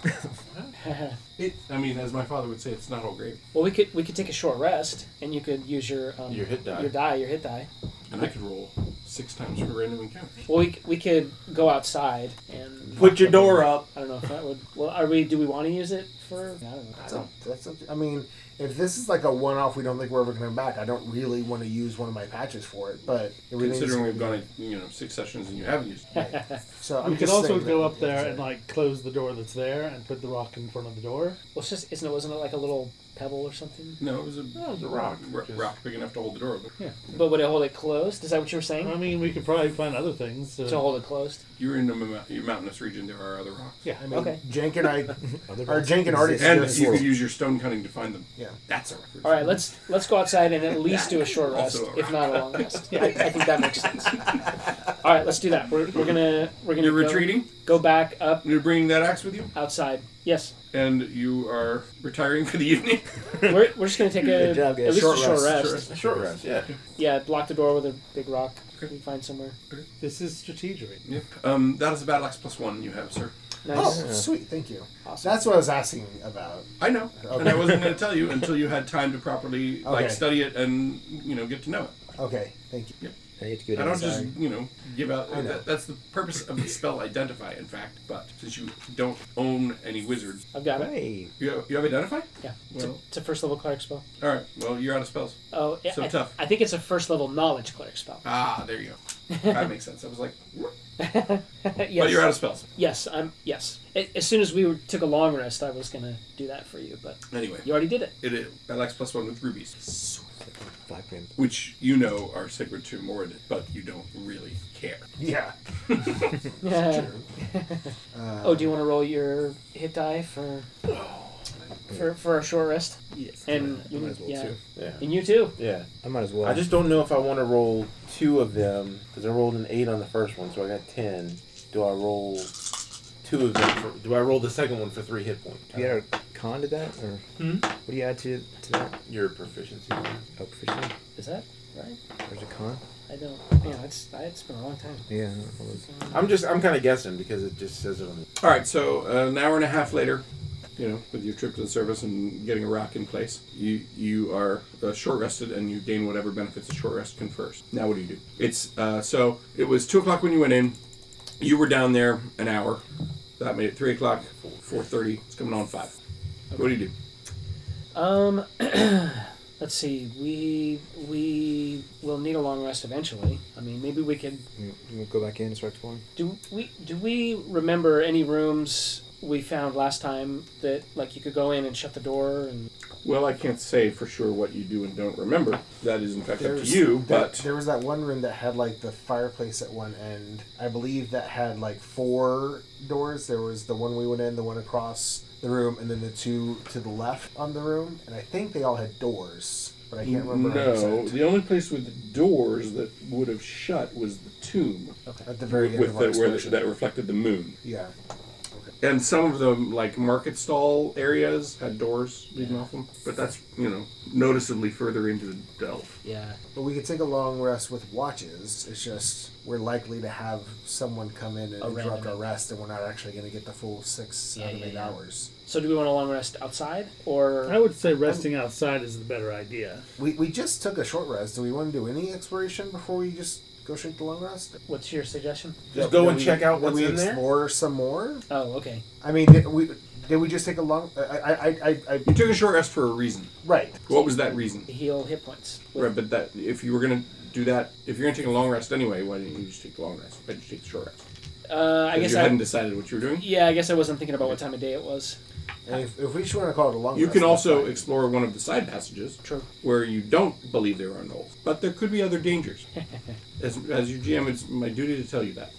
S12: It, I mean, as my father would say, it's not all great.
S3: Well, we could we could take a short rest, and you could use your um,
S12: Your hit die.
S3: your die, your hit die.
S12: And I could roll six times for random encounters.
S3: Well, we, c- we could go outside and
S12: Put your door up.
S3: I don't know if that would. Well, are we? Do we want to use it for? I don't know.
S5: That's up, that's up, I mean, if this is like a one-off, we don't think we're ever coming back. I don't really want to use one of my patches for it, but everything's-
S12: Considering we've gone, you know, six sessions and you haven't used it.
S5: So I'm
S6: we could
S5: just
S6: also
S5: saying
S6: go
S5: that-
S6: up there and like close the door that's there and put the rock in front of the door.
S3: Well, it's just isn't it wasn't it like a little pebble or something?
S12: No, it was a,
S3: No, it was a rock.
S12: Ro- rock big enough to hold the door open.
S6: Yeah.
S3: But would it hold it closed? Is that what you were saying?
S12: Um,
S6: I mean, we could probably find other things to,
S3: To hold it closed.
S12: You're in a mou- your mountainous region. There are other rocks.
S6: Yeah,
S5: I mean,
S3: Okay.
S5: Jank and I, or
S12: rocks
S5: Jank and Artie,
S12: And
S5: suggest-
S12: you could use your stone cutting to find them.
S5: Yeah.
S12: That's a record.
S3: All right, let's let's go outside and at least do a short rest,
S12: Also a
S3: if not a long rest. I, I think that makes sense. All right, let's do that. We're, we're gonna we're gonna
S12: You're
S3: go-
S12: retreating?
S3: Go back up
S12: You're bringing that axe with you?
S3: outside. Yes,
S12: And you are retiring for the evening?
S3: we're, we're just gonna take a
S12: Good job, guys.
S3: at least
S12: Short
S3: a short
S12: rest.
S3: rest.
S12: Short rest. Short rest, yeah.
S3: Yeah, block the door with a big rock. We can find somewhere.
S6: This is strategic.
S12: Yep. Um, that is a battle axe plus one you have, sir.
S5: Oh, sweet, thank you. That's what I was asking about.
S12: I know, and I wasn't going to tell you until you had time to properly like
S5: Okay.
S12: study it and you know get to know it.
S5: Okay, thank you.
S2: I have to
S12: I don't just you know give out.
S5: I know.
S12: That, that's the purpose of the spell identify. In fact, but since you don't own any wizards,
S3: I've got it.
S12: You have, you have identify.
S3: Yeah, it's, a,
S12: Well-
S3: it's a first level cleric spell.
S12: All right. Well, you're out of spells.
S3: Oh, yeah,
S12: So
S3: I,
S12: tough.
S3: I think it's a first level knowledge cleric spell. Uh,
S12: Ah, there you go. That makes sense. I was like,
S3: Yes.
S12: but you're out of spells.
S3: Yes, I'm. Yes, A- as soon as we were, took a long rest, I was gonna do that for you, but
S12: Anyway,
S3: you already did it.
S12: It is battle axe plus one with rubies, which you know are sacred to Moradin, but you don't really care.
S5: Yeah.
S9: Uh,
S3: oh, do you want to roll your hit die for?
S5: For
S3: for, for a short rest.
S9: Yes.
S3: And you,
S9: might as well,
S3: yeah.
S9: too.
S1: Yeah.
S3: And you too.
S1: Yeah.
S9: I might as well.
S1: I just don't know if I want to roll two of them because I rolled an eight on the first one, so I got ten. Do I roll two of them? For, do I roll the second one for three hit points?
S9: Do you add a con to that, or
S3: Hmm?
S9: what do you add to, to that?
S1: Your proficiency.
S9: Oh, proficiency.
S3: Is that right?
S9: There's a con.
S3: I don't. Yeah, it's it's been a long time.
S9: Yeah. I know all those-
S1: I'm just I'm kind of guessing because it just says it on.
S2: All right, so uh, an hour and a half later, you know, with your trip to the service and getting a rock in place, you you are uh, short rested and you gain whatever benefits a short rest confers. Now, what do you do? It's uh, so it was two o'clock when you went in. You were down there an hour. That made it three o'clock, four thirty. It's coming on five. What do you do?
S3: Um, let's see. We we will need a long rest eventually. I mean, maybe we could.
S9: You, you go back in and start exploring.
S3: Do we do we remember any rooms we found last time that like you could go in and shut the door and
S2: Well, I can't say for sure what you do and don't remember. That is, in fact, up to
S5: There's-
S2: you.
S5: there-
S2: But
S5: there was that one room that had like the fireplace at one end. I believe that had like four doors. There was the one we went in, the one across the room, and then the two to the left on the room. And I think they all had doors, but I can't remember.
S2: No, the only place with doors that would have shut was the tomb.
S5: Okay. At the very end
S2: with
S5: of our
S2: the, where the,
S5: explosion.
S2: that reflected the moon.
S5: Yeah.
S2: And some of the like market stall areas had doors leading off them, but that's you know noticeably further into the delve.
S3: Yeah.
S5: But we could take a long rest with watches. It's just we're likely to have someone come in and
S3: A
S5: interrupt
S3: random-
S5: our rest, and we're not actually going to get the full six, seven, eight
S3: yeah, yeah.
S5: hours.
S3: So do we want a long rest outside or?
S6: I would say resting outside is the better idea.
S5: We, we just took a short rest. Do we want to do any exploration before we just go straight to long rest?
S3: What's your suggestion?
S1: Just go
S5: That
S1: and
S5: we-
S1: check out
S5: that
S1: what's
S5: we
S1: in there?
S5: Explore some more.
S3: Oh, okay.
S5: I mean, did we did we just take a long? I I I, I, I
S2: You took a short rest for a reason.
S5: Right.
S2: What was that reason?
S3: Heal hit points.
S2: Right, but that if you were gonna do that, if you're gonna take a long rest anyway, why didn't you just take the long rest? Why did you take the short rest?
S3: Uh, I
S2: 'Cause
S3: guess
S2: you
S3: I
S2: hadn't decided what you were doing.
S3: Yeah, I guess I wasn't thinking about what time of day it was.
S5: And if, if we just want to call it a
S3: Oh,
S5: long
S2: You
S5: rest,
S2: can
S5: that's
S2: also
S5: fine.
S2: explore one of the side passages
S3: True.
S2: where you don't believe there are gnolls, but there could be other dangers. as, as your GM, it's my duty to tell you that.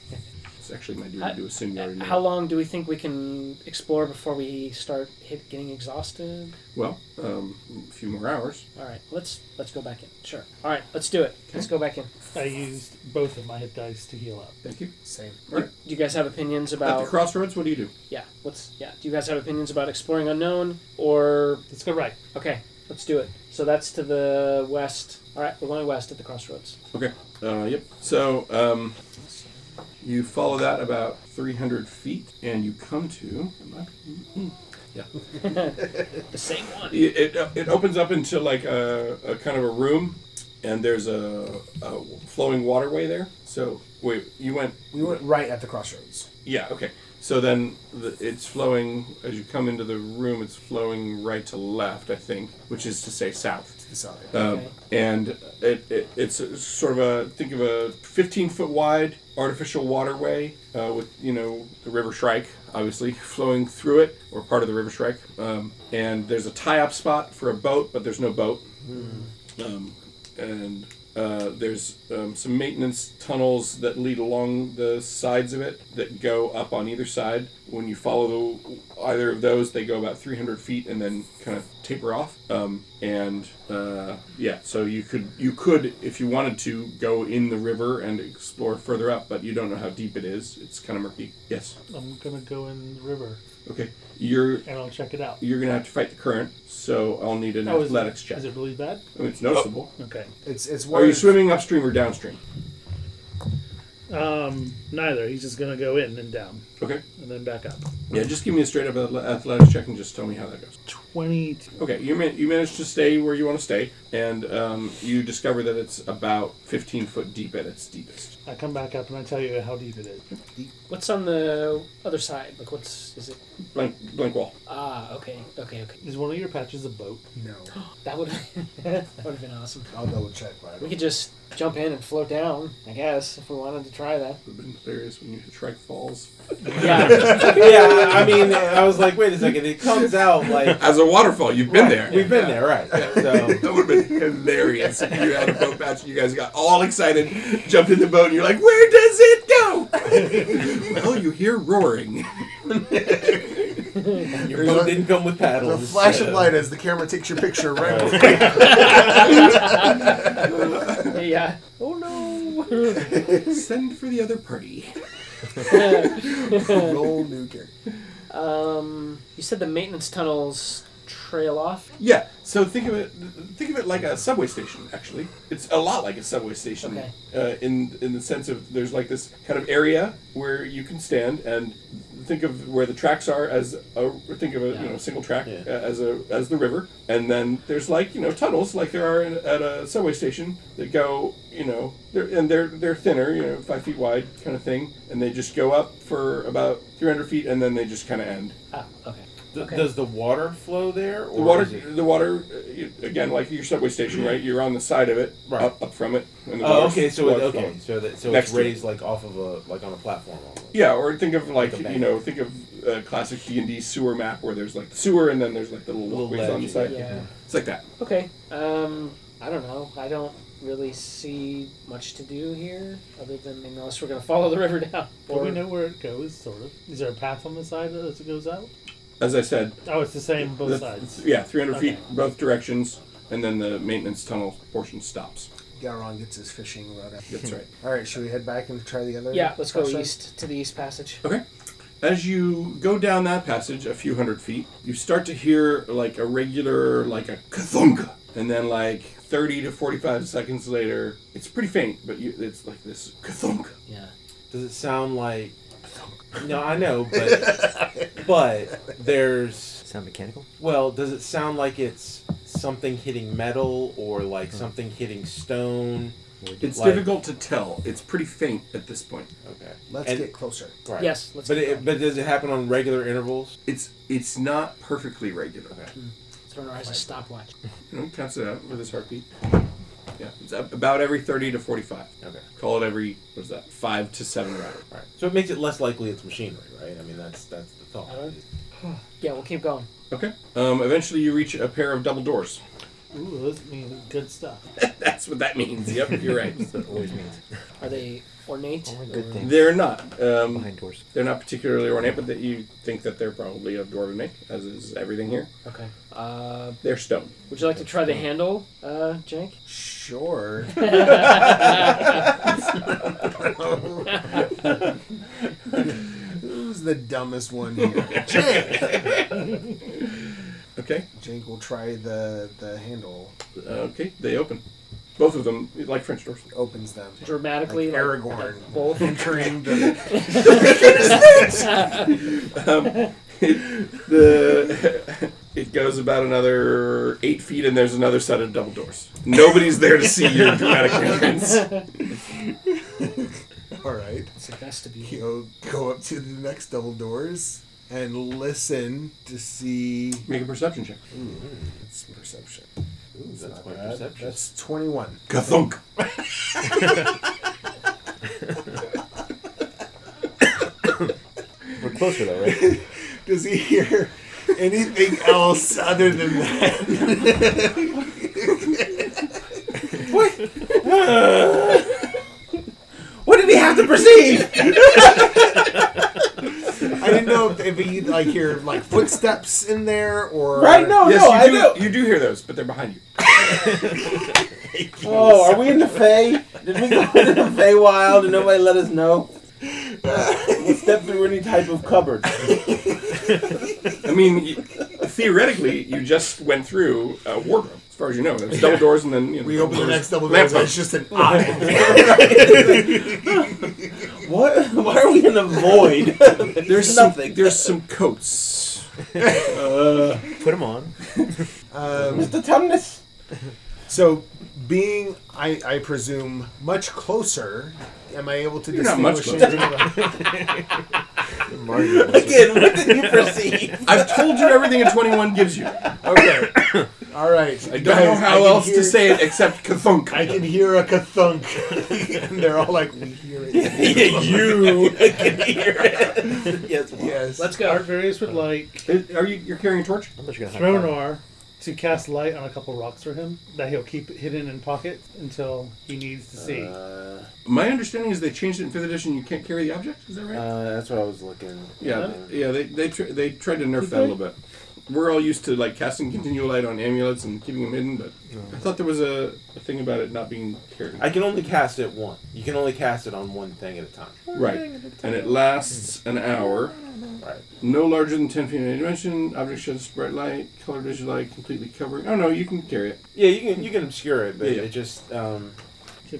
S2: It's actually my duty
S3: How-
S2: to do a seniority.
S3: How long do we think we can explore before we start hit getting exhausted?
S2: Well, um, a few more hours.
S3: All right, let's let's go back in. Sure. All right, let's do it. Let's go back in.
S14: I used both of my hit dice to heal up.
S2: Thank you.
S5: Same.
S2: All right.
S3: Do you guys have opinions
S2: At the
S3: about?
S2: crossroads, what do you do?
S3: yeah. What's yeah? Do you guys have opinions about exploring unknown or?
S14: Let's go right.
S3: Okay, let's do it. So that's to the west. All right, we're going west at the crossroads.
S2: Okay. Uh, yep. So um, you follow that about 300 feet, and you come to. am I- mm, Yeah.
S3: The same one.
S2: It, uh, it, it opens up into like a, a kind of a room, and there's a, a flowing waterway there. So wait, you went.
S5: We went right at the crossroads.
S2: Yeah. Okay. So then the, it's flowing as you come into the room. It's flowing right to left, I think, which is to say south.
S5: To the south.
S2: Um, And it, it, it's a- sort of a think of a 15 foot wide artificial waterway uh, with you know the River Shrike obviously flowing through it or part of the River Shrike. Um, and there's a tie up spot for a boat, but there's no boat. Um, and uh, there's um, some maintenance tunnels that lead along the sides of it that go up on either side. When you follow the, either of those, they go about 300 feet and then kind of taper off. Um, and uh, yeah, so you could you could if you wanted to go in the river and explore further up, but you don't know how deep it is. It's kind of murky. Yes.
S14: I'm gonna go in the river
S2: Okay. You're
S14: and I'll check it out.
S2: you're gonna have to fight the current, so I'll need an
S14: Oh, is it-
S2: athletics check.
S14: Is it Oh, really bad?
S2: I mean, it's noticeable.
S14: Okay.
S5: It's it's one.
S2: Are you
S5: of-
S2: swimming upstream or downstream?
S14: Um, neither. He's just gonna go in and down
S2: Okay.
S14: and then back up.
S2: Yeah, just give me a straight up athle- athletics check and just tell me how that goes.
S14: Twenty.
S2: Okay, you man- you manage to stay where you want to stay, and um, you discover that it's about 15 foot deep at its deepest.
S14: I come back up and I tell you how deep it is.
S3: What's on the other side? Like, what's is it?
S2: Blank blank wall.
S3: Ah, okay, okay, okay.
S14: Is one of your patches a boat?
S5: No.
S3: That would that would have been awesome.
S5: I'll double check. But I
S3: We
S5: don't-
S3: could just jump in and float down, I guess, if we wanted to try that.
S2: Would have been hilarious when you hit Shrike Falls.
S3: Yeah.
S1: yeah, I mean, I was like, wait a second. It comes out like
S2: As a waterfall, you've been
S1: Right,
S2: there.
S1: We've been there, right? So
S2: That would have been hilarious if you had a boat patch and you guys got all excited, jumped in the boat, and you're like, where does it go? well, you hear roaring.
S1: Your boat didn't come with paddles.
S5: The flash of
S1: so-
S5: light as the camera takes your picture right
S1: Right.
S5: before you.
S3: yeah. Oh no.
S2: Send for the other party.
S5: Roll new character.
S3: Um, you said the maintenance tunnels trail off.
S2: Yeah. So think of it. Think of it like a subway station. Actually, it's a lot like a subway station.
S3: Okay.
S2: Uh, in in the sense of there's like this kind of area where you can stand and think of where the tracks are as a think of a you know single track uh, as a as the river and then there's like you know tunnels like there are in, at a subway station that go you know they're and they're they're thinner you know five feet wide kind of thing and they just go up for about 300 feet and then they just kind of end
S3: Ah, okay.
S1: Th- Does the water flow there? Or
S2: the water,
S1: is it-
S2: the water, uh, you- again, like your subway station, right? You're on the side of it,
S1: Right.
S2: up, up from it. And the
S1: Oh,
S2: water's-
S1: okay. So it,
S2: water's
S1: okay.
S2: flowing.
S1: So that so
S2: Next
S1: it's
S2: to
S1: raised like off of a like on a platform. Almost.
S2: Yeah, or think of like
S1: Like a
S2: you know, think of a classic D and D sewer map where there's like the sewer and then there's like the little
S1: Little
S2: walkways on the
S1: ledge,
S2: side.
S1: yeah. Yeah.
S2: It's like that.
S3: Okay. Um, I don't know. I don't really see much to do here, other than unless we're gonna follow the river down.
S14: Do we know where it goes? Sort of. Is there a path on the side that it goes out?
S2: As I said.
S14: Oh, it's the same both
S2: the-
S14: sides.
S2: Yeah, 300 feet
S14: Okay.
S2: both directions, and then the maintenance tunnel portion stops.
S5: Gowron gets his fishing rod out.
S2: That's right.
S5: All right, should we head back and try the other?
S3: Yeah, let's go
S5: outside?
S3: east to the east passage.
S2: Okay. As you go down that passage a few hundred feet, you start to hear like a regular, like a kathunka. And then, like 30 to 45 seconds later, it's pretty faint, but you, it's like this kathunka.
S3: Yeah.
S1: Does it sound like? No, I know, but but there's
S12: sound mechanical.
S1: Well, does it sound like it's something hitting metal or like something hitting stone?
S2: It's
S1: Like-
S2: difficult to tell. It's pretty faint at this point.
S1: Okay.
S5: Let's
S1: And-
S5: get closer.
S1: Right.
S3: Yes, let's
S1: but
S3: keep
S1: it, but does it happen on regular intervals?
S2: It's it's not perfectly regular. Okay.
S3: Throw our eyes a stopwatch.
S2: You know, counts it out with his heartbeat. Yeah, it's ab- about every 30 to 45.
S1: Okay.
S2: Call it every, what's that, five to seven rounds.
S1: Right. So it makes it less likely it's machinery, right? I mean, that's that's the thought.
S3: Yeah, we'll keep going.
S2: Okay. Um, eventually, you reach a pair of double doors.
S14: Ooh, those mean good stuff.
S2: That's what that means. Yep, you're right. always means.
S3: Are they ornate?
S12: good thing.
S2: They're not. Um,
S12: Behind doors.
S2: They're not particularly ornate, but that you think that they're probably of dwarven make, as is everything here.
S3: Okay. Uh,
S2: They're stone.
S3: would you like to try the handle, uh, Jank?
S5: Sure. Who's the dumbest one here? Jake.
S2: Okay.
S5: Jake will try the the handle.
S2: Okay. They open. Both of them, like French doors.
S5: Opens them.
S3: Dramatically,
S5: Like
S3: like,
S5: Aragorn
S3: the bolt.
S5: entering the.
S2: um, it, the it goes about another eight feet, and there's another set of double doors. Nobody's there to see your dramatic entrance.
S5: All right.
S3: It's a vestibule.
S5: He'll go up to the next double doors and listen to see.
S2: Make a perception check.
S5: Ooh, it's perception.
S1: that's my
S5: All right,
S1: perception.
S5: That's 21.
S2: Kathunk.
S12: We're closer though, right?
S5: Does he hear anything else other than that?
S4: What did he have to perceive?
S5: I didn't know if, if he like hear like footsteps in there or
S4: Right, no,
S2: yes,
S4: no,
S2: you
S4: I
S2: do,
S4: know.
S2: You do hear those, but they're behind you.
S4: Oh, are we in the Fey? Did we go into the Fey Wild and nobody let us know? we stepped through any type of cupboard.
S2: I mean, y- theoretically, you just went through a wardrobe, as far as you know. There's double doors, and then you know,
S5: We open the
S2: doors,
S5: next double door.
S2: lamp
S5: and It's
S2: post.
S5: just an eye.
S4: What? Why are we in the void?
S2: There's Some,
S4: nothing.
S2: there's some coats. uh,
S12: Put them on.
S5: Um,
S4: Mr. Tumnus.
S5: so, being I, I presume much closer, am I able to
S2: You're not much
S5: distinguish? anything
S4: Again, what did you perceive?
S2: I've told you everything a 21 gives you.
S5: about- okay. All right.
S2: I don't know how else to say it except
S5: I
S2: kathunk.
S5: can hear a kathunk, and they're all like, "We hear it."
S2: you.
S4: yes.
S5: yes.
S3: Let's
S14: Art
S3: go.
S14: Various would like
S2: Are you? You're carrying a torch?
S12: I'm not sure gonna hide.
S14: Thronar to cast light on a couple rocks for him that he'll keep hidden in pocket until he needs to see.
S1: Uh,
S2: My understanding is they changed it in fifth edition. You can't carry the object. Is that right?
S1: Uh, that's what I was looking.
S2: Yeah,
S1: Uh,
S2: yeah. They they tr- they tried to nerf
S1: Did
S2: that a
S1: they?
S2: little bit. We're all used to like casting continual light on amulets and keeping them hidden, but I thought there was a, a thing about it not being carried.
S1: I can only cast it one. You can only cast it on one thing at a time.
S2: Right. And it lasts an hour.
S1: Right.
S2: No larger than 10 feet in any dimension. Object sheds bright light, colored visual light, completely covering. Oh, no, you can carry it.
S1: Yeah, you can you can obscure it, but
S2: Yeah, yeah.
S1: it just um,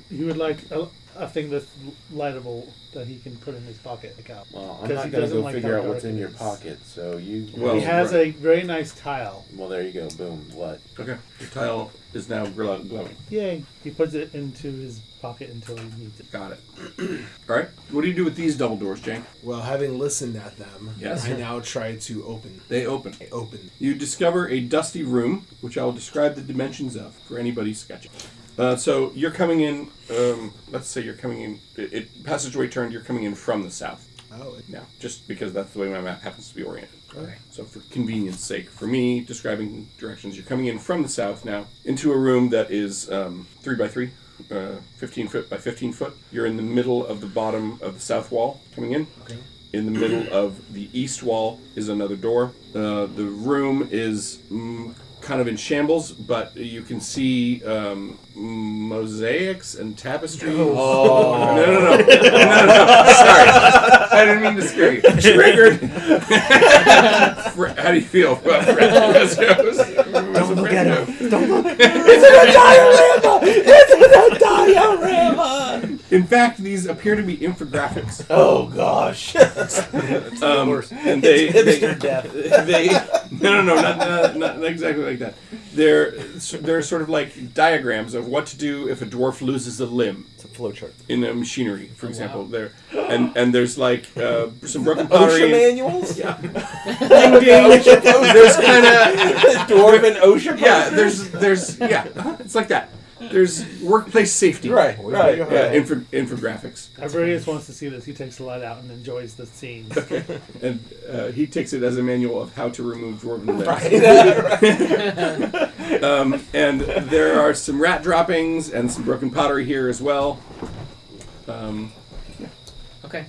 S14: He would like a, a thing that's lightable that he can put in his pocket. Like out.
S1: well, I'm
S14: 'Cause
S1: not
S14: he
S1: gonna
S14: doesn't
S1: go
S14: like
S1: figure
S14: how
S1: out what's
S14: dark
S1: in
S14: it
S1: your
S14: is.
S1: pocket. So you
S2: Well,
S14: he has
S2: right.
S14: a very nice tile.
S1: well, there you go. Boom, blood.
S2: Okay. The tile is now glow- glowing.
S14: Yay! He puts it into his pocket until he needs it.
S2: Got it. All right. What do you do with these double doors, Jane?
S8: Well, having listened at them,
S2: Yes.
S8: I now try to open.
S2: They open.
S8: They open.
S2: You discover a dusty room, which I will describe the dimensions of for anybody sketching. Uh, so you're coming in. Um, let's say you're coming in. It, it passageway turned. You're coming in from the south.
S8: Oh,
S2: now, just because that's the way my map happens to be oriented.
S8: Okay.
S2: So for convenience sake, for me describing directions, you're coming in from the south now into a room that is um, three by three, uh, 15 foot by 15 foot. You're in the middle of the bottom of the south wall coming in.
S8: Okay.
S2: In the middle of the east wall is another door. Uh, the room is mm, kind of in shambles, but you can see um, mosaics and tapestries.
S15: Oh.
S2: No, no, no. no, no, no. Sorry. I didn't mean to scare you. Triggered. Fre- How do you feel about frescoes? Don't look at him. Don't look.
S7: It's a diorama!
S2: In fact, these appear to be infographics.
S7: Oh, gosh.
S2: um, and they,
S7: It's
S2: they,
S7: hipster death.
S2: they- no, no, no, not, not, not exactly like that. They're they're sort of like diagrams of what to do if a dwarf loses a limb. It's a flowchart in a machinery,
S7: Oh,
S2: for example. There, and and there's like uh, some broken pottery.
S7: OSHA
S2: and-
S7: manuals?
S2: Yeah. Ding, ding. There's kind of
S7: Dwarven OSHA
S2: Yeah,
S7: person?
S2: there's there's yeah, uh-huh, it's like that. There's workplace safety.
S7: Right, right,
S2: Yeah,
S7: right.
S2: info, infographics.
S14: Ibrarius wants to see this. He takes the light out and enjoys the scene.
S2: and uh, he takes it as a manual of how to remove dwarven limbs. um, and there are some rat droppings and some broken pottery here as well. Um,
S3: Okay.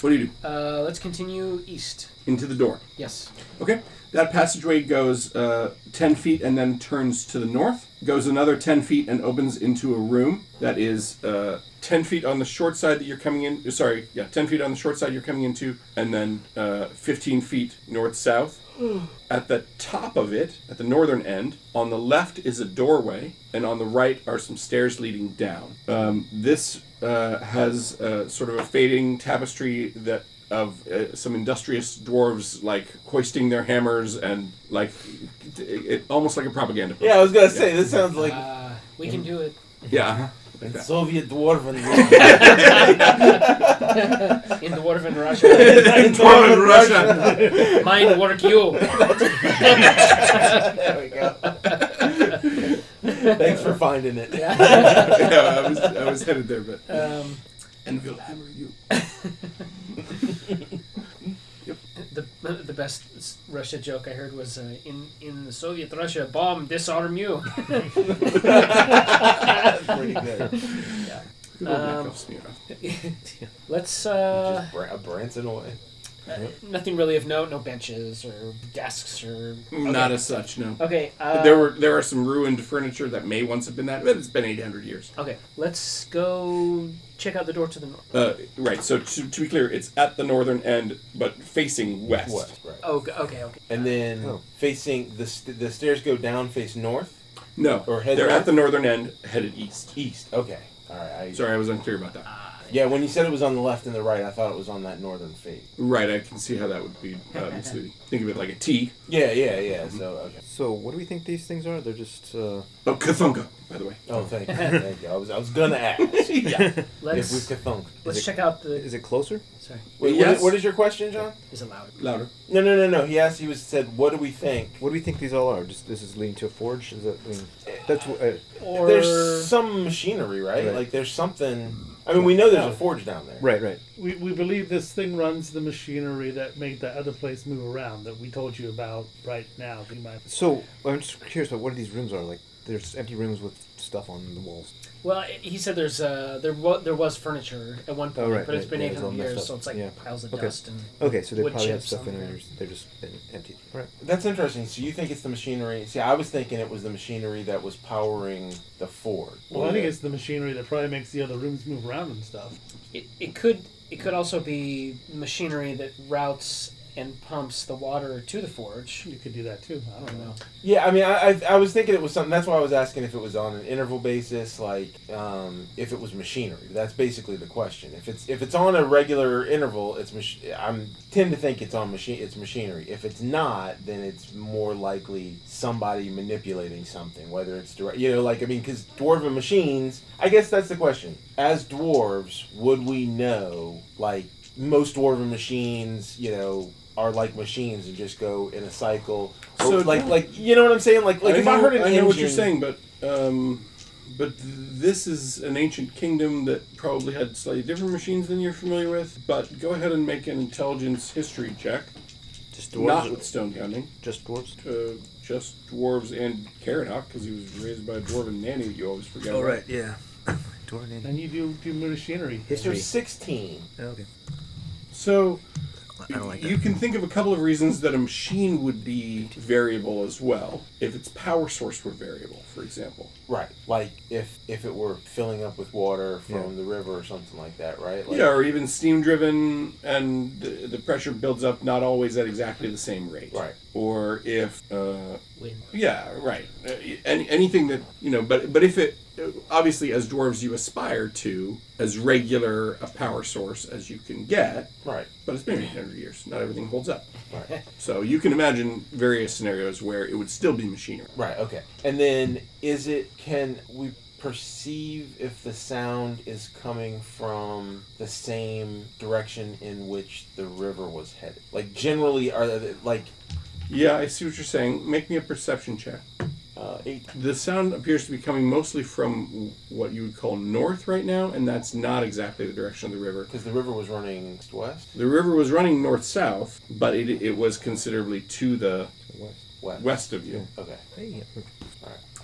S2: what do you do?
S3: Uh, let's continue east.
S2: Into the door.
S3: Yes.
S2: Okay. That passageway goes uh, 10 feet and then turns to the north, goes another 10 feet and opens into a room that is uh, 10 feet on the short side that you're coming in. uh, Sorry, yeah, 10 feet on the short side you're coming into, and then uh, 15 feet north south. At the top of it, at the northern end, on the left is a doorway, and on the right are some stairs leading down. Um, this uh, has uh, sort of a fading tapestry that of uh, some industrious dwarves like hoisting their hammers and like it, it- almost like a propaganda.
S1: Yeah, I was gonna say this sounds like
S3: Uh, we can do it.
S2: Yeah. Like that.
S1: Soviet dwarven.
S3: In dwarven Russia.
S1: In dwarven Russia.
S3: Mine work you.
S1: There we go. Thanks for finding it.
S2: yeah, I was, I was headed there, but
S3: Um,
S2: and we'll hammer you.
S3: The, the best Russia joke I heard was uh, in in the Soviet Russia bomb disarm you.
S1: pretty good.
S3: Yeah.
S1: Good old
S3: Um,
S1: Yakov Smirnoff.
S3: let's. Uh,
S1: Just bra- Branson away.
S3: uh, nothing really of note. No benches or desks or.
S2: Not
S3: Okay.
S2: as such, no.
S3: Okay. Uh,
S2: But there were there are some ruined furniture that may once have been that, but it's been eight hundred years.
S3: uh, Okay, let's go check out the door to the north.
S2: Uh, right. So to, to be clear, it's at the northern end, but facing west.
S1: West, right.
S3: Oh, g- okay, okay.
S1: And then facing the st- the stairs go down, face north.
S2: No,
S1: or head
S2: they're
S1: north?
S2: at the northern end, headed east.
S1: East. Ah. Okay. All right. I,
S2: Sorry, I was unclear about that.
S1: Yeah, when you said it was on the left and the right, I thought it was on that northern face.
S2: Right, I can see how that would be uh, misleading. Think of it like a T.
S1: Yeah, yeah, yeah. So okay.
S12: So what do we think these things are? They're just. Uh...
S2: Oh, kathunka, by the way.
S1: Oh, thank you, thank you. I was I was gonna ask.
S3: Yeah. Let's-
S1: if we could thunk. Is
S3: Let's
S1: it-
S3: check out the.
S12: Is it closer?
S3: Sorry.
S1: Wait, what,
S12: Yes.
S1: is, what is your question, John?
S3: Is it louder?
S2: Louder.
S1: No, no, no, no. He asked. He was said, "What do we think?"
S12: What do we think these all are? Just this is leading to a forge. Is that I mean, that's what. Uh,
S1: There's some machinery, right?
S12: Right.
S1: Like there's something. I mean, we know there's a forge down there.
S12: Right, right.
S14: We, we believe this thing runs the machinery that made that other place move around that we told you about right now. if you mind.
S12: So I'm just curious about what these rooms are. Like, there's empty rooms with stuff on the walls.
S3: Well, i- he said there's uh, there wa- there was furniture at one point,
S12: Oh, right,
S3: but it's
S12: right,
S3: been
S12: yeah,
S3: eight
S12: it's all
S3: hundred
S12: messed
S3: years, so
S12: up.
S3: it's like
S12: Yeah.
S3: piles of
S12: Okay.
S3: dust and
S12: Okay, so they
S3: wood
S12: probably have
S3: chips
S12: stuff in
S3: on
S12: there.
S3: there.
S12: They're just been empty.
S1: Right. That's interesting. So you think it's the machinery? See, I was thinking it was the machinery that was powering the Ford.
S14: Well, I think it's the machinery that probably makes the other rooms move around and stuff.
S3: It, it could it could also be machinery that routes and pumps the water to the forge.
S14: You could do that too. I don't know.
S1: Yeah, I mean, I, I I was thinking it was something. That's why I was asking if it was on an interval basis, like um, if it was machinery. That's basically the question. If it's if it's on a regular interval, it's mach- I'm tend to think it's on machine. It's machinery. If it's not, then it's more likely somebody manipulating something, whether it's direct. You know, like I mean, because dwarven machines. I guess that's the question. As dwarves, would we know like most dwarven machines? You know. Are like machines and just go in a cycle. Or
S2: So
S1: like
S2: do-
S1: like you know what I'm saying? Like, like
S2: I
S1: if
S2: know,
S1: I heard an
S2: I know
S1: engine,
S2: what you're saying, but um, but th- this is an ancient kingdom that probably had slightly different machines than you're familiar with. But go ahead and make an intelligence history check.
S9: Just
S12: dwarves?
S2: not with stone counting.
S9: Just dwarves.
S2: Uh, just dwarves and Karadok, because he was raised by a dwarven nanny. that You always forget.
S12: Oh,
S2: about.
S12: right, yeah. Dwarven
S14: And you do do machinery.
S2: History.
S1: sixteen.
S12: Okay.
S2: So
S12: I don't like
S2: you can think of a couple of reasons that a machine would be variable as well. If its power source were variable, for example.
S1: right? Like if if it were filling up with water from the river or something like that, right? Like,
S2: yeah, or even steam driven, and the, the pressure builds up not always at exactly the same rate.
S1: Right.
S2: Or if, uh, yeah, right. Uh, any, anything that you know, but but if it obviously as dwarves you aspire to as regular a power source as you can get.
S1: Right.
S2: But it's been 800 years. Not everything holds up. Right. so you can imagine various scenarios where it would still be machinery.
S1: Right. Okay. And then is it? Can we perceive if the sound is coming from the same direction in which the river was headed? Like generally, are the, like
S2: Yeah, I see what you're saying. Make me a perception check.
S1: Uh, eight.
S2: The sound appears to be coming mostly from what you would call north right now, and that's not exactly the direction of the river.
S1: Because the river was running west.
S2: The river was running north south, but it, it was considerably to the
S1: west,
S2: west. of you.
S1: Okay.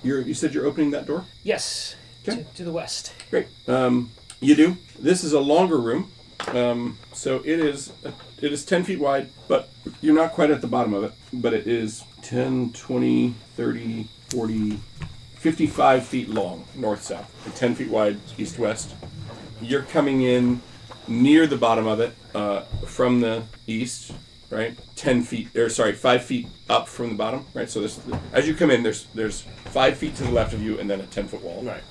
S2: You're, you said you're opening that door?
S3: Yes, to, to the west.
S2: Great. Um, you do. This is a longer room, um, so it is it is 10 feet wide, but you're not quite at the bottom of it. But it is 10, 20, 30, 40, 55 feet long, north south, and 10 feet wide, east west. You're coming in near the bottom of it uh, from the east, right? 10 feet, or sorry, 5 feet up from the bottom, right? So there's, as you come in, there's, there's 5 feet to the left of you and then a 10 foot wall. Right.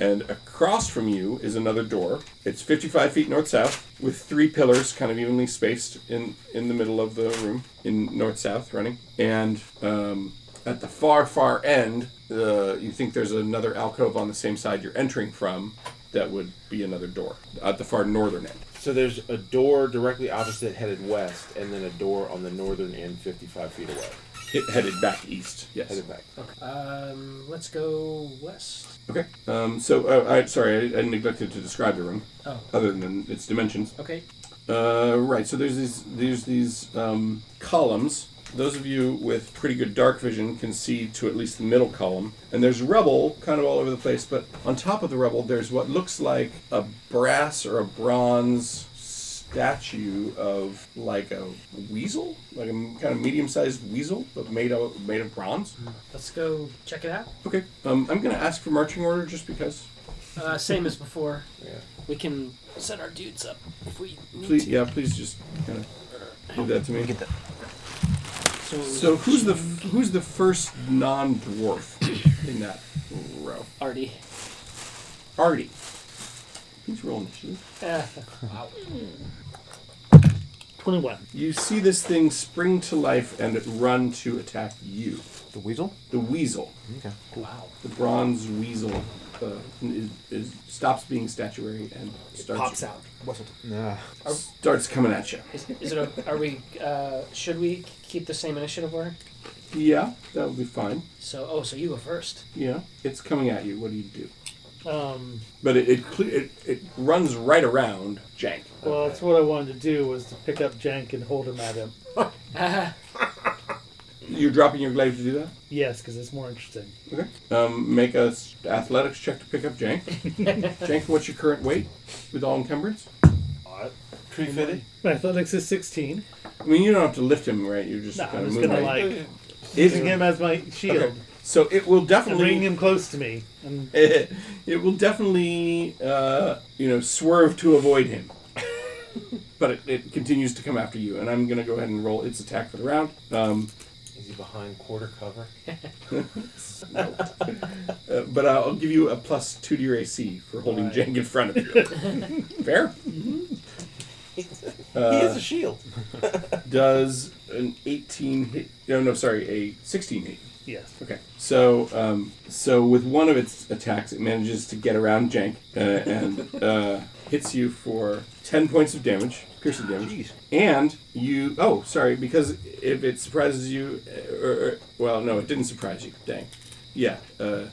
S2: And across from you is another door. It's 55 feet north south with three pillars kind of evenly spaced in, in the middle of the room in north south running. And um, at the far, far end, uh, you think there's another alcove on the same side you're entering from that would be another door at the far northern end.
S1: So there's a door directly opposite headed west, and then a door on the northern end, 55 feet away.
S2: It headed back east. Yes.
S1: Headed back.
S3: Um, let's go west.
S2: Okay. Um, so, uh, I, sorry, I, I neglected to describe the room.
S3: Oh.
S2: Other than its dimensions.
S3: Okay.
S2: Uh, right. So there's these there's these um, columns. Those of you with pretty good dark vision can see to at least the middle column. And there's rubble kind of all over the place, but on top of the rubble, there's what looks like a brass or a bronze statue of like a weasel, like a m- kind of medium-sized weasel, but made of made of bronze.
S3: Let's go check it out.
S2: Okay. Um, I'm gonna ask for marching order just because.
S3: Uh, same as before.
S1: Yeah.
S3: We can set our dudes up if we need
S2: Please,
S3: to.
S2: yeah, please just kind of give that to me.
S3: So,
S2: So who's the who's the first non-dwarf in that row?
S3: Artie.
S2: Artie. Please roll initiative.
S3: Uh, wow.
S14: 21.
S2: You see this thing spring to life and run to attack you.
S12: The weasel.
S2: The weasel.
S12: Okay.
S3: Wow.
S2: The bronze weasel uh, is, is, stops being statuary and starts Uh,
S3: pops out.
S12: Nah.
S2: Starts coming at you.
S3: Is, is it? A, are we? Uh, should we keep the same initiative order?
S2: Yeah, that would be fine.
S3: So, oh, so you go first.
S2: Yeah, it's coming at you. What do you do?
S14: Um,
S2: But it it, cle- it it runs right around Jank.
S14: Well, that's what I wanted to do was to pick up Jank and hold him at him.
S2: You're dropping your glaive to do that.
S14: yes, because it's more interesting.
S2: Okay. Um, make a s- athletics check to pick up Jank. Jank, what's your current weight with all encumbrance?
S14: Tree fitted. My athletics is sixteen.
S2: I mean, you don't have to lift him, right? You're just
S14: No,
S2: kind
S14: I'm
S2: of
S14: just
S2: moving.
S14: gonna like using him as my shield.
S2: So it will definitely
S14: And bring him close to me. And
S2: it, will definitely uh, you know swerve to avoid him but it, it continues to come after you and i'm going to go ahead and roll its attack for the round um,
S1: Is he behind quarter cover?
S2: no. Uh, but i'll give you a plus two to your ac for holding
S1: Alright.
S2: jank in front of you fair
S1: He is a shield.
S2: does an 18 hit no no sorry a 16 hit
S14: Yes.
S2: okay so um, so with one of its attacks it manages to get around jank uh, and uh, hits you for 10 points of damage piercing damage and you oh sorry because if it surprises you uh, or, or- well no it didn't surprise you dang yeah, uh,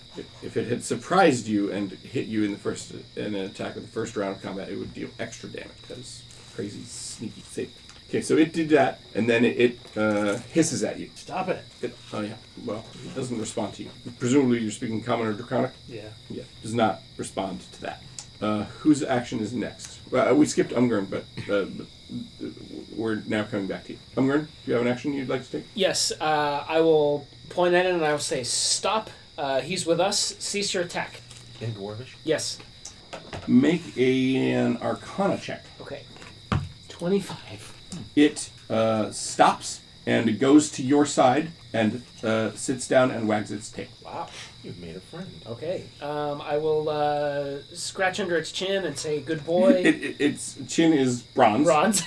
S2: if it had surprised you and hit you in the first in an attack with the first round of combat, it would deal extra damage. That is crazy, sneaky, safe. Okay, so it did that, and then it, it uh, hisses at you.
S14: Stop it.
S2: it! Oh yeah. Well, it doesn't respond to you. Presumably, you're speaking common or draconic.
S14: Yeah.
S2: Yeah. Does not respond to that. Uh, whose action is next? Well, we skipped Umgurn, but, uh, but uh, we're now coming back to you. Umgurn, do you have an action you'd like to take?
S3: Yes, uh, I will point at it and I will say, "Stop! Uh, he's with us. Cease your attack."
S1: In dwarvish.
S3: Yes.
S2: Make a, an Arcana check.
S3: Okay. Twenty-five.
S2: It uh, stops and goes to your side and uh, sits down and wags its tail.
S3: Wow.
S1: You've made a friend.
S3: Okay. Um, I will uh, scratch under its chin and say, "Good
S2: It,
S3: boy."
S2: it, its chin is bronze.
S3: Bronze.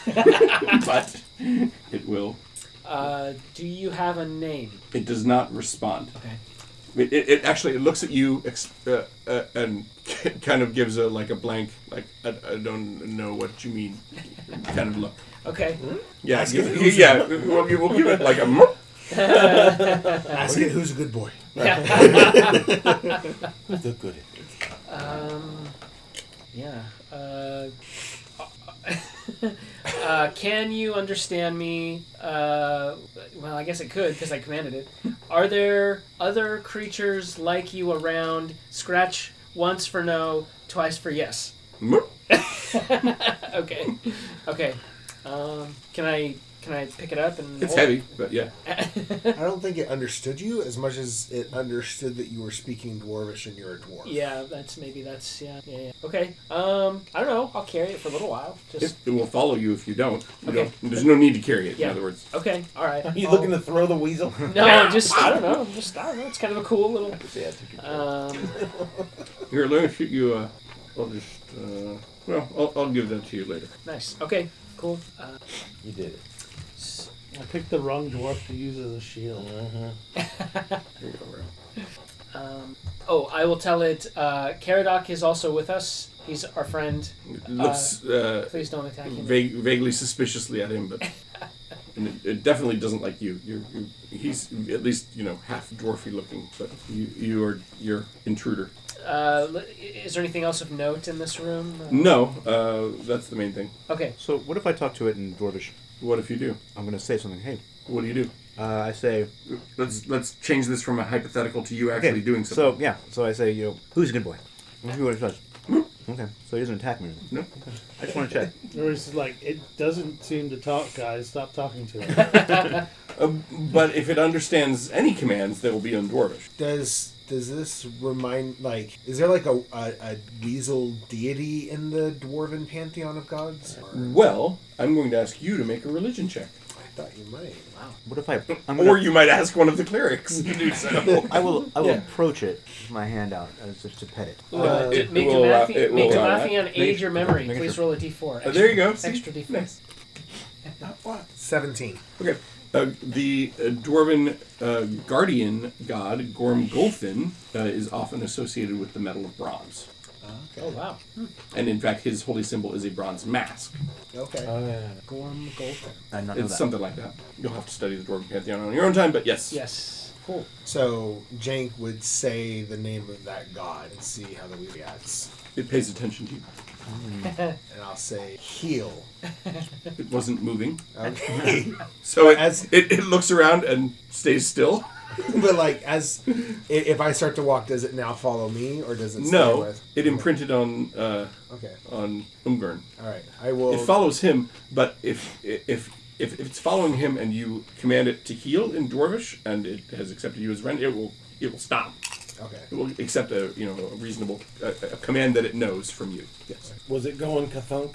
S2: but it will.
S3: uh, do you have a name?
S2: It does not respond. Okay. It, it, it actually it looks at you ex- uh, uh, and kind of gives a like a blank like I, I don't know what you mean kind of look.
S3: Okay.
S2: Yeah,
S3: Ask
S2: give-
S3: it who's-
S2: yeah. We'll, give- we'll give it like a. murk.
S5: Ask it who's a good boy.
S1: the good.
S3: Um, yeah. Uh, uh, can you understand me? Uh, well, I guess it could because I commanded it. Are there other creatures like you around? Scratch once for no, twice for yes.
S2: Murk.
S3: okay. Okay. Um, can I can I pick it up and?
S2: It's heavy, but yeah.
S5: I don't think it understood you as much as it understood that you were speaking dwarvish and you're a dwarf.
S3: Yeah, that's maybe that's yeah, yeah, yeah. Okay. Um, I don't know. I'll carry it for a little while. Just
S2: It, it will follow you if you don't. You
S3: Okay.
S2: don't there's no need to carry it.
S3: Yeah.
S2: In other words.
S3: Okay, all right.
S1: He's
S3: I'll-
S1: looking to throw the weasel.
S3: No, just I don't know. Just I don't know. It's kind of a cool little. Um,
S2: Here, let me shoot you. Uh, I'll just. Uh, well, I'll, I'll give that to you later.
S3: nice. Okay. Cool. Uh,
S1: You did it.
S14: I picked the wrong dwarf to use as a shield.
S2: Here you go, bro.
S3: um, oh, I will tell it. Uh, Caradoc is also with us. He's our friend.
S2: It looks uh,
S3: please don't attack him.
S2: vague, vaguely suspiciously at him, but and it, it definitely doesn't like you. You're, you he's at least you know half dwarfy looking, but you you are your intruder.
S3: Uh, l- is there anything else of note in this room? Uh,
S2: No, uh, that's the main thing.
S3: Okay.
S12: So what if I talk to it in Dwarvish?
S2: What if you do?
S12: I'm gonna say something. Hey,
S2: What do you do?
S12: uh, I say
S2: Let's let's change this from a hypothetical to you actually
S12: okay,
S2: doing something.
S12: So yeah, so I say you know who's a good boy. Let's see what it says. Okay, so he doesn't attack me.
S2: No.
S12: I just want to check.
S14: Or it's just like it doesn't seem to talk, guys. Stop talking to it.
S2: Uh, but if it understands any commands, they will be on dwarvish.
S5: Does does this remind like is there like a, a, a weasel deity in the dwarven pantheon of gods? Or-
S2: Well, I'm going to ask you to make a religion check.
S5: I thought you might. Wow.
S12: What if I? I'm
S2: Or you might ask one of the clerics to do so.
S12: I will. I will
S2: Yeah.
S12: approach it with my hand out as just to pet it.
S3: Uh,
S2: it
S3: make
S2: will allow-
S3: Timathian-
S2: it will
S3: make
S2: allow
S3: Timathian
S2: that.
S3: aid your memory.
S12: Make it
S3: Please
S12: sure.
S3: roll a d4.
S2: Uh, there you go. See?
S3: Extra d4.
S5: Seventeen.
S2: Okay. Uh, the uh, dwarven uh, guardian god Gormgolfin uh, is often associated with the metal of bronze,
S3: Oh wow.
S2: and in fact, his holy symbol is a bronze mask.
S5: Okay.
S3: Gorm Golfin.
S12: I did not know
S2: It's
S12: that.
S2: something like that. You'll have to study the dwarven pantheon on your own time, but yes,
S3: Yes.
S5: Cool. So Jank would say the name of that god and see how the we reacts.
S2: It pays attention to you.
S5: and I'll say heal.
S2: It wasn't moving.
S5: Okay.
S2: so it, it, it looks around and stays still.
S5: but like as i- if I start to walk, does it now follow me or does it stay
S2: No,
S5: with?
S2: it imprinted on uh,
S5: Okay.
S2: on Umgurn.
S5: All right, I will-
S2: It follows him, but if if if, if it's following him and you command it to heal in Dwarvish and it has accepted you as friend, it will it will stop.
S5: Okay.
S2: It will accept a you know a reasonable a, a command that it knows from you. Yes.
S4: Was it going kathunk?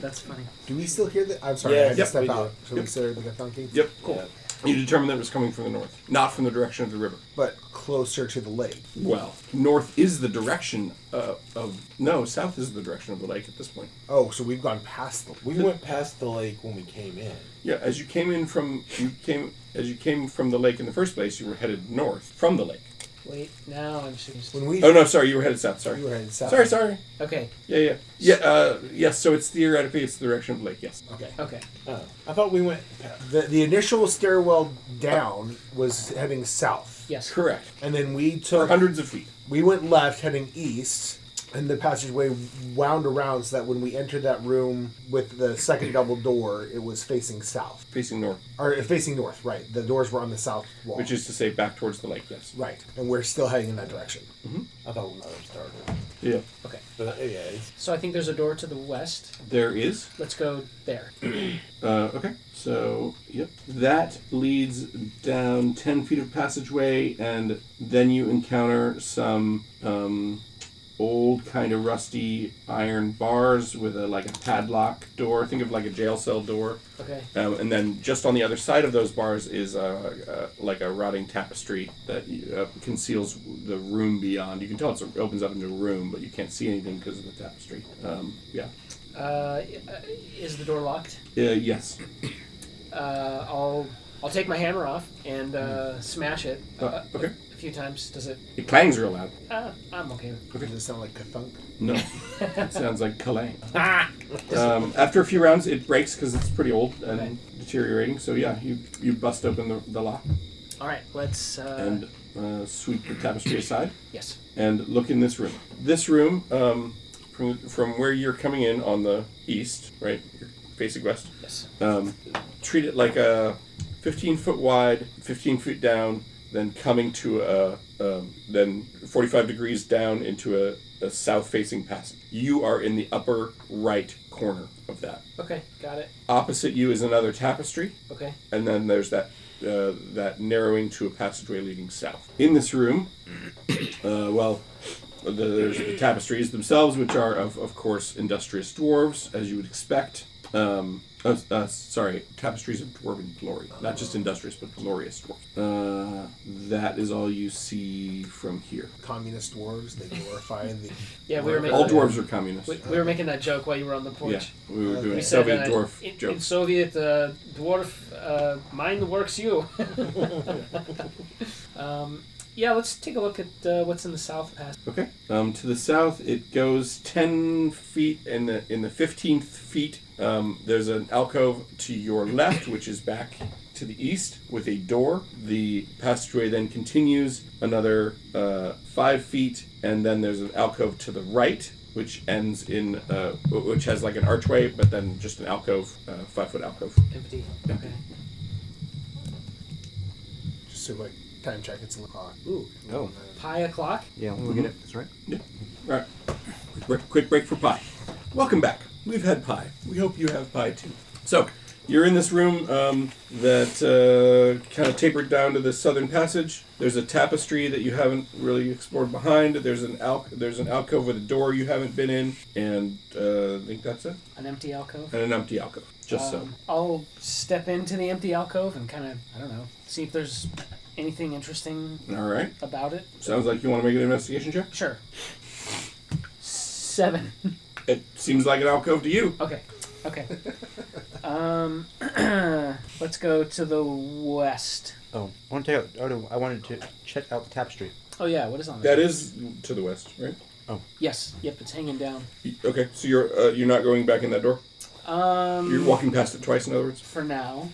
S3: That's funny.
S5: Do we still hear that? I'm sorry, I
S2: Yeah,
S5: had to
S2: yep,
S5: step
S2: we do.
S5: out. So we
S2: Yep.
S5: consider the kathunking.
S2: Yep. Cool. You determined that it was coming from the north, not from the direction of the river.
S5: But closer to the lake.
S2: Well, north is the direction uh, of no, south is the direction of the lake at this point.
S5: Oh, so we've gone past the.
S1: We went past the lake when we came in.
S2: Yeah, as you came in from you came as you came from the lake in the first place, you were headed north from the lake.
S3: Wait, now I'm serious.
S2: oh no, sorry, you were headed south. Sorry,
S3: You were headed south.
S2: Sorry, sorry.
S3: Okay.
S2: Yeah, yeah, yeah. Uh, yes. So it's theoretically it's the direction of the lake. Yes.
S5: Okay.
S3: Okay.
S1: Oh, I thought we went.
S5: The the initial stairwell down was heading south.
S3: Yes.
S2: Correct.
S5: And then we took
S2: hundreds of feet.
S5: We went left, heading east, and the passageway wound around so that when we entered that room with the second double door, it was facing south
S2: Facing north,
S5: or uh, facing north. Right. The doors were on the south wall.
S2: which is to say back towards the lake. Yes.
S5: right, and we're still heading in that direction.
S2: Mhm.
S5: I thought another started.
S2: Yeah.
S3: Okay.
S1: But, uh, yeah, it's
S3: So I think there's a door to the west.
S2: There is.
S3: Let's go there.
S2: Uh, okay. So yep, that leads down ten feet of passageway, and then you encounter some um, old kind of rusty iron bars with a like a padlock door. Think of like a jail cell door.
S3: Okay.
S2: Um, and then just on the other side of those bars is uh, uh, like a rotting tapestry that uh, conceals the room beyond. You can tell it's, it opens up into a room, but you can't see anything because of the tapestry. Um, yeah.
S3: Uh, is the door locked?
S2: Uh, yes.
S3: Uh, I'll I'll take my hammer off and uh, smash it.
S2: Uh,
S3: uh,
S2: okay.
S3: A few times. Does it?
S2: It clangs real loud.
S3: Uh, I'm okay. with
S5: Does it sound like a thunk?
S2: No. it sounds like Kalang.
S3: Ah!
S2: Um, after a few rounds, it breaks because it's pretty old and deteriorating. So yeah, you you bust open the, the lock
S3: All right. Let's. Uh,
S2: and uh, sweep the tapestry aside.
S3: yes.
S2: And look in this room. This room, um, from from where you're coming in on the east, right? You're facing west.
S3: Yes.
S2: Um, treat it like a 15 foot wide, 15 feet down, then coming to a um, then 45 degrees down into a, a south facing passage. You are in the upper right corner of that.
S3: Okay. Got it.
S2: Opposite you is another tapestry.
S3: Okay.
S2: And then there's that uh, that narrowing to a passageway leading south. In this room, uh, well, the, there's the tapestries themselves, which are of of course industrious dwarves, as you would expect. Um, uh, uh, sorry, tapestries of dwarven glory, not just industrious, but glorious dwarves. Uh, that is all you see from here.
S5: Communist dwarves. They glorify the.
S3: Yeah, we were making
S2: All dwarves are communists.
S3: We, we were making that joke while you were on the porch.
S2: Yeah, we were doing
S3: we
S2: Soviet
S3: uh, that
S2: dwarf
S3: in,
S2: joke.
S3: In Soviet uh, dwarf, uh, mind works you. um, yeah, let's take a look at uh, what's in the South Pass.
S2: Okay. Um, to the south, it goes ten feet, and the in the fifteenth feet, um, there's an alcove to your left, which is back to the east with a door. The passageway then continues another uh, five feet, and then there's an alcove to the right, which ends in uh, w- which has like an archway, but then just an alcove, uh, five foot alcove.
S3: Empty. Okay.
S5: Just so like time check. It's in the clock.
S3: Ooh.
S12: Oh.
S3: Pie o'clock.
S12: Yeah, we'll get it. That's right.
S2: Yeah. All right. Quick break, quick break for pie. Welcome back. We've had pie. We hope you have pie too. So, you're in this room um, that uh, kind of tapered down to the southern passage. There's a tapestry that you haven't really explored behind. There's an al- there's an alcove with a door you haven't been in, and uh, I think that's it.
S3: An empty alcove.
S2: And an empty alcove. Just so.
S3: Um, I'll step into the empty alcove and kind of, I don't know, see if there's anything interesting
S2: All right.
S3: about it.
S2: Sounds like you want to make an investigation check.
S3: Sure. Seven.
S2: It seems like an alcove to you.
S3: Okay. Okay. um, let's go to the west.
S12: Oh, I want to take out. Oh, no, I wanted to check out the tapestry.
S3: Oh yeah, what is on there?
S2: That is to the west, right?
S3: Yes. Yep, it's hanging down.
S2: Okay. So you're uh, you're not going back in that door.
S3: Um,
S2: You're walking past it twice, in other words.
S3: for now.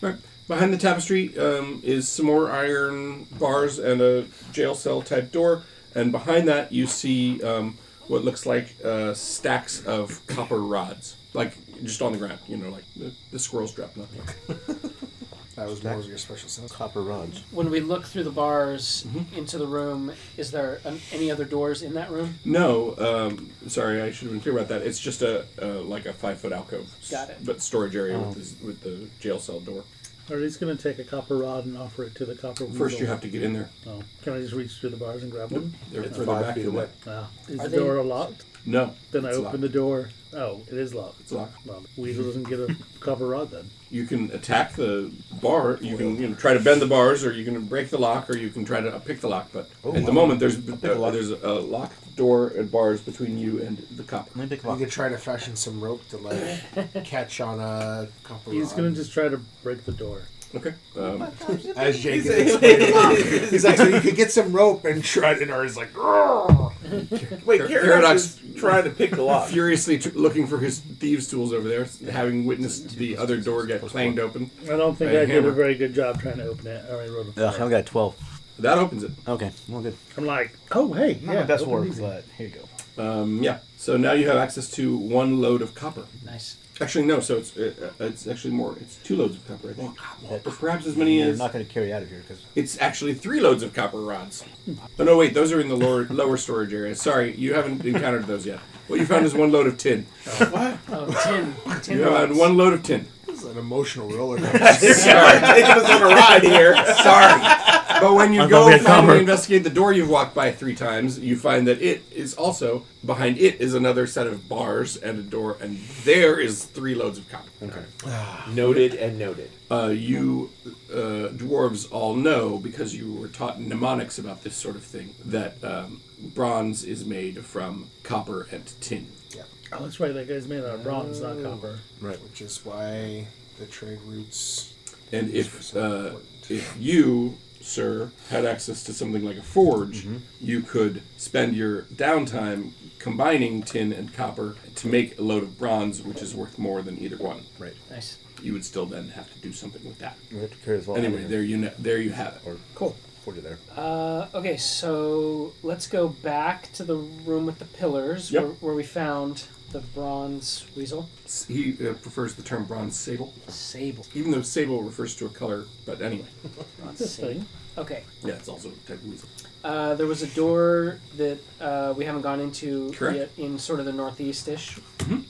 S2: Right. Behind the tapestry um, is some more iron bars and a jail cell type door, and behind that you see um, what looks like uh, stacks of copper rods, like just on the ground. You know, like the, the squirrels dropped nothing.
S5: That was more of your special sound. Copper rods.
S3: When we look through the bars
S2: Mm-hmm.
S3: into the room, is there an, any other doors in that room?
S2: No, um, sorry, I should have been clear about that. It's just a, uh like a five foot alcove, s-
S3: Got it.
S2: but storage area
S6: Oh.
S2: with, this, with the jail cell door.
S6: Or he's going to take a copper rod and offer it to the copper.
S2: First, you
S6: weasel.
S2: have to get in there.
S6: Oh, can I just reach through the bars and grab
S2: Nope,
S6: one?
S2: they're It's further five back feet than away. that.
S6: Ah, is
S2: Are
S6: the
S2: they-
S6: door locked?
S2: No,
S6: Then I
S2: it's
S6: open
S2: locked.
S6: the door. Oh, it is locked. It's
S2: locked.
S6: Well, Weasel doesn't get a copper rod then.
S2: You can attack the bar. You can you know, try to bend the bars, or you can break the lock, or you can try to uh, pick the lock. But
S6: Oh,
S2: at the
S6: wow.
S2: moment, there's uh, there's a locked door and bars between you and the cop.
S5: You could try to fashion some rope to like catch on a copper
S6: He's
S5: rod.
S6: going to just try to break the door.
S2: Okay. Um,
S5: As Jake is explaining, it. he's like, so you could get some rope and try it. And Ari's like, "Grrr."
S2: Wait, Paradox
S1: is trying to pick the lock.
S2: Furiously t- looking for his thieves' tools over there, having witnessed the other door get clanged open.
S6: I don't think
S2: by a
S6: I did a
S2: hammer.
S6: very good job trying to open it. I already rolled a
S2: Ugh,
S6: four.
S2: I've got a 12. That opens it.
S9: Okay, well, good.
S6: I'm like, oh hey,
S9: Not
S6: yeah,
S9: my best
S6: open
S9: work,
S6: easy.
S9: but here you go.
S2: Um, yeah. So now you have access to one load of copper.
S3: Nice.
S2: Actually, no. So it's uh, uh, it's actually more. It's two loads of copper, I think. Or perhaps as many
S9: You're
S2: as.
S9: not going to carry out of here because
S2: It's actually three loads of copper rods. Oh no, wait. Those are in the lower lower storage area. Sorry, you haven't encountered those yet. What you found is one load of tin.
S3: What? Oh, tin. tin
S2: you
S3: rods.
S2: found one load of tin.
S5: This is an emotional roller
S2: Sorry.
S5: coaster.
S2: Sorry. But when you
S5: I thought
S2: go
S5: we had
S2: finally
S5: copper.
S2: investigate the door you've walked by three times, you find that it is also behind it is another set of bars and a door, and there is three loads of copper. Okay.
S1: Noted and noted.
S2: Uh, you uh, dwarves all know because you were taught mnemonics about this sort of thing that um, bronze is made from copper and tin.
S6: Oh, that's right. That guy's made out of bronze, not copper.
S5: Right. Which is why the trade routes.
S2: And if uh, if you, sir, had access to something like a forge,
S9: Mm-hmm.
S2: you could spend your downtime combining tin and copper to make a load of bronze, which is worth more than either one.
S9: Right.
S3: Nice.
S2: You would still then have to do something with that.
S9: You have to carry this all
S2: Anyway,
S9: out.
S2: there you know, there you have it.
S9: Or
S2: cool.
S9: forge it there.
S3: Uh, okay, so let's go back to the room with the pillars
S2: Yep.
S3: where, where we found the bronze weasel.
S2: He uh, prefers the term bronze sable.
S3: Sable.
S2: Even though sable refers to a color, but anyway.
S3: Bronze sable. Okay.
S2: Yeah, it's also a type of weasel.
S3: Uh, there was a door that uh, we haven't gone into
S2: Correct. Mm-hmm.
S3: yet in sort of the northeast-ish.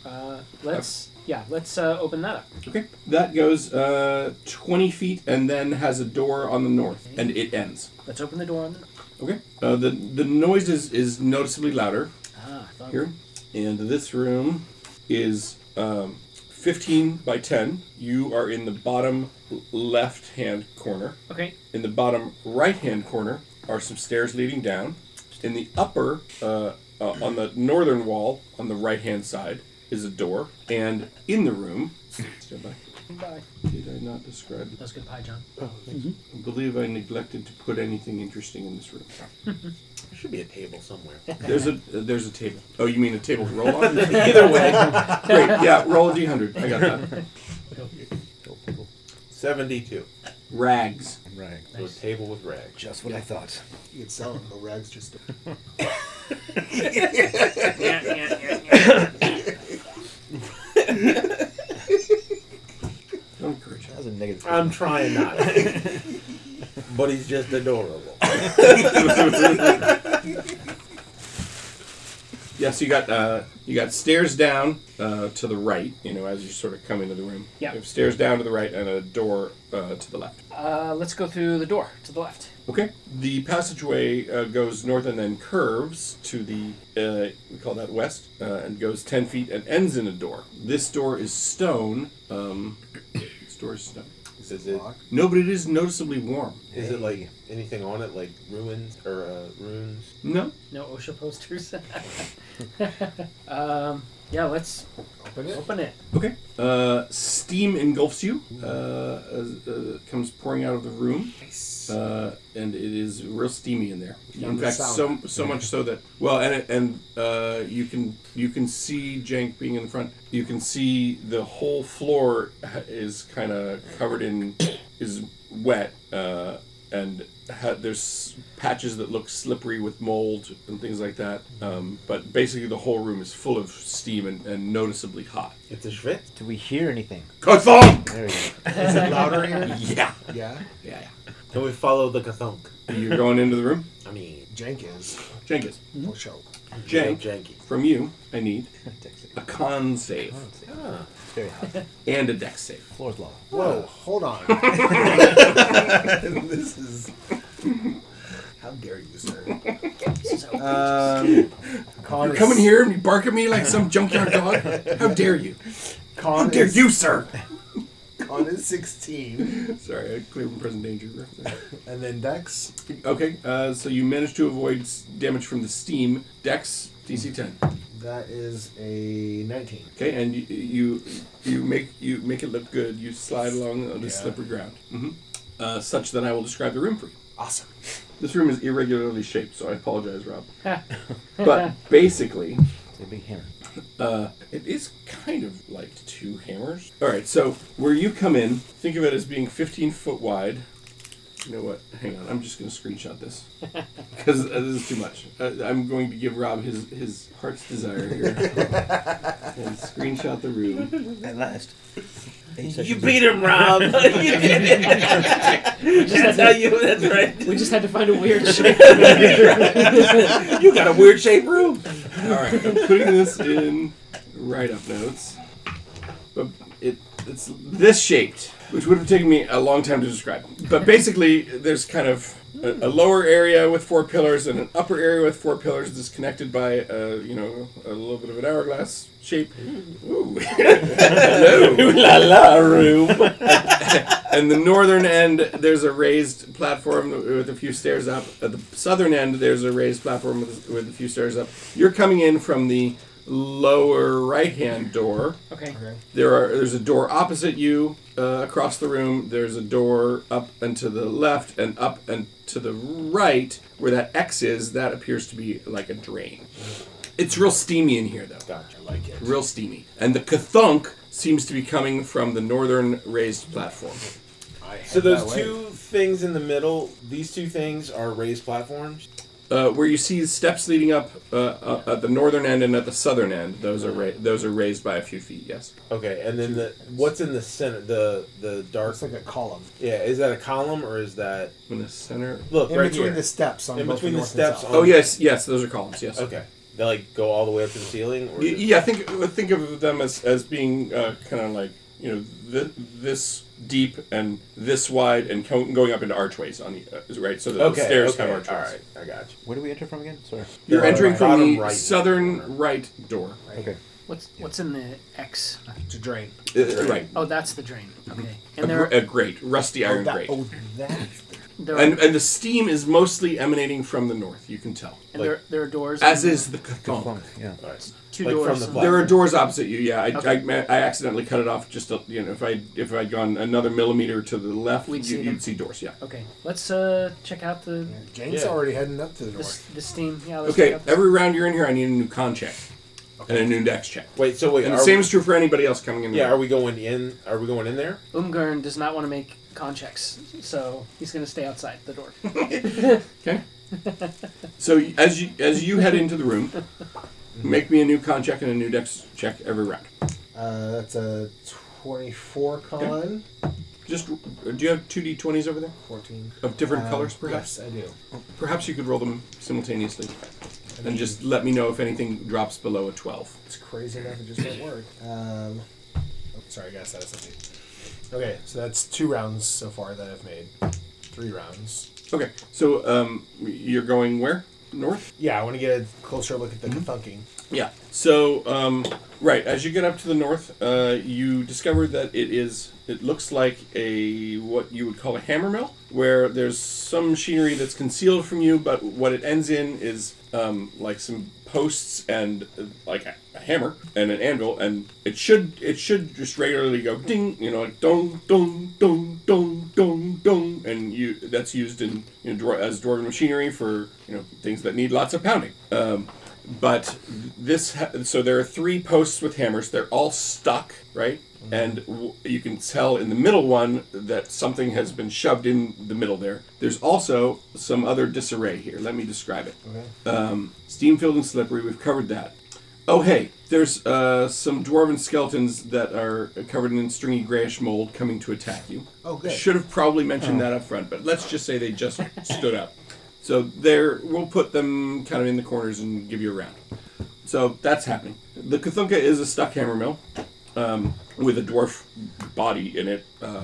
S3: Uh, let's yeah, let's uh, open that up.
S2: Okay. That goes uh, 20 feet and then has a door on the north, and it ends.
S3: Let's open the door on the.
S2: Okay. Uh, the the noise is, is noticeably louder
S3: Ah, I thought-
S2: here, and this room is um, 15 by 10. You are in the bottom left hand corner.
S3: Okay.
S2: In the bottom right hand corner are some stairs leading down. In the upper, uh, uh, on the northern wall, on the right hand side, is a door, and in the room. Stand by.
S3: Bye.
S2: Did I not describe?
S3: That was good pie, John.
S2: Oh, thanks. I believe I neglected to put anything interesting in this room.
S1: There should be a table somewhere.
S2: There's a uh, there's a table. Oh, you mean a table to roll on?
S1: Either way.
S2: Great. Yeah, roll a d100. I got that.
S1: Seventy-two.
S2: Rags.
S9: Rags.
S1: So a table with rags.
S9: Just what I thought.
S5: You could sell them. The rags just.
S2: Don't encourage
S9: That was a negative.
S1: I'm trying not. but he's just adorable.
S2: Yeah, so you got uh, you got stairs down uh, to the right. You know, as you sort of come into the room.
S3: Yeah.
S2: You have stairs down to the right and a door uh, to the left.
S3: Uh, let's go through the door to the left.
S2: Okay. The passageway uh, goes north and then curves to the, uh, we call that west, uh, and goes 10 feet and ends in a door. This door is stone. Um, this door is stone.
S1: Is it,
S2: No, but it is noticeably warm.
S1: is it like anything on it, like ruins or uh, runes?
S2: No.
S3: No OSHA posters. um, yeah, let's open it. Open it.
S2: Okay. Uh, steam engulfs you, uh, as, uh, comes pouring out of the room. Uh, and it is real steamy in there.
S15: Yeah,
S2: in
S15: the
S2: fact, so
S15: sound.
S2: so much so that well, and it, and uh, you can you can see Jank being in the front. You can see the whole floor is kind of covered in is wet, uh, and ha- there's patches that look slippery with mold and things like that. Um, but basically, the whole room is full of steam and, and noticeably hot.
S12: It's a Schwitz. Do we hear anything?
S2: Kathunk!
S12: There we go.
S2: Is it louder here? Yeah.
S12: Yeah?
S2: Yeah, yeah.
S1: Can we follow the Kathunk?
S2: You're going into the room?
S1: I mean,
S8: Jenkins.
S2: Jenkins.
S8: For sure.
S2: Jank,
S1: Jank.
S2: from you, I need a con save.
S1: Ah.
S12: Very hot.
S2: And a dex save. Floor's level.
S8: Whoa, hold on. this is. How dare you, sir?
S2: Um, you come in here and you bark at me like some junkyard dog? How dare you?
S8: Con
S2: How dare
S8: is-
S2: you, sir?
S8: Con is 16.
S2: Sorry, I cleared from present danger.
S8: and then Dex.
S2: Okay, uh, so you managed to avoid s- damage from the steam. Dex, DC 10.
S8: That is a 19.
S2: Okay, and you, you you make you make it look good. You slide along on the slippery ground,
S12: Mm-hmm.
S2: hmm uh, such that I will describe the room for you. Awesome. This room is irregularly shaped, so I apologize, Rob. but basically,
S12: It's a big hammer.
S2: uh, it is kind of like two hammers. All right, so where you come in, think of it as being 15 foot wide. You know what? Hang on, I'm just going to screenshot this because uh, this is too much. Uh, I'm going to give Rob his his heart's desire here and screenshot the room
S12: at last.
S7: You beat him, Rob. You did it. That's how you. That's right.
S3: We just had to find a weird shape.
S7: you got a weird shape room.
S2: All right, I'm putting this in write-up notes. But it it's this shaped, which would have taken me a long time to describe. But basically, there's kind of a, a lower area with four pillars and an upper area with four pillars that's connected by a you know a little bit of an hourglass shape. Ooh, hello,
S7: Ooh la la room.
S2: and the northern end, there's a raised platform with a few stairs up. At the southern end, there's a raised platform with, with a few stairs up. You're coming in from the lower right-hand door.
S3: Okay. Okay.
S2: There are there's a door opposite you uh, across the room. There's a door up and to the left and up and to the right where that X is. That appears to be like a drain. It's real steamy in here though. Gotcha. Like it. Real steamy. And the kathunk seems to be coming from the northern raised platform.
S1: So those two things in the middle, these two things are raised platforms.
S2: uh, where you see steps leading up uh, uh, at the northern end and at the southern end. Those are ra- those are raised by a few feet. Yes.
S1: Okay, and then the what's in the center? The the dark. It's
S8: like a column.
S1: Yeah, is that a column or is that
S2: in the center?
S1: Look
S8: In
S1: right
S8: between
S1: here.
S8: the steps on
S1: in
S8: both
S1: between
S8: the
S1: the
S8: north and
S1: steps.
S8: south.
S1: on-
S2: Oh yes, yes, those are columns. Yes.
S1: Okay, they like go all the way up to the ceiling. Or
S2: Y- yeah, think think of them as as being uh, kind of like you know th- this deep and this wide and co- going up into archways on the uh, right. So the
S1: Okay,
S2: stairs
S1: okay,
S2: have archways.
S1: all right, I got you.
S12: Where do we enter from again? Sorry.
S2: You're
S12: Bottom
S2: entering
S12: right.
S2: from
S12: Bottom
S2: the
S12: right.
S2: southern right door.
S12: Okay.
S3: What's what's in the Mm-hmm. X? It's
S8: a drain.
S2: Uh, right.
S3: Oh, that's the drain. Okay.
S2: A,
S3: And there
S2: gr- a grate, rusty
S8: Oh,
S2: iron
S8: that-
S2: grate.
S8: Oh, that's
S3: there are,
S2: and, and the steam is mostly emanating from the north. You can tell.
S3: And there- there are doors
S2: As
S3: on the-
S2: is the kathunk.
S12: Yeah.
S3: Two Like doors from the on the-
S2: there are doors opposite you. Yeah, I,
S3: Okay.
S2: I, ma- I accidentally cut it off. Just a, you know, if I if I'd gone another millimeter to the left,
S3: We'd
S2: you,
S3: see
S2: would
S3: them.
S2: see doors. Yeah.
S3: okay. Let's uh check out the.
S8: James already heading up to the north.
S3: This, this steam. Yeah. Let's
S2: Okay.
S3: Check out the
S2: Every round you're in here, I need a new con check and a new dex check.
S1: Wait. So wait.
S2: And
S1: are
S2: the same
S1: we-
S2: is true for anybody else coming in. the
S1: Yeah.
S2: room.
S1: Are we going in? Are we going in there?
S3: Umgurn does not want to make con checks, so he's going to stay outside the door.
S2: okay. So y- as you as you head into the room,
S1: Mm-hmm.
S2: make me a new con check and a new dex check every round.
S8: Uh, that's a 24 con.
S2: Just do you have two d20s over there?
S8: 14.
S2: Of different
S8: Um,
S2: colors, perhaps.
S8: Yes, I do.
S2: Perhaps you could roll them simultaneously,
S8: mean-
S2: and just let me know if anything drops below a twelve.
S8: It's crazy enough, it just won't work. Um, oh, sorry, I gotta set something. Okay, so that's two rounds so far that I've made. Three rounds.
S2: Okay, so um, you're going where? north?
S8: Yeah, I want to get a closer look at the
S5: Mm-hmm.
S8: thunking.
S2: Yeah. So, um, right as you get up to the north, uh, you discover that it is. It looks like a what you would call a hammer mill, where there's some machinery that's concealed from you, but what it ends in is um, like some posts and uh, like a, a hammer and an anvil, and it should it should just regularly go ding, you know, like dong dong dong dong dong dong, and you that's used in you know, dwar- as dwarven machinery for you know things that need lots of pounding. Um, but this ha- so there are three posts with hammers they're all stuck right and w- you can tell in the middle one that something has been shoved in the middle there there's also some other disarray here let me describe it um, steam filled and slippery we've covered that oh hey there's uh, some dwarven skeletons that are covered in stringy grayish mold coming to attack you
S8: Oh, good.
S2: should have probably mentioned
S8: Oh.
S2: that up front but let's just say they just stood up so there, we'll put them kind of in the corners and give you a round. So that's happening. The Kathunka is a stuck hammer mill um, with a dwarf body in it. Uh,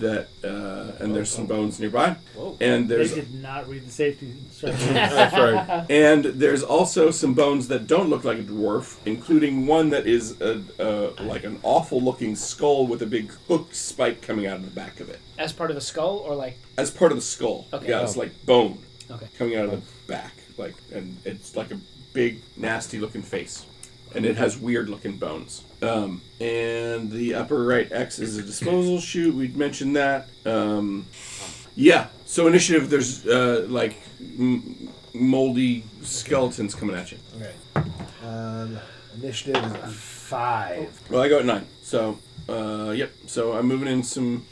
S2: that uh, and there's some bones nearby, and there's
S14: they did not read the safety instructions.
S2: That's right. And there's also some bones that don't look like a dwarf, including one that is a, uh, like an awful looking skull with a big hook spike coming out of the back of it.
S3: As part of a skull or like
S2: As part of the skull.
S3: Okay.
S2: Yeah, it's
S3: Oh.
S2: like bone.
S3: Okay.
S2: Coming out of the back. Like and it's like a big, nasty looking face. And it has weird looking bones. Um, and the upper right X is a disposal chute. We'd mentioned that. Um, yeah. So initiative. There's uh, like m- moldy skeletons coming at you.
S8: Okay. Um, initiative is a five.
S2: Well, I go at nine. So, uh, yep. So I'm moving in some.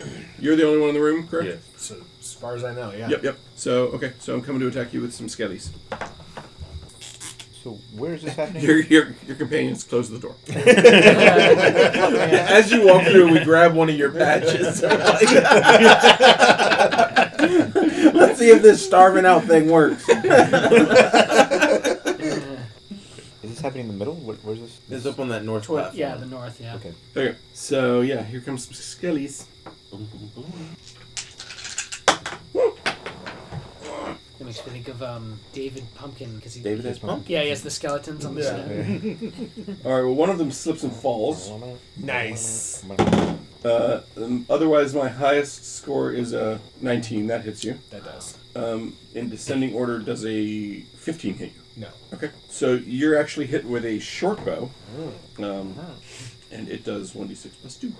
S2: You're the only one in the room, correct?
S8: Yeah. So as far as I know, yeah.
S2: Yep, yep. So okay, so I'm coming to attack you with some skellies.
S9: So where is this happening?
S2: Your your, your companions close the door.
S1: As you walk through, we grab one of your patches.
S4: Let's see if this starving out thing works.
S9: Is this happening in the middle? What, where's this?
S1: It's up on that north
S3: Toward-
S1: platform.
S3: yeah, the north, yeah.
S9: Okay.
S2: Okay. So yeah, here comes some skellies.
S3: That makes me think of um, David Pumpkin because he
S2: David has pumpkins?
S3: Yeah, he has the skeletons on the
S2: Yeah.
S3: side.
S2: All right. Well, one of them slips and falls.
S8: Nice.
S2: Uh, um, otherwise, my highest score is a 19. That hits you.
S8: That does.
S2: Um, in descending order, does a 15 hit you?
S8: No.
S2: Okay. So you're actually hit with a short bow,
S8: Mm.
S2: um, and it does 1d6 plus 2.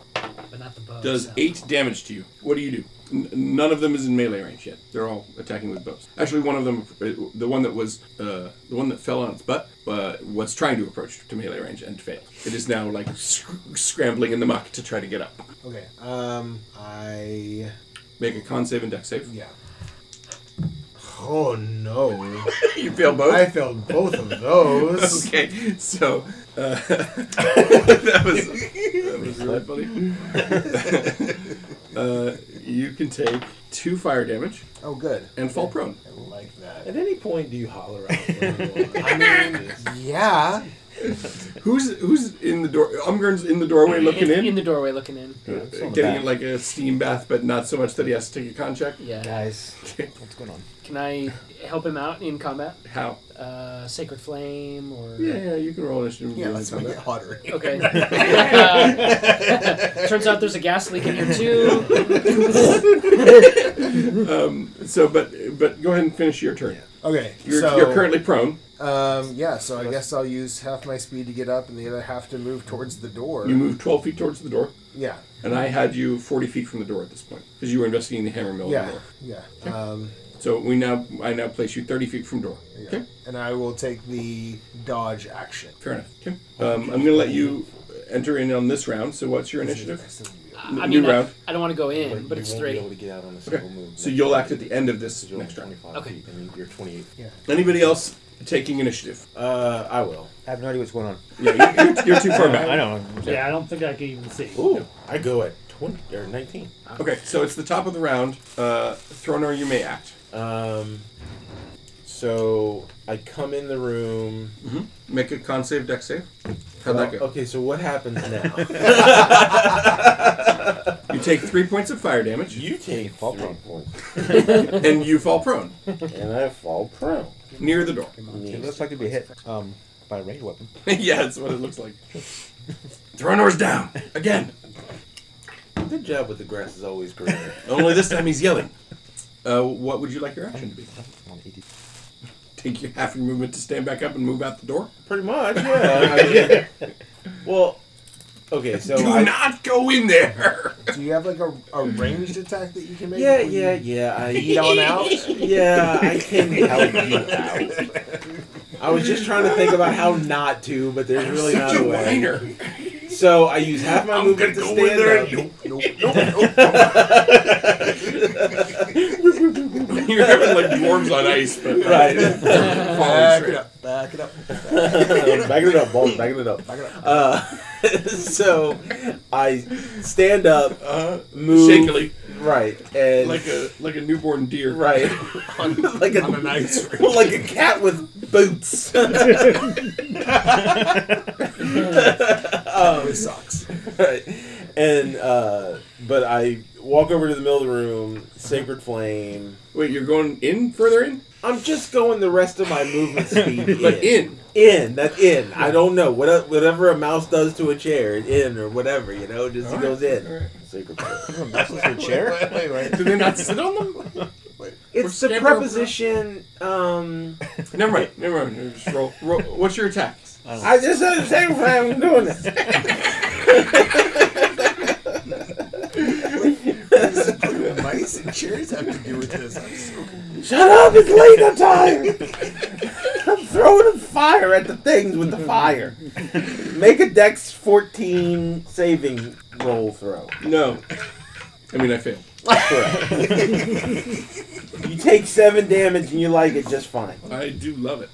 S3: but not the bow.
S2: Does
S3: so.
S2: 8 damage to you. What do you do? N- none of them is in melee range yet. They're all attacking with bows. Actually, one of them, uh, the one that was, uh, the one that fell on its butt, uh, was trying to approach to melee range and failed. It is now like sc- scrambling in the muck to try to get up.
S8: Okay. Um, I.
S2: Make a con save and deck save.
S8: Yeah. Oh no.
S2: you failed both.
S8: I failed both of those.
S2: okay, so uh, that was that was really funny. uh, you can take two fire damage.
S8: Oh, good.
S2: And fall prone.
S8: I like that.
S7: At any point, do you holler out?
S8: Yeah.
S2: who's who's in the door? Umgurn's in the doorway looking in.
S3: In the doorway looking in.
S2: Uh, Getting it like a steam bath, but not so much that he has to take a con check.
S3: Yeah.
S9: Guys,
S2: what's going on?
S3: Can I help him out in combat?
S2: How?
S3: Uh, Sacred Flame or.
S2: Yeah, yeah, you can roll initiative.
S3: Yeah, let's
S2: make it
S8: hotter.
S3: Okay. Uh, turns out there's a gas leak in here too.
S2: um, so, but but go ahead and finish your turn.
S8: Okay,
S2: you're,
S8: so-
S2: you're currently prone.
S8: Um, yeah, so I guess I'll use half my speed to get up and the other half to move towards the door.
S2: You move 12 feet towards the door.
S8: Yeah.
S2: And I had you 40 feet from the door at this point because you were investigating the hammer mill.
S8: Yeah,
S2: door.
S8: yeah. Um,
S2: So we now I now place you 30 feet from door.
S8: yeah.
S2: Okay.
S8: And I will take the dodge action.
S2: Fair enough. Okay. Um, I'm going to let you enter in on this round. So what's your initiative? N-
S3: I
S2: New
S3: mean, I,
S2: round.
S3: I don't want to go in,
S1: But
S3: but
S1: you
S3: it's
S1: won't
S3: three.
S1: be able to get out on a single
S2: Okay.
S1: move.
S2: So you'll act at the end of this next round.
S1: Okay. And you're 28.
S8: Yeah.
S2: Anybody else taking initiative?
S1: Uh, I will.
S12: I have no idea what's going on.
S2: Yeah, you're, you're, you're too far back.
S14: Yeah, I don't think I can even see.
S1: Ooh, I go at 20 or 19.
S2: Okay, so it's the top of the round. Uh, Throner, you may act.
S1: Um, so I come in the room.
S2: Make a con save, deck save. How'd that go?
S1: Okay, so what happens now? Oh.
S2: you take three points of fire damage.
S1: You take fall prone.
S2: and you fall prone.
S1: And I fall prone.
S2: Near the door.
S9: It looks like it'd be hit um, by a ranged weapon.
S2: yeah, that's what it looks like. Thronor's down again.
S1: Good job with the grass is always greener.
S2: Only this time he's yelling. Uh, what would you like your action to be? Take your half your movement to stand back up and move out the door.
S1: Pretty much, yeah. I mean, well, okay, so
S2: Do
S1: Oh, I-
S2: not go in there.
S5: Do you have like a, a ranged attack that you can make?
S1: Yeah,
S5: when
S1: yeah,
S5: you
S1: yeah. I
S5: eat on out.
S1: Yeah, I can help you out. I was just trying to think about how not to, but there's really not a way. So I use half my movement to stand up.
S2: You're having like dwarves on ice, but uh,
S1: Right.
S2: Back it up.
S1: Back it up. back it up, balls. Back it up. Back it up. Uh, so I stand up, move
S2: Shakily.
S1: right, and
S2: like a like a newborn deer.
S1: right, like a
S2: on an ice rink. Oh,
S1: well, like a cat with boots. um,
S2: With socks.
S1: Right. And uh, but I walk over to the middle of the room, sacred flame.
S2: Wait, you're going in further in?
S1: I'm just going the rest of my movement speed.
S2: But in.
S1: in that's in. I don't know what whatever a mouse does to a chair, it's in or whatever you know, it just
S2: Alright,
S1: goes in.
S2: alright.
S1: Sacred flame.
S2: Wait, wait, wait. Do they not sit on them? Wait,
S1: It's the preposition. Um,
S2: Never mind. Never mind. Just roll, roll. What's your attacks?
S1: I just said the sacred flame. I'm doing this.
S18: mice and chairs have to do with this? I'm so
S1: Shut up! It's later time. I'm throwing a fire at the things with the fire. Make a Dex 14 saving roll throw.
S2: No. I mean, I failed.
S1: You take seven damage and you like it just fine.
S2: I do love it.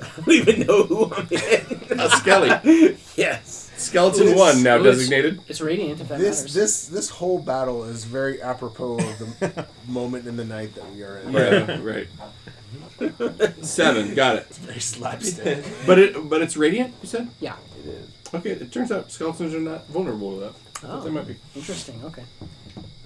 S1: I don't even know who I'm in.
S2: A skelly.
S1: yes.
S2: Skeleton one now designated.
S3: It's radiant. If that
S5: This
S3: matters.
S5: this this whole battle is very apropos of the moment in the night that we are in.
S2: Yeah, right. Seven. Got it.
S5: It's very slapstick.
S2: But it, but it's radiant. You said.
S3: Yeah.
S1: It is.
S2: Okay. It turns out skeletons are not vulnerable to that.
S3: Oh.
S2: They might be.
S3: Interesting. Okay.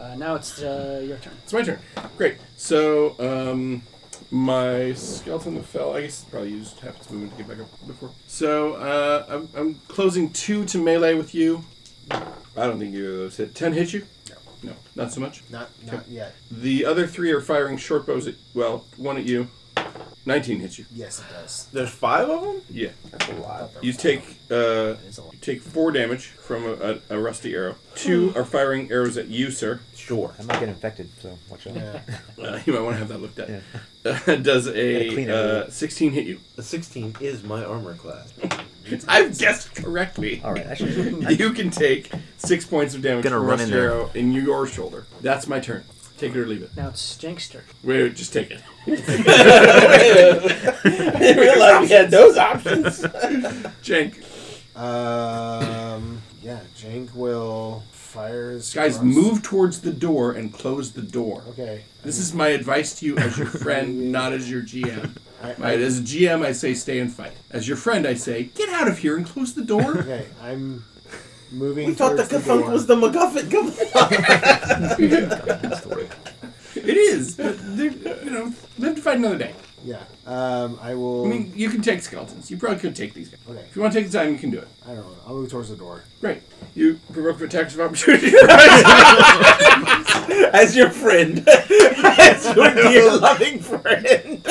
S3: Uh, now it's uh, your turn.
S2: It's my turn. Great. So, um, my skeleton that fell, I guess, probably used half its movement to get back up before. So, uh, I'm, I'm closing two to melee with you. I don't think either of those hit. Ten hit you? No. No, not so much.
S5: Not not yet.
S2: The other three are firing short bows at, well, one at you. 19 hits you.
S5: Yes, it does.
S1: There's five of them?
S2: Yeah.
S1: That's a lot.
S2: You take uh, you take four damage from a, a, a rusty arrow.
S5: Hmm.
S2: Two are firing arrows at you, sir.
S1: Sure.
S9: I might get infected, so watch out.
S2: Uh, you might want to have that looked at. Uh, Does
S9: Gotta clean
S2: a
S9: everything.
S2: uh, 16 hit you?
S1: A 16 is my armor class.
S2: I've guessed correctly.
S9: All right, I should- I-
S2: you can take six points of damage
S12: Gonna
S2: from
S12: run
S2: Rusty
S12: in there.
S2: Arrow in your shoulder. That's my turn. Take it or leave it.
S3: Now it's Jenk's turn.
S2: Wait, wait, just take it.
S1: didn't realize we had those options.
S2: Jank.
S5: Um. Yeah, Jank will fire his
S2: Guys,
S5: cross-
S2: move towards the door and close the door.
S5: Okay.
S2: This is my advice to you as your friend, not as your GM.
S5: I-
S2: My- as a GM, I say stay and fight. As your friend, I say get out of here and close the door.
S5: Okay, I'm moving.
S1: We thought the
S5: towards
S1: Kafunk
S5: door.
S1: was the MacGuffin. Come
S2: it is, but they're, you know, live to fight another day.
S5: Yeah. Um. I will.
S2: I mean, you can take skeletons. You probably could take these guys.
S5: Okay.
S2: If you want to take the time, you can do it.
S5: I don't know. I'll move towards the door.
S2: Great. You provoke attacks of opportunity. Right?
S1: As your friend. As your dear loving friend.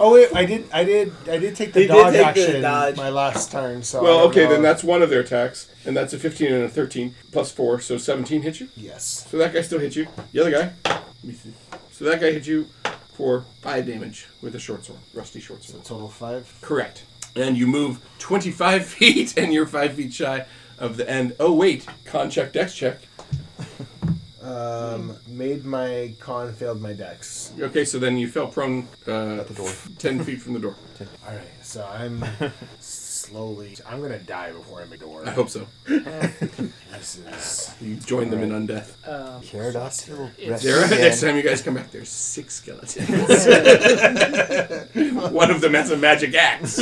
S5: Oh wait, I did. I did. I did take the
S1: He did
S5: dodge
S1: take the
S5: action
S1: dodge.
S5: my last turn. So. I
S2: well,
S5: don't
S2: okay,
S5: know.
S2: then that's one of their attacks, and that's a 15 and a 13 plus 4, so 17 hit you.
S5: Yes.
S2: So that guy still hit you. The other guy. let me see. So that guy hit you for 5 damage with a short sword, rusty short sword.
S5: Total five.
S2: Correct. And you move 25 feet, and you're 5 feet shy of the end. Oh, wait. Con check, dex check.
S5: Um. Made my con failed my dex.
S2: Okay, so then you fell prone uh, At the door. 10 feet from the door.
S5: All right. So I'm s-
S8: slowly. I'm gonna die before I make a word.
S2: I hope so.
S8: this is.
S2: You join them in undeath.
S8: Um, Gyarados will
S2: It's-
S8: rest
S2: There-
S8: again.
S2: next time you guys come back, there's six skeletons. One of them has a magic axe.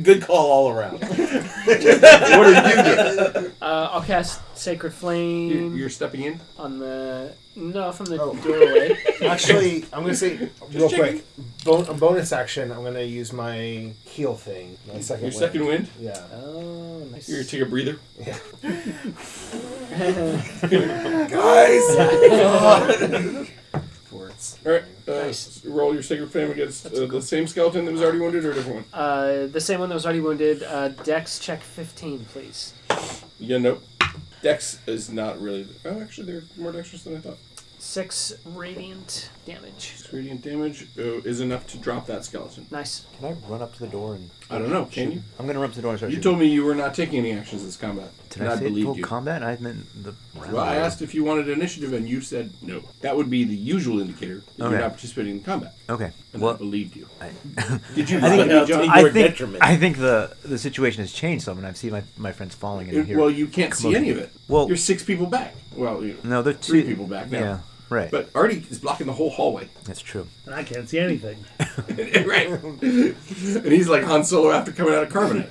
S7: Good call all around.
S3: Uh, I'll cast Sacred Flame.
S2: You're- you're stepping in?
S3: On the. No, from the doorway.
S8: Actually, I'm gonna say real quick. Bon- a bonus action. I'm gonna use my heal thing. My second
S2: Your second wind?
S8: Yeah.
S3: Oh, nice.
S2: You're gonna take a breather.
S8: Yeah.
S2: Guys! Alright, uh, roll your sacred flame against uh, the same skeleton that was already wounded or a different one?
S3: Uh, the same one that was already wounded. Uh, Dex check 15, please.
S2: Yeah, nope. Dex is not really. Oh, actually, they're more dexterous than I thought.
S3: Six radiant damage.
S2: Radiant damage uh, is enough to drop that skeleton.
S3: Nice.
S2: Can I run up to the door and. I don't know, can
S12: shoot?
S2: you?
S12: I'm gonna run up to the door and start
S2: You
S12: shooting.
S2: told me you were not taking any actions this combat.
S12: Did
S2: and
S12: I say
S2: believed
S12: full
S2: you.
S12: combat? I meant the round.
S2: Well, I asked if you wanted initiative, and you said no. That would be the usual indicator that
S12: Okay.
S2: you're not participating in combat.
S12: Okay.
S2: And
S12: well,
S2: I believed you. Did you
S12: I think,
S2: really, John?
S12: I think, I think the the situation has changed some, and I've seen my, my friends falling in
S2: It-
S12: here.
S2: well, you can't see any of it.
S12: Well,
S2: you're six people back. Well, you
S12: no, they're
S2: three
S12: two-
S2: people back now.
S12: Yeah, right.
S2: But Artie is blocking the whole hallway.
S12: That's true.
S14: And I can't see anything.
S2: right. And he's like Han Solo after coming out of carbonite.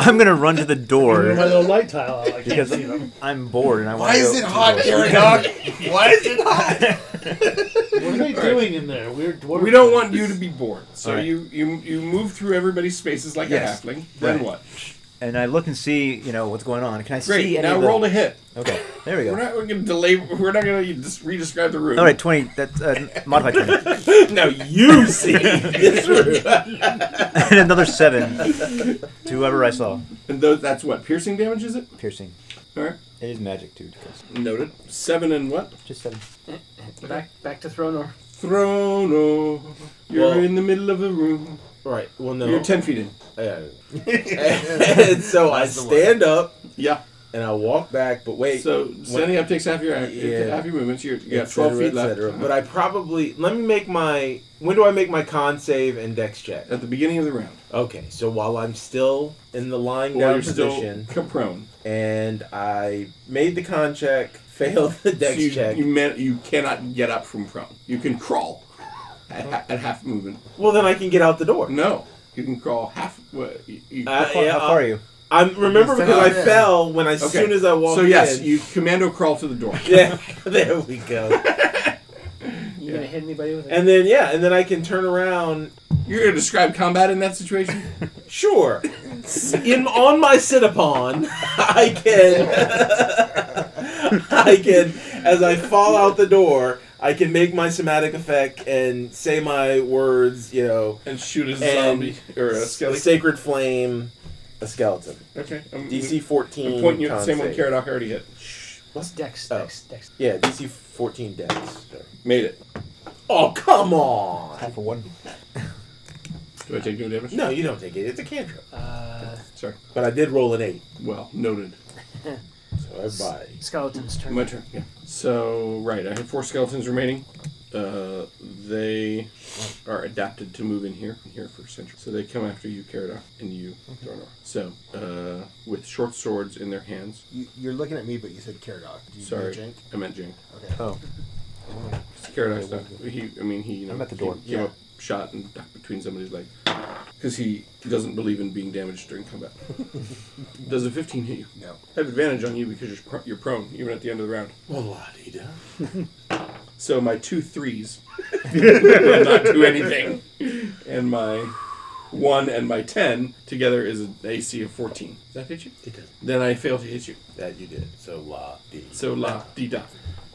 S12: I'm gonna run to the door
S14: My little light tile. I can't
S12: because
S14: see them.
S12: I'm bored and I want.
S18: Why is it hot, Gary Dog? Why is it hot?
S14: What are they doing in there? We're dwarves.
S2: we don't want you to be bored, so
S12: All right.
S2: you, you you move through everybody's spaces like
S12: Yes.
S2: a halfling. Then
S12: Right.
S2: what?
S12: And I look and see, you know, what's going on. Can I
S2: Great.
S12: see? any
S2: now
S12: of the-
S2: roll to hit.
S12: Okay, there we go.
S2: We're not going to delay. We're not going to just re-describe the room.
S12: All right, twenty. That's uh, modified twenty.
S2: now you see this
S12: and another seven to whoever I saw.
S2: And those, that's what piercing damage is it?
S12: Piercing.
S2: All right.
S12: It is magic too.
S2: Noted. Seven and what?
S12: Just seven.
S3: Back back to Thronor.
S2: Throno, you're
S1: Well-
S2: in the middle of a room.
S1: Right. Well, no.
S2: You're ten feet in.
S1: Yeah. and so I
S2: That's the one.
S1: stand up.
S2: Yeah.
S1: And I walk back, but wait.
S2: So
S1: when-
S2: standing up takes half your half your movements. You're, you got
S1: Et
S2: twelve
S1: cetera,
S2: feet
S1: et
S2: left.
S1: cetera. But I probably let me make my. When do I make my con save and dex check?
S2: At the beginning of the round.
S1: Okay, so while I'm still in the lying
S2: While
S1: down
S2: you're still
S1: position,
S2: prone,
S1: and I made the con check, failed the dex
S2: So you,
S1: check.
S2: You man, you cannot get up from prone. You can crawl at, ha- at half movement.
S1: Well, then I can get out the door.
S2: No, you can crawl half. What, you, you,
S1: Uh, How far- yeah, how far uh, are you? I'm- remember
S2: You
S1: because I
S2: fell in.
S1: fell when I- as soon as I walked
S2: So yes,
S1: in.
S2: you commando crawl to the door.
S1: Yeah, there we go.
S3: You gonna hit anybody with it?
S1: And then yeah, and then I can turn around.
S2: You're gonna describe combat in that situation?
S1: sure. In on my sit upon, I can, I can, as I fall out the door, I can make my somatic effect and say my words, you know,
S2: and shoot a
S1: and
S2: zombie or a
S1: s-
S2: skeleton.
S1: sacred flame, a skeleton.
S2: Okay. I'm-
S1: DC fourteen.
S2: I'm pointing you at the
S1: con
S2: same one
S1: save.
S2: Caradoc already hit.
S3: What's Dex?
S1: Oh.
S3: Dex. Dex.
S1: Yeah, DC fourteen dex.
S2: Made it.
S1: Oh come on!
S12: Half a one.
S2: Do I take no damage?
S1: No, you don't take it. It's a cantrip.
S3: Uh,
S2: Sorry.
S1: But I did roll an eight.
S2: Well, noted.
S1: So everybody.
S3: Skeleton's turn.
S2: My turn. Yeah. So right, I have four skeletons remaining. Uh, they are adapted to move in here, in here for centuries. So they come after you, Caradoc, and you, Thornor. So uh, with short swords in their hands.
S8: You, you're looking at me, but you said Caradog. Did you
S2: Sorry,
S8: Jink?
S2: I meant Jink.
S8: Okay.
S12: Oh.
S2: Caradoc's not. He, I mean, he. You know,
S12: I'm at the door.
S2: He came
S12: Yeah.
S2: up, shot, and ducked between somebody's leg because he doesn't believe in being damaged during combat. Does a 15 hit you?
S8: No.
S2: I have advantage on you because you're pro- you're prone, even at the end of the round.
S1: Well, la-di-da.
S2: So my two threes will not do anything, and my one and my ten together is an AC of fourteen. Does that hit you? It does. Then I fail to hit you.
S1: That you did. So la di.
S2: So la di da.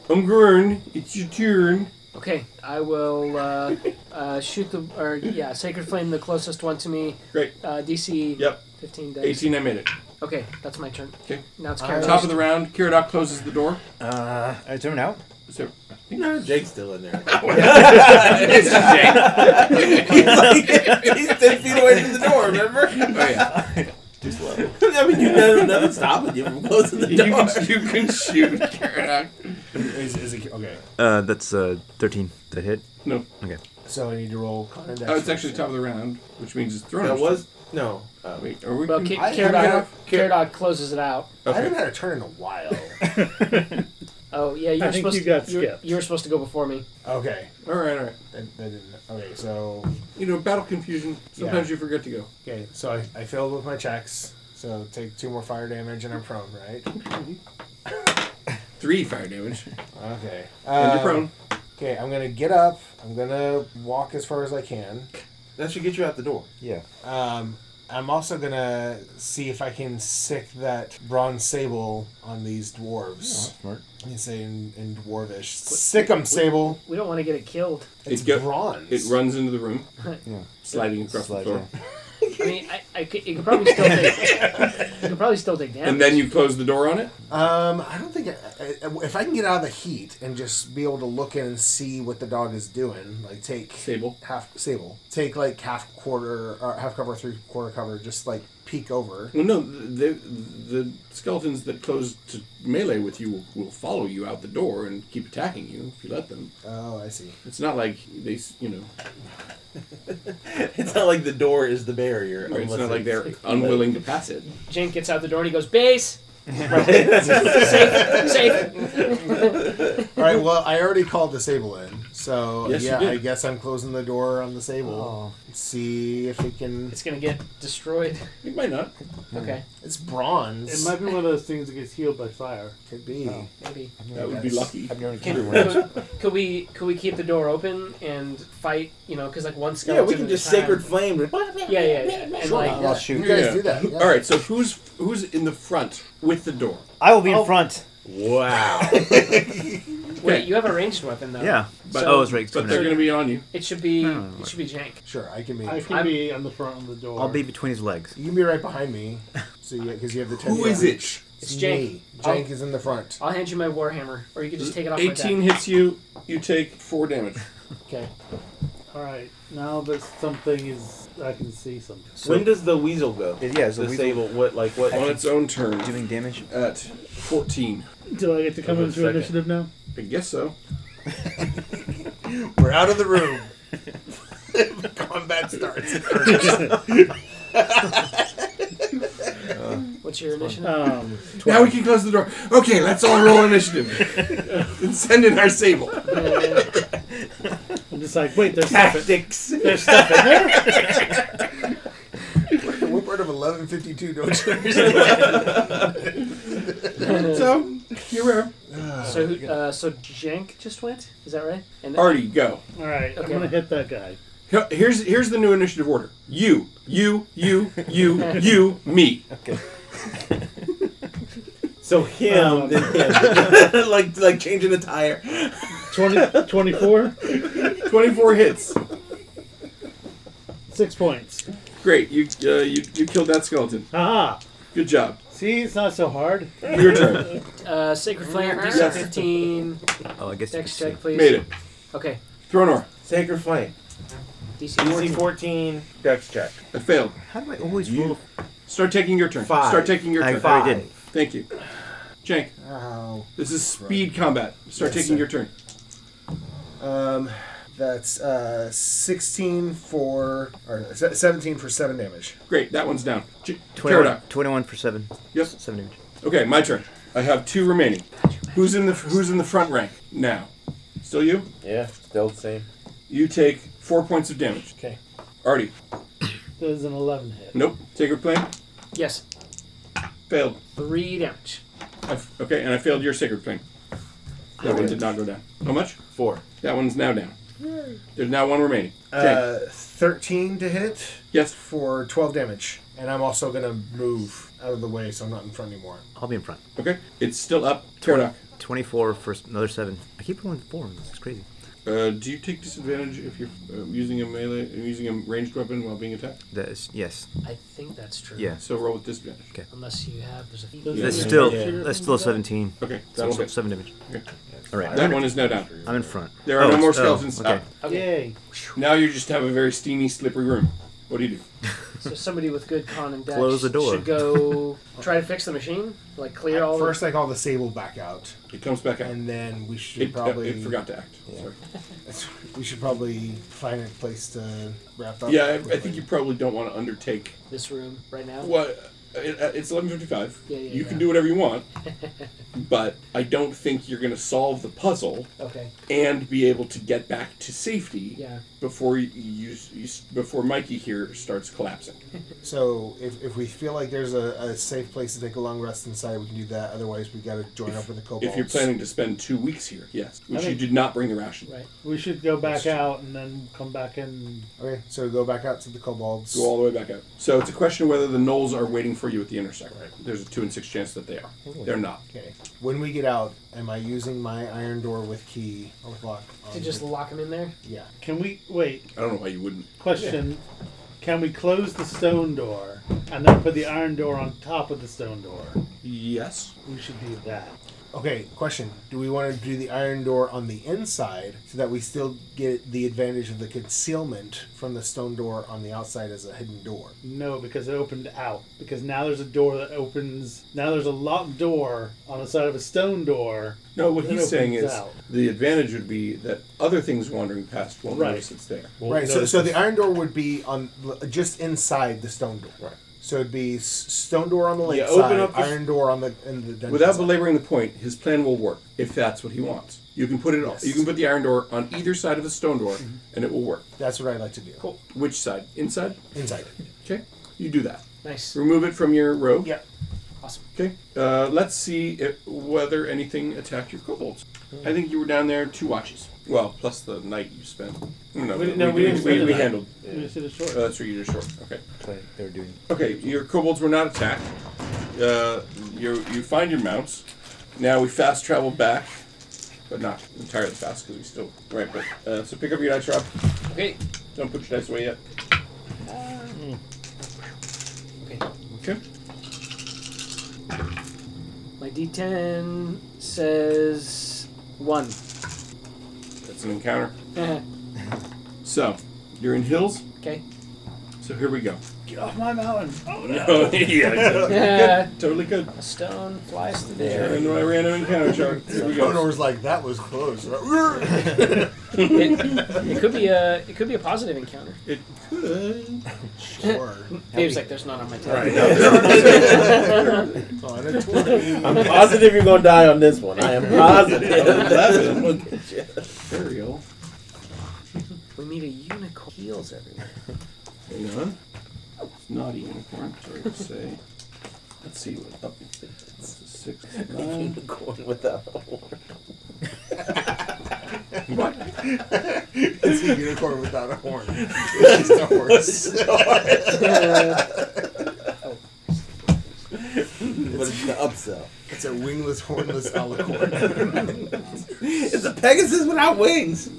S2: Umgurn, it's your turn.
S3: Okay, I will uh, uh, shoot the or yeah, sacred flame the closest one to me.
S2: Great.
S3: Uh, DC.
S2: Yep.
S3: Fifteen. Dice.
S2: Eighteen, I made it.
S3: Okay, that's my turn.
S2: Okay.
S3: Now it's Karen.
S2: Top of the round, Kiradok closes the door.
S12: Uh, is everyone out?
S2: So,
S1: No, Jake's still in there.
S2: it's just Jake.
S1: he's ten feet away from the door. Remember?
S2: Oh yeah.
S1: Too slow. I mean, you know, nothing's stopping you from closing the
S2: You
S1: door.
S2: can- you can shoot, Karadok.
S8: Is, is it, okay.
S12: Uh, that's uh, thirteen. That hit.
S2: No.
S12: Okay.
S8: So I need to roll con and
S2: Oh, it's actually top of the round, which means it's thrown.
S8: That was-
S1: no.
S2: Wait, are we?
S3: Well, Ca- Caradog Caradog closes it out.
S2: Okay. I haven't had
S8: a turn in a while.
S3: oh yeah, you
S8: I
S3: were
S8: think
S3: supposed
S8: you got
S3: to. You were,
S8: skipped.
S3: you were supposed to go before me.
S8: Okay.
S2: All right, all right.
S8: That, that didn't, okay, so
S2: you know, battle confusion. Sometimes you forget to go.
S8: Okay, so I, I failed with my checks. So take two more fire damage and I'm prone, right?
S2: Three fire damage.
S8: Okay. Uh,
S2: And
S1: Uh,
S2: you're prone.
S8: Okay, I'm gonna get up. I'm gonna walk as far as I can.
S1: That should get you out the door.
S8: Yeah. Um, I'm also gonna see if I can sick that bronze sable on these dwarves.
S12: smart.
S8: You say in, in dwarvish, sick 'em, sable.
S3: We don't want to get it killed.
S8: It's
S2: go-
S8: bronze.
S2: It runs into the room,
S3: Yeah.
S2: sliding across
S12: Slide,
S2: the floor.
S3: I mean, I, I could, it could probably still take. You could probably still take damage.
S2: And then you close the door on it.
S8: Um, I don't think I, I, if I can get out of the heat and just be able to look in and see what the dog is doing, like take
S2: sable
S8: half sable, take like half quarter or half cover, three quarter cover, just like peek over.
S2: Well, no, the, the the skeletons that close to melee with you will, will follow you out the door and keep attacking you if you let them.
S8: Oh, I see.
S2: It's not like they, s- you know,
S1: It's not like the door is the barrier.
S2: Right, it's
S1: unless
S2: not like they're unwilling to pass it.
S3: Jink gets out the door and he goes base. safe, safe.
S8: All right. Well, I already called the sable in, so
S3: Yes, you
S8: yeah,
S3: did.
S8: I guess I'm closing the door on the sable. See if it can.
S3: It's gonna get destroyed.
S2: It might not.
S3: Okay.
S8: It's bronze.
S14: It might be one of those things that gets healed by fire.
S8: Could be.
S2: Oh,
S3: Maybe.
S2: That would be lucky. I've
S12: known
S3: Can, could, could we could we keep the door open and fight? You know, because like one skeleton.
S1: we can
S3: at a
S1: just
S3: time.
S1: sacred flame.
S3: Yeah, yeah, yeah. And like,
S2: Yeah. All right, so who's who's in the front with the door?
S12: I will be in front.
S1: Wow.
S3: Wait, you have a ranged weapon though.
S12: Yeah, but-
S3: So-
S12: oh, it's right,
S2: But they're going to be on you.
S3: It should be.
S12: Hmm.
S3: It should be Jank.
S8: Sure, I can be.
S14: I can
S8: I'm-
S14: be on the front of the door.
S12: I'll be between his legs.
S8: You can be right behind me. So yeah, because you have the ten.
S2: Who is it?
S3: It's
S8: Me.
S3: Jank.
S8: Jank
S3: I'll-
S8: is in the front.
S3: I'll hand you my warhammer, or you can just take it off. my
S2: Eighteen hits you. You take four damage.
S3: Okay.
S14: All right, now that something is, I can see something.
S1: when does the weasel go?
S12: Yeah, is
S1: the,
S12: the weasel-
S1: sable. What like what?
S2: on its own turn.
S12: Doing damage?
S2: At 14.
S6: Do I get to come
S2: Hold on a
S6: into
S2: second.
S6: initiative now?
S2: I guess so.
S18: We're out of the room. Combat starts.
S3: What's your initiative?
S6: Um,
S2: Now we can close the door. Okay, let's all roll initiative. and send in our sable.
S3: Uh,
S6: I'm just like, wait, there's tactics. There's stuff in there.
S18: We're part of 1152 Dodgers.
S2: so, you're rare.
S3: So who, uh, so Jank just went. Is that right? And
S2: Artie, go.
S14: All right, I'm
S3: Okay.
S14: gonna hit that guy.
S2: Here- Here's here's the new initiative order. You, you, you, you, you, me. Okay.
S1: So him,
S2: Um,
S1: then him. like like changing a tire.
S6: 20, 24?
S2: 24 hits.
S6: Six points.
S2: Great. You uh, you you killed that skeleton.
S6: Haha.
S2: Good job.
S6: See, it's not so hard.
S2: Your turn.
S3: Uh, Sacred Flame, DC
S2: Yes.
S3: 15.
S12: Oh, I guess you
S3: Dex
S12: can
S3: check,
S12: see.
S3: please.
S2: Made it.
S3: Okay.
S2: Thronor.
S1: Sacred flame.
S3: DC
S1: DC
S3: 14.
S1: fourteen. Dex check.
S2: I failed.
S12: How do I always roll?
S2: Start taking your turn.
S1: Five.
S2: Start taking your
S12: I
S2: turn.
S12: already did.
S2: Thank you. Jank.
S8: Oh.
S2: This is speed combat. Start
S8: Yes,
S2: taking
S8: sir.
S2: your turn.
S8: Um, that's uh, 16 for or se- 17 for seven damage.
S2: Great. That one's down. J-
S12: 21,
S2: Pterodactyl.
S12: 21 for 7.
S2: Yep.
S12: 7 damage.
S2: Okay, my turn. I have two remaining. Who's in the Who's in the front rank now? Still you?
S1: Yeah, still the same.
S2: You take four points of damage.
S8: Okay.
S2: Artie.
S14: There's an 11 hit.
S2: Nope. Sacred Flame.
S3: Yes.
S2: Failed.
S3: Three damage.
S2: I f- okay, and I failed your Sacred Flame. That one did not go down. How much?
S1: Four.
S2: That one's now down. There's now one remaining.
S8: Uh, 13 to hit.
S2: Yes.
S8: For 12 damage, and I'm also gonna move out of the way, so I'm not in front anymore.
S12: I'll be in front.
S2: Okay. It's still up. Pterodactyl.
S12: 24 for s- another 7. I keep rolling 4. This is crazy.
S2: Uh, do you take disadvantage if you're uh, using a melee, using a ranged weapon while being attacked?
S12: That is, yes.
S3: I think that's true.
S12: Yeah.
S2: So roll with disadvantage.
S12: Okay.
S3: Unless you have. There's a
S2: Yeah.
S12: That's
S2: Yeah.
S12: still
S2: Yeah.
S12: that's still 17.
S2: Okay,
S12: So
S2: that'll
S12: it's
S2: hit.
S12: 7 damage.
S2: Okay.
S12: All right.
S2: That one is now down.
S12: I'm in front.
S2: There are
S12: Oh,
S2: no more Uh,
S12: it's- oh,
S2: skeletons.
S12: okay.
S2: Up. Now you just have a very steamy, slippery room. What do you do?
S3: So somebody with good con and dex
S12: Close the door.
S3: should go try to fix the machine, like clear all
S5: First,
S3: the.
S5: I call the sable back out.
S2: It comes back out.
S5: And then we should
S2: It- uh,
S5: probably.
S2: it forgot to act.
S5: Yeah.
S2: Sorry.
S5: That's- we should probably find a place to wrap up.
S2: Yeah, I, I think you probably don't want to undertake
S3: This room right now.
S2: Well, it, uh, it's 11:55.
S3: Yeah, yeah,
S2: you
S3: yeah.
S2: can do whatever you want, but I don't think you're going to solve the puzzle
S3: Okay.
S2: and be able to get back to safety
S3: Yeah.
S2: before you, you, you before Mikey here starts collapsing.
S5: So if, if we feel like there's a, a safe place to take a long rest inside, we can do that. Otherwise, we got to join up with the kobolds.
S2: If you're planning to spend two weeks here, yes, which
S14: I
S2: you
S14: think-
S2: did not bring the ration.
S3: Right.
S14: We should go back out and then come back in.
S5: Okay, so go back out to the kobolds.
S2: Go all the way back out. So it's a question of whether the gnolls are waiting for you at the intersect. There's a two and six chance that they are. They're not.
S5: Okay. When we get out, am I using my iron door with key or with lock?
S3: To just lock him in there.
S5: Yeah.
S14: Can we wait?
S2: I don't know why you wouldn't.
S14: Question: Can we close the stone door and then put the iron door on top of the stone door?
S2: Yes.
S14: We should do that.
S5: Okay, question. Do we want to do the iron door on the inside so that we still get the advantage of the concealment from the stone door on the outside as a hidden door?
S14: No, because it opened out. Because now there's a door that opens. Now there's a locked door on the side of a stone door.
S2: No, what
S14: that
S2: he's saying
S14: opens
S2: is
S14: out.
S2: the advantage would be that other things wandering past won't
S14: Right.
S2: notice it's there.
S5: right. So, so the iron door would be on just inside the stone door. Right. So it'd be s- stone door on the lake
S2: Yeah,
S5: side,
S2: open up the-
S5: iron door on the in the dungeon.
S2: Without
S5: side.
S2: belaboring the point, his plan will work if that's what he wants. You can put it.
S5: Yes.
S2: You can put the iron door on either side of the stone door, and it will work.
S5: That's what I like to do.
S2: Mm-hmm. Cool. Which side? Inside.
S5: Inside.
S2: Okay. You do that.
S3: Nice.
S2: Remove it from your robe.
S3: Yeah. Awesome.
S2: Okay. Uh, let's see if, whether anything attacked your kobolds. I think you were down there two watches. Well, plus the night you spent. No,
S14: We didn't- no, we didn't
S2: we,
S14: spend the
S2: we
S14: night.
S2: handled.
S14: We just did a short.
S2: Oh, that's right. You did a short. Okay.
S12: They were doing.
S2: Okay, your kobolds were not attacked. Uh, you you find your mounts. Now we fast travel back, but not entirely fast because we still right. But uh, so pick up your dice, Rob.
S3: Okay.
S2: Don't put your dice away yet.
S3: Okay.
S2: Okay.
S3: My D10 says one.
S2: That's an encounter. So you're in hills.
S3: okay.
S2: So here we go.
S14: Get off my mountain! Oh no!
S2: yeah, exactly.
S3: Yeah.
S2: Good, totally good.
S3: A stone flies through the
S2: Turn
S3: air.
S2: into my random encounter chart. Here we go.
S18: Conor's like, that was close.
S3: it, it could be a it could be a positive encounter.
S2: It could.
S18: sure.
S3: Dave's like, there's not on my table.
S18: Right.
S3: on a 20.
S4: I'm positive you're gonna die on this one. I am positive.
S2: Eleven.
S4: Look at you.
S2: Burial.
S3: We need a unicorn. Heels everywhere.
S2: Hang on. Not a unicorn, sorry to say. Let's see what up. That's a six. Nine.
S4: Unicorn without a horn.
S2: What?
S18: It's a unicorn without a horn. It's just a horse.
S4: What's the upsell?
S18: it's a wingless, hornless alicorn.
S4: It's a Pegasus without wings.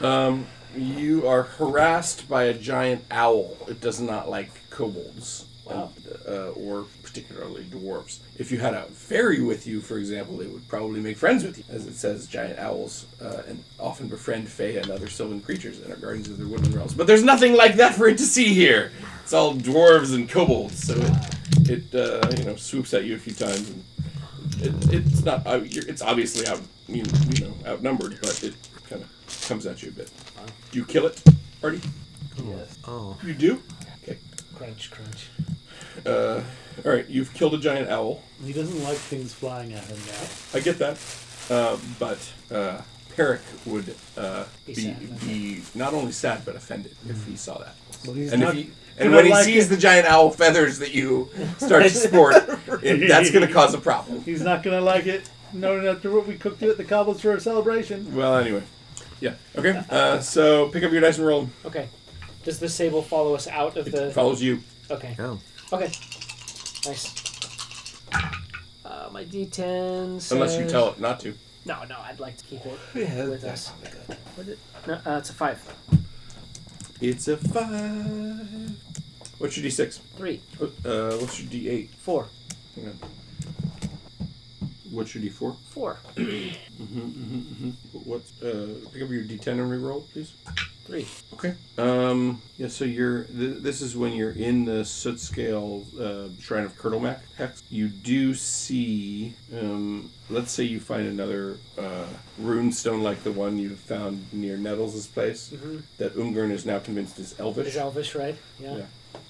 S2: Um, you are harassed by a giant owl. It does not like kobolds.
S3: Wow.
S2: and, uh, or particularly dwarves. If you had a fairy with you, for example, they would probably make friends with you. As it says, giant owls uh, and often befriend fae and other sylvan creatures and are guardians of their woodland realms. But there's nothing like that for it to see here. It's all dwarves and kobolds, so it, it uh, you know swoops at you a few times. And it, it's not. Uh, you're, it's obviously out. You, you know, outnumbered, but it kind of comes at you a bit. Do you kill it, Artie?
S3: Yes.
S12: Oh.
S2: You do. Okay.
S3: Crunch, crunch.
S2: Uh, all right. You've killed a giant owl.
S14: He doesn't like things flying at him now.
S2: I get that, uh, but uh, Peric would uh,
S14: Be
S2: be,
S14: sad about
S2: be not only sad but offended if he saw that.
S14: Well, he's
S2: and
S14: not
S2: if he, and
S14: gonna
S2: when he
S14: like
S2: sees
S14: it.
S2: the giant owl feathers that you start to sport, it, that's going to cause a problem.
S14: He's not gonna like it. No, no, no. We cooked it at the cobbles for a celebration.
S2: Well, anyway, yeah. Okay. Uh, so pick up your dice and roll.
S3: Okay. Does the sable follow us out of the?
S2: Follows you.
S3: Okay.
S12: Oh.
S3: Okay. Nice. Uh, my D10 says...
S2: Unless you tell it not to.
S3: No, no, I'd like to keep it with us. What did- No, uh, it's a five.
S2: It's a five. What's your d6?
S3: Three.
S2: Uh, what's your d8?
S3: Four.
S2: Hang on. What's your d4?
S3: Four.
S2: Mm-hmm, mm-hmm, mm-hmm. What's, uh, pick up your d10 and reroll, please. Three. Okay. Um, yeah, so you're. Th- this is when you're in the soot scale uh, shrine of Kurtlemak hex. You do see. Um, let's say you find another uh, rune stone like the one you found near Nettles' place
S3: Mhm.
S2: that Umgurn is now convinced is elvish.
S3: Is elvish, right? Yeah.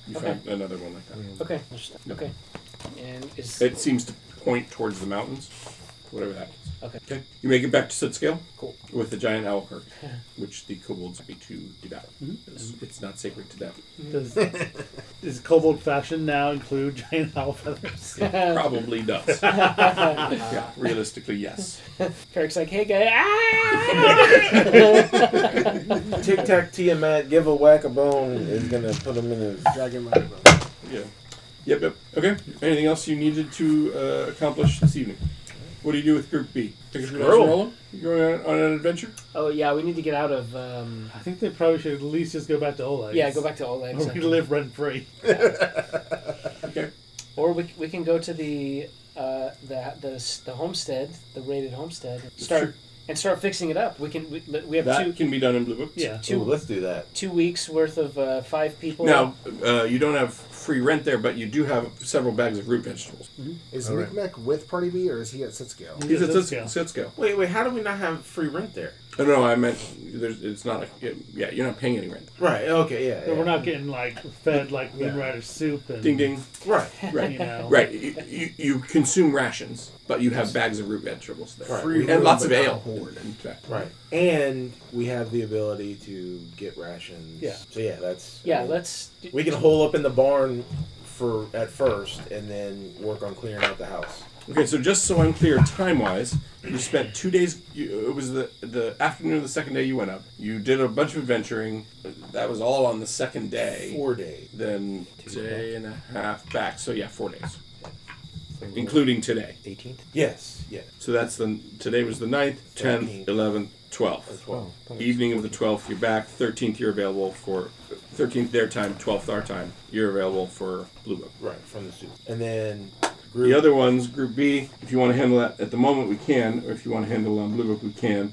S2: You
S3: Okay.
S2: found another one like that.
S3: Okay. Interesting. Okay. And is
S2: It seems to point towards the mountains, whatever that is.
S3: Okay.
S2: You make it back to Soot Scale.
S3: Cool.
S2: With the giant owl herd,
S3: Yeah. Mm-hmm.
S2: which the kobolds be to devour. It's, it's not sacred to them.
S6: Does, does kobold fashion now include giant owl feathers?
S2: It probably does. yeah, realistically, yes.
S3: Ferrick's like, hey guy, ah!
S1: Tic Tac Tiamat, give a whack a bone is gonna put him in a dragon mode.
S2: Yeah. Yep, yep. Okay. Anything else you needed to uh, accomplish this evening? What do you do with Group B? Take a
S3: Squirrel.
S2: You going on, on an adventure?
S3: Oh yeah, we need to get out of. Um,
S6: I think they probably should at least just go back to Oleg.
S3: Yeah, go back to Oleg's.
S6: Or we can live rent free.
S2: okay.
S3: Or we, we can go to the uh, the, the the homestead, the raided homestead, and start and start fixing it up. We can we, we have
S2: that
S3: two
S2: can be done in Blue Book.
S3: Yeah. Two- Ooh, let's
S1: do that.
S3: two weeks worth of uh, five people.
S2: Now, uh, you don't have free rent there, but you do have several bags of root vegetables.
S3: Mm-hmm.
S5: Is
S2: All
S5: All
S2: right.
S5: with Party B or is he at Sitskill?
S2: He's at Sitsko. Sitsko.
S1: Wait, wait, how do we not have free rent there?
S2: Oh, no, I meant there's, it's not a. Yeah, you're not paying any rent.
S1: Right, okay, yeah.
S6: So we're not getting like fed like Wind
S2: Yeah.
S6: Rider soup and
S2: Ding ding. Right, right,
S6: You know.
S2: right. You, you, you consume rations, but you have bags of root vegetables there,
S1: Right.
S2: We-
S1: Room,
S2: and lots of
S1: but not
S2: ale.
S1: board.
S2: in fact.
S1: Right. And we have the ability to get rations.
S3: Yeah.
S1: So yeah, that's
S3: Yeah, let's-
S1: We can hole up in the barn for at first and then work on clearing out the house.
S2: Okay, so just so I'm clear, time wise, you spent two days. You, it was the the afternoon of the second day you went up. You did a bunch of adventuring. That was all on the second day.
S1: Four days.
S2: Then day and a half back. So yeah, four days, including today.
S9: 18th.
S1: Yes. Yeah.
S2: So that's the today was the 9th, 10th, 11th, 12th.
S1: Twelve.
S2: Evening of the 12th, you're back. 13th, you're available for 13th their time, 12th our time. You're available for Blue Book.
S1: Right, from the soup. And then
S2: the other ones, Group B, if you want to handle that at the moment, we can, or if you want to handle it on Blue Book, we can.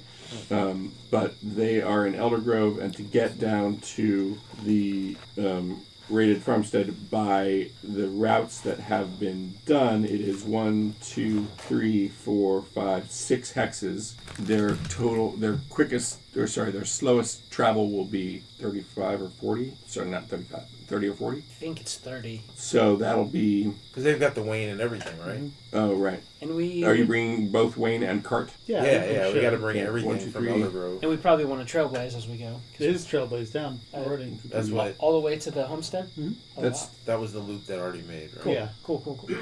S2: Um, but they are in Elder Grove, and to get down to the um, rated farmstead by the routes that have been done, it is one, two, three, four, five, six hexes. Their total, their quickest, or sorry, their slowest travel will be 35 or 40. Sorry, not 35, 30 or 40.
S3: I think it's thirty.
S2: So that'll be
S1: because they've got the Wayne and everything, right?
S2: Oh right.
S3: And we-
S2: are you bringing both Wayne and Cart?
S1: Yeah, yeah, yeah, we got to bring
S2: Yeah,
S1: everything
S2: one, two,
S1: from
S2: three.
S1: Elder Grove.
S3: And we probably want to trailblaze as we go.
S6: It is trailblaze down
S3: Uh,
S6: already.
S1: That's what.
S3: All the way to the homestead.
S6: Mhm.
S3: Oh,
S1: That's
S3: wow.
S1: that was the loop that already made, right?
S3: Cool. Cool. Cool. Cool.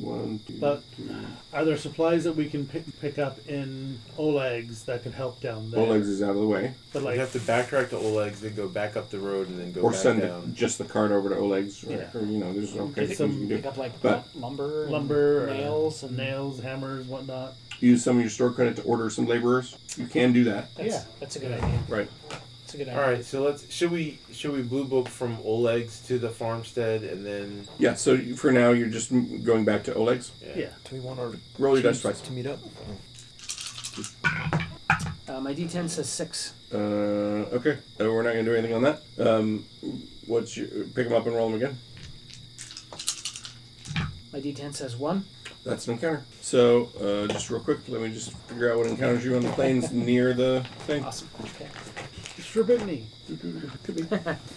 S2: One, two,
S6: But
S2: three.
S6: are there supplies that we can pick, pick up in Oleg's that could help down there?
S2: Oleg's is out of the way.
S6: But like,
S1: you have to backtrack to Oleg's, then go back up the road, and then go
S2: or
S1: back
S2: send
S1: down.
S2: it, just the cart over to Oleg's, or,
S6: Yeah.
S2: or, you know, there's okay
S6: Get
S2: things you
S6: some-
S2: can do.
S3: Pick up like
S2: but
S3: lumber, and
S6: lumber, or
S3: nails, and
S6: nails, hammers, whatnot.
S2: use some of your store credit to order some laborers. You can do that.
S3: That's,
S6: Yeah.
S3: that's a good idea.
S2: Right.
S3: That's a good
S1: All
S3: idea.
S1: right, so let's should we should we blue book from Oleg's to the farmstead, and then
S2: Yeah. So you- for now, you're just m- going back to Oleg's.
S6: Yeah.
S12: Do we want our
S2: Roll your dice twice.
S12: to meet up?
S3: Uh, my D10 says six.
S2: Uh, okay. Uh, we're not gonna do anything on that. Um, what's your pick them up and roll them again?
S3: My D10 says one.
S2: That's an encounter. So, uh, just real quick, let me just figure out what encounters you on the plains near the thing.
S3: Awesome. Okay.
S6: Strabitney.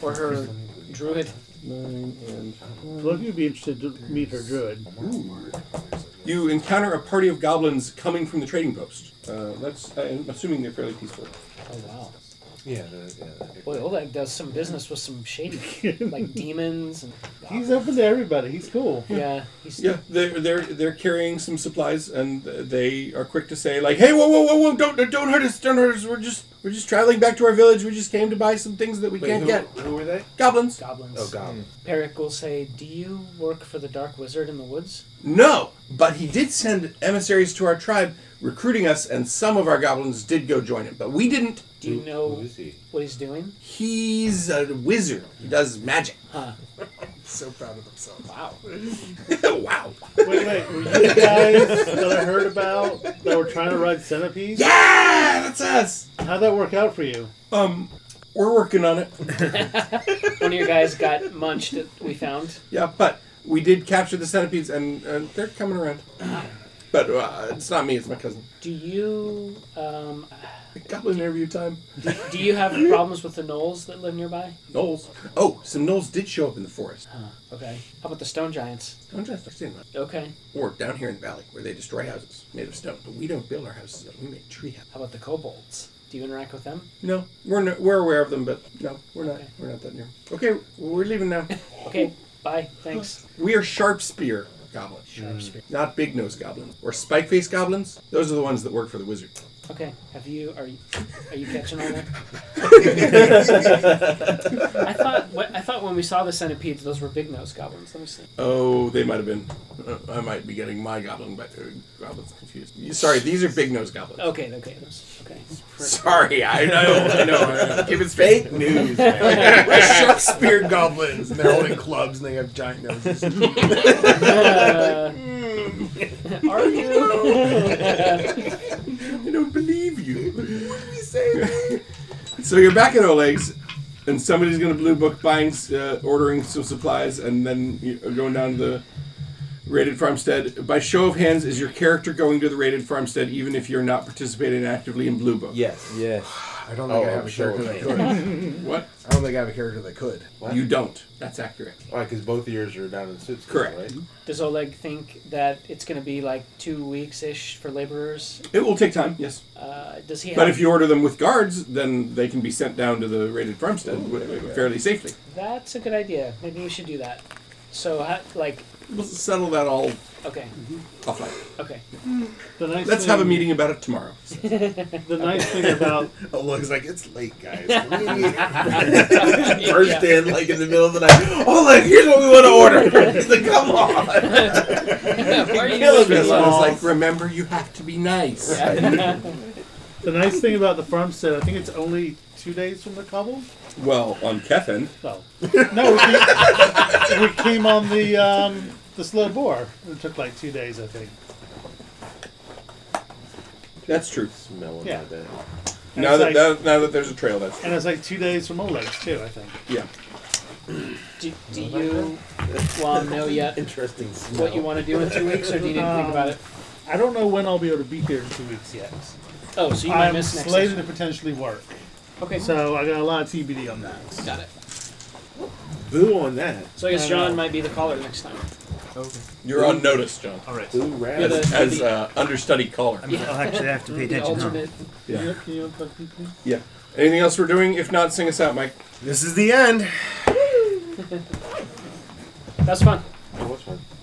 S3: or her druid.
S2: Nine and
S6: Well, if you'd be interested to meet her druid.
S2: You encounter a party of goblins coming from the trading post. Uh, that's I'm assuming they're fairly peaceful.
S3: Oh wow.
S1: yeah, the, yeah.
S3: Boy, Oleg does some business with some shady, like demons and
S6: He's open to everybody. He's cool.
S3: yeah. He's
S2: Yeah, they're they're they're carrying some supplies, and they are quick to say like, "Hey, whoa, whoa, whoa, whoa! Don't don't hurt us! Don't hurt us! We're just we're just traveling back to our village. We just came to buy some things that we
S1: Wait,
S2: can't
S1: who,
S2: get."
S1: Who were they?
S2: Goblins.
S3: Goblins.
S1: Oh, goblin.
S6: Hmm.
S3: Peric will say, "Do you work for the dark wizard in the woods?"
S2: No, but he did send emissaries to our tribe, recruiting us, and some of our goblins did go join him, but we didn't.
S3: Do you know
S1: Who is he?
S3: what he's doing?
S2: He's a wizard. He does magic.
S3: Huh.
S18: so proud of himself.
S3: Wow.
S2: wow.
S6: Wait, wait. Were you the guys that I heard about that were trying to ride centipedes?
S2: Yeah, that's us.
S6: How'd that work out for you?
S2: Um, We're working on it.
S3: One of your guys got munched. That we found.
S2: Yeah, but we did capture the centipedes, and, and they're coming around. But uh, it's not me; it's my cousin.
S3: Do you um,
S2: goblin interview time?
S3: Do, do you have problems with the gnolls that live nearby?
S2: Knolls. Oh, some knolls did show up in the forest,
S3: Okay. How about the stone giants?
S2: Stone giants, I've seen that.
S3: Okay.
S2: or down here in the valley, where they destroy houses made of stone. But we don't build our houses; we make tree houses.
S3: How about the kobolds? Do you interact with them?
S2: No, we're no, we're aware of them, but no, we're not. We're not that near. Okay, we're leaving now.
S3: Okay. Bye. Thanks.
S2: We are sharp spear goblins.
S3: Sharp spear.
S2: Not big nose goblins or spike face goblins. Those are the ones that work for the wizard.
S3: Okay. Have you are you are you catching all that? I thought what, I thought when we saw the centipedes, those were big nose goblins. Let me see.
S2: Oh, they might have been. Uh, I might be getting my goblin but, uh, goblins confused. You- Sorry, these are big nose goblins.
S3: Okay. Okay. those- Okay.
S2: Sorry, I know. I know. I know.
S18: If it's fake news, man. We're Shakespeare goblins, and they're holding clubs, and they have giant noses.
S3: Uh, are you?
S2: I don't believe you.
S18: what did we say?
S2: So you're back in Oleg's, and somebody's going to blue book buying, uh, ordering some supplies, and then you uh, going down to the raided farmstead. By show of hands, is your character going to the raided farmstead, even if you're not participating actively in blue book?
S1: Yes.
S2: Yes.
S8: I don't
S2: Oh,
S8: think I have a character that could.
S2: What?
S8: I don't think I have a character that could.
S2: You don't. That's accurate.
S1: Right, because both of yours are down in suits.
S2: Correct.
S1: Right?
S3: Does Oleg think that it's going to be like two weeks ish for laborers?
S2: It will take time, yes.
S3: Uh, does he?
S2: But
S3: have-
S2: if you order them with guards, then they can be sent down to the raided farmstead wi- fairly safely.
S3: That's a good idea. Maybe we should do that. So, ha- like,
S2: We'll settle that all
S3: okay,
S2: offline.
S3: okay.
S6: The nice
S2: Let's have a
S6: thing-
S2: meeting about it tomorrow.
S6: The nice thing about
S18: Oh, look, it's like it's late, guys. Burst in like in the middle of the night. Oh, look, here's what we want to order. He's like, come on.
S2: Why are you
S18: Killing me,
S2: listening?
S18: Lars.
S2: It's like, remember, you have to be nice.
S6: the nice thing about the farmstead, I think it's only two days from the cobble.
S2: Well, on Kefin.
S6: No, no, we, we came on the um, the slow bore. It took like two days, I think.
S2: That's true.
S1: Smell
S6: Yeah. And
S2: Now
S6: it's
S2: that,
S6: like-
S2: now, now that there's a trail, that's
S6: And it's like two days from Oleg's too, I think.
S2: yeah.
S3: Do, do you well know yet
S1: Interesting
S3: what you want to do in two weeks, or do you need to think about it?
S6: I don't know when I'll be able to be here in two weeks yet.
S3: Oh, so you might
S6: I'm
S3: miss next
S6: slated
S3: session.
S6: to potentially work.
S3: Okay.
S6: So I got a lot of TBD on that.
S3: Got it.
S1: Boo on that.
S3: So I guess
S6: I
S3: John
S6: know.
S3: might be the caller next time.
S2: You're on notice, John. All
S12: right.
S1: Boo rad.
S3: You're
S2: As,
S3: the-
S2: as
S3: you're the-
S2: uh, understudy caller.
S12: I mean, I'll actually have to pay
S3: The
S12: attention. Huh?
S3: alternate.
S2: Yeah.
S6: Yep, can you unplug me, please?
S2: Yeah. Anything else we're doing? If not, sing us out, Mike.
S18: This is the end.
S3: That's fun.
S1: Oh, what's one?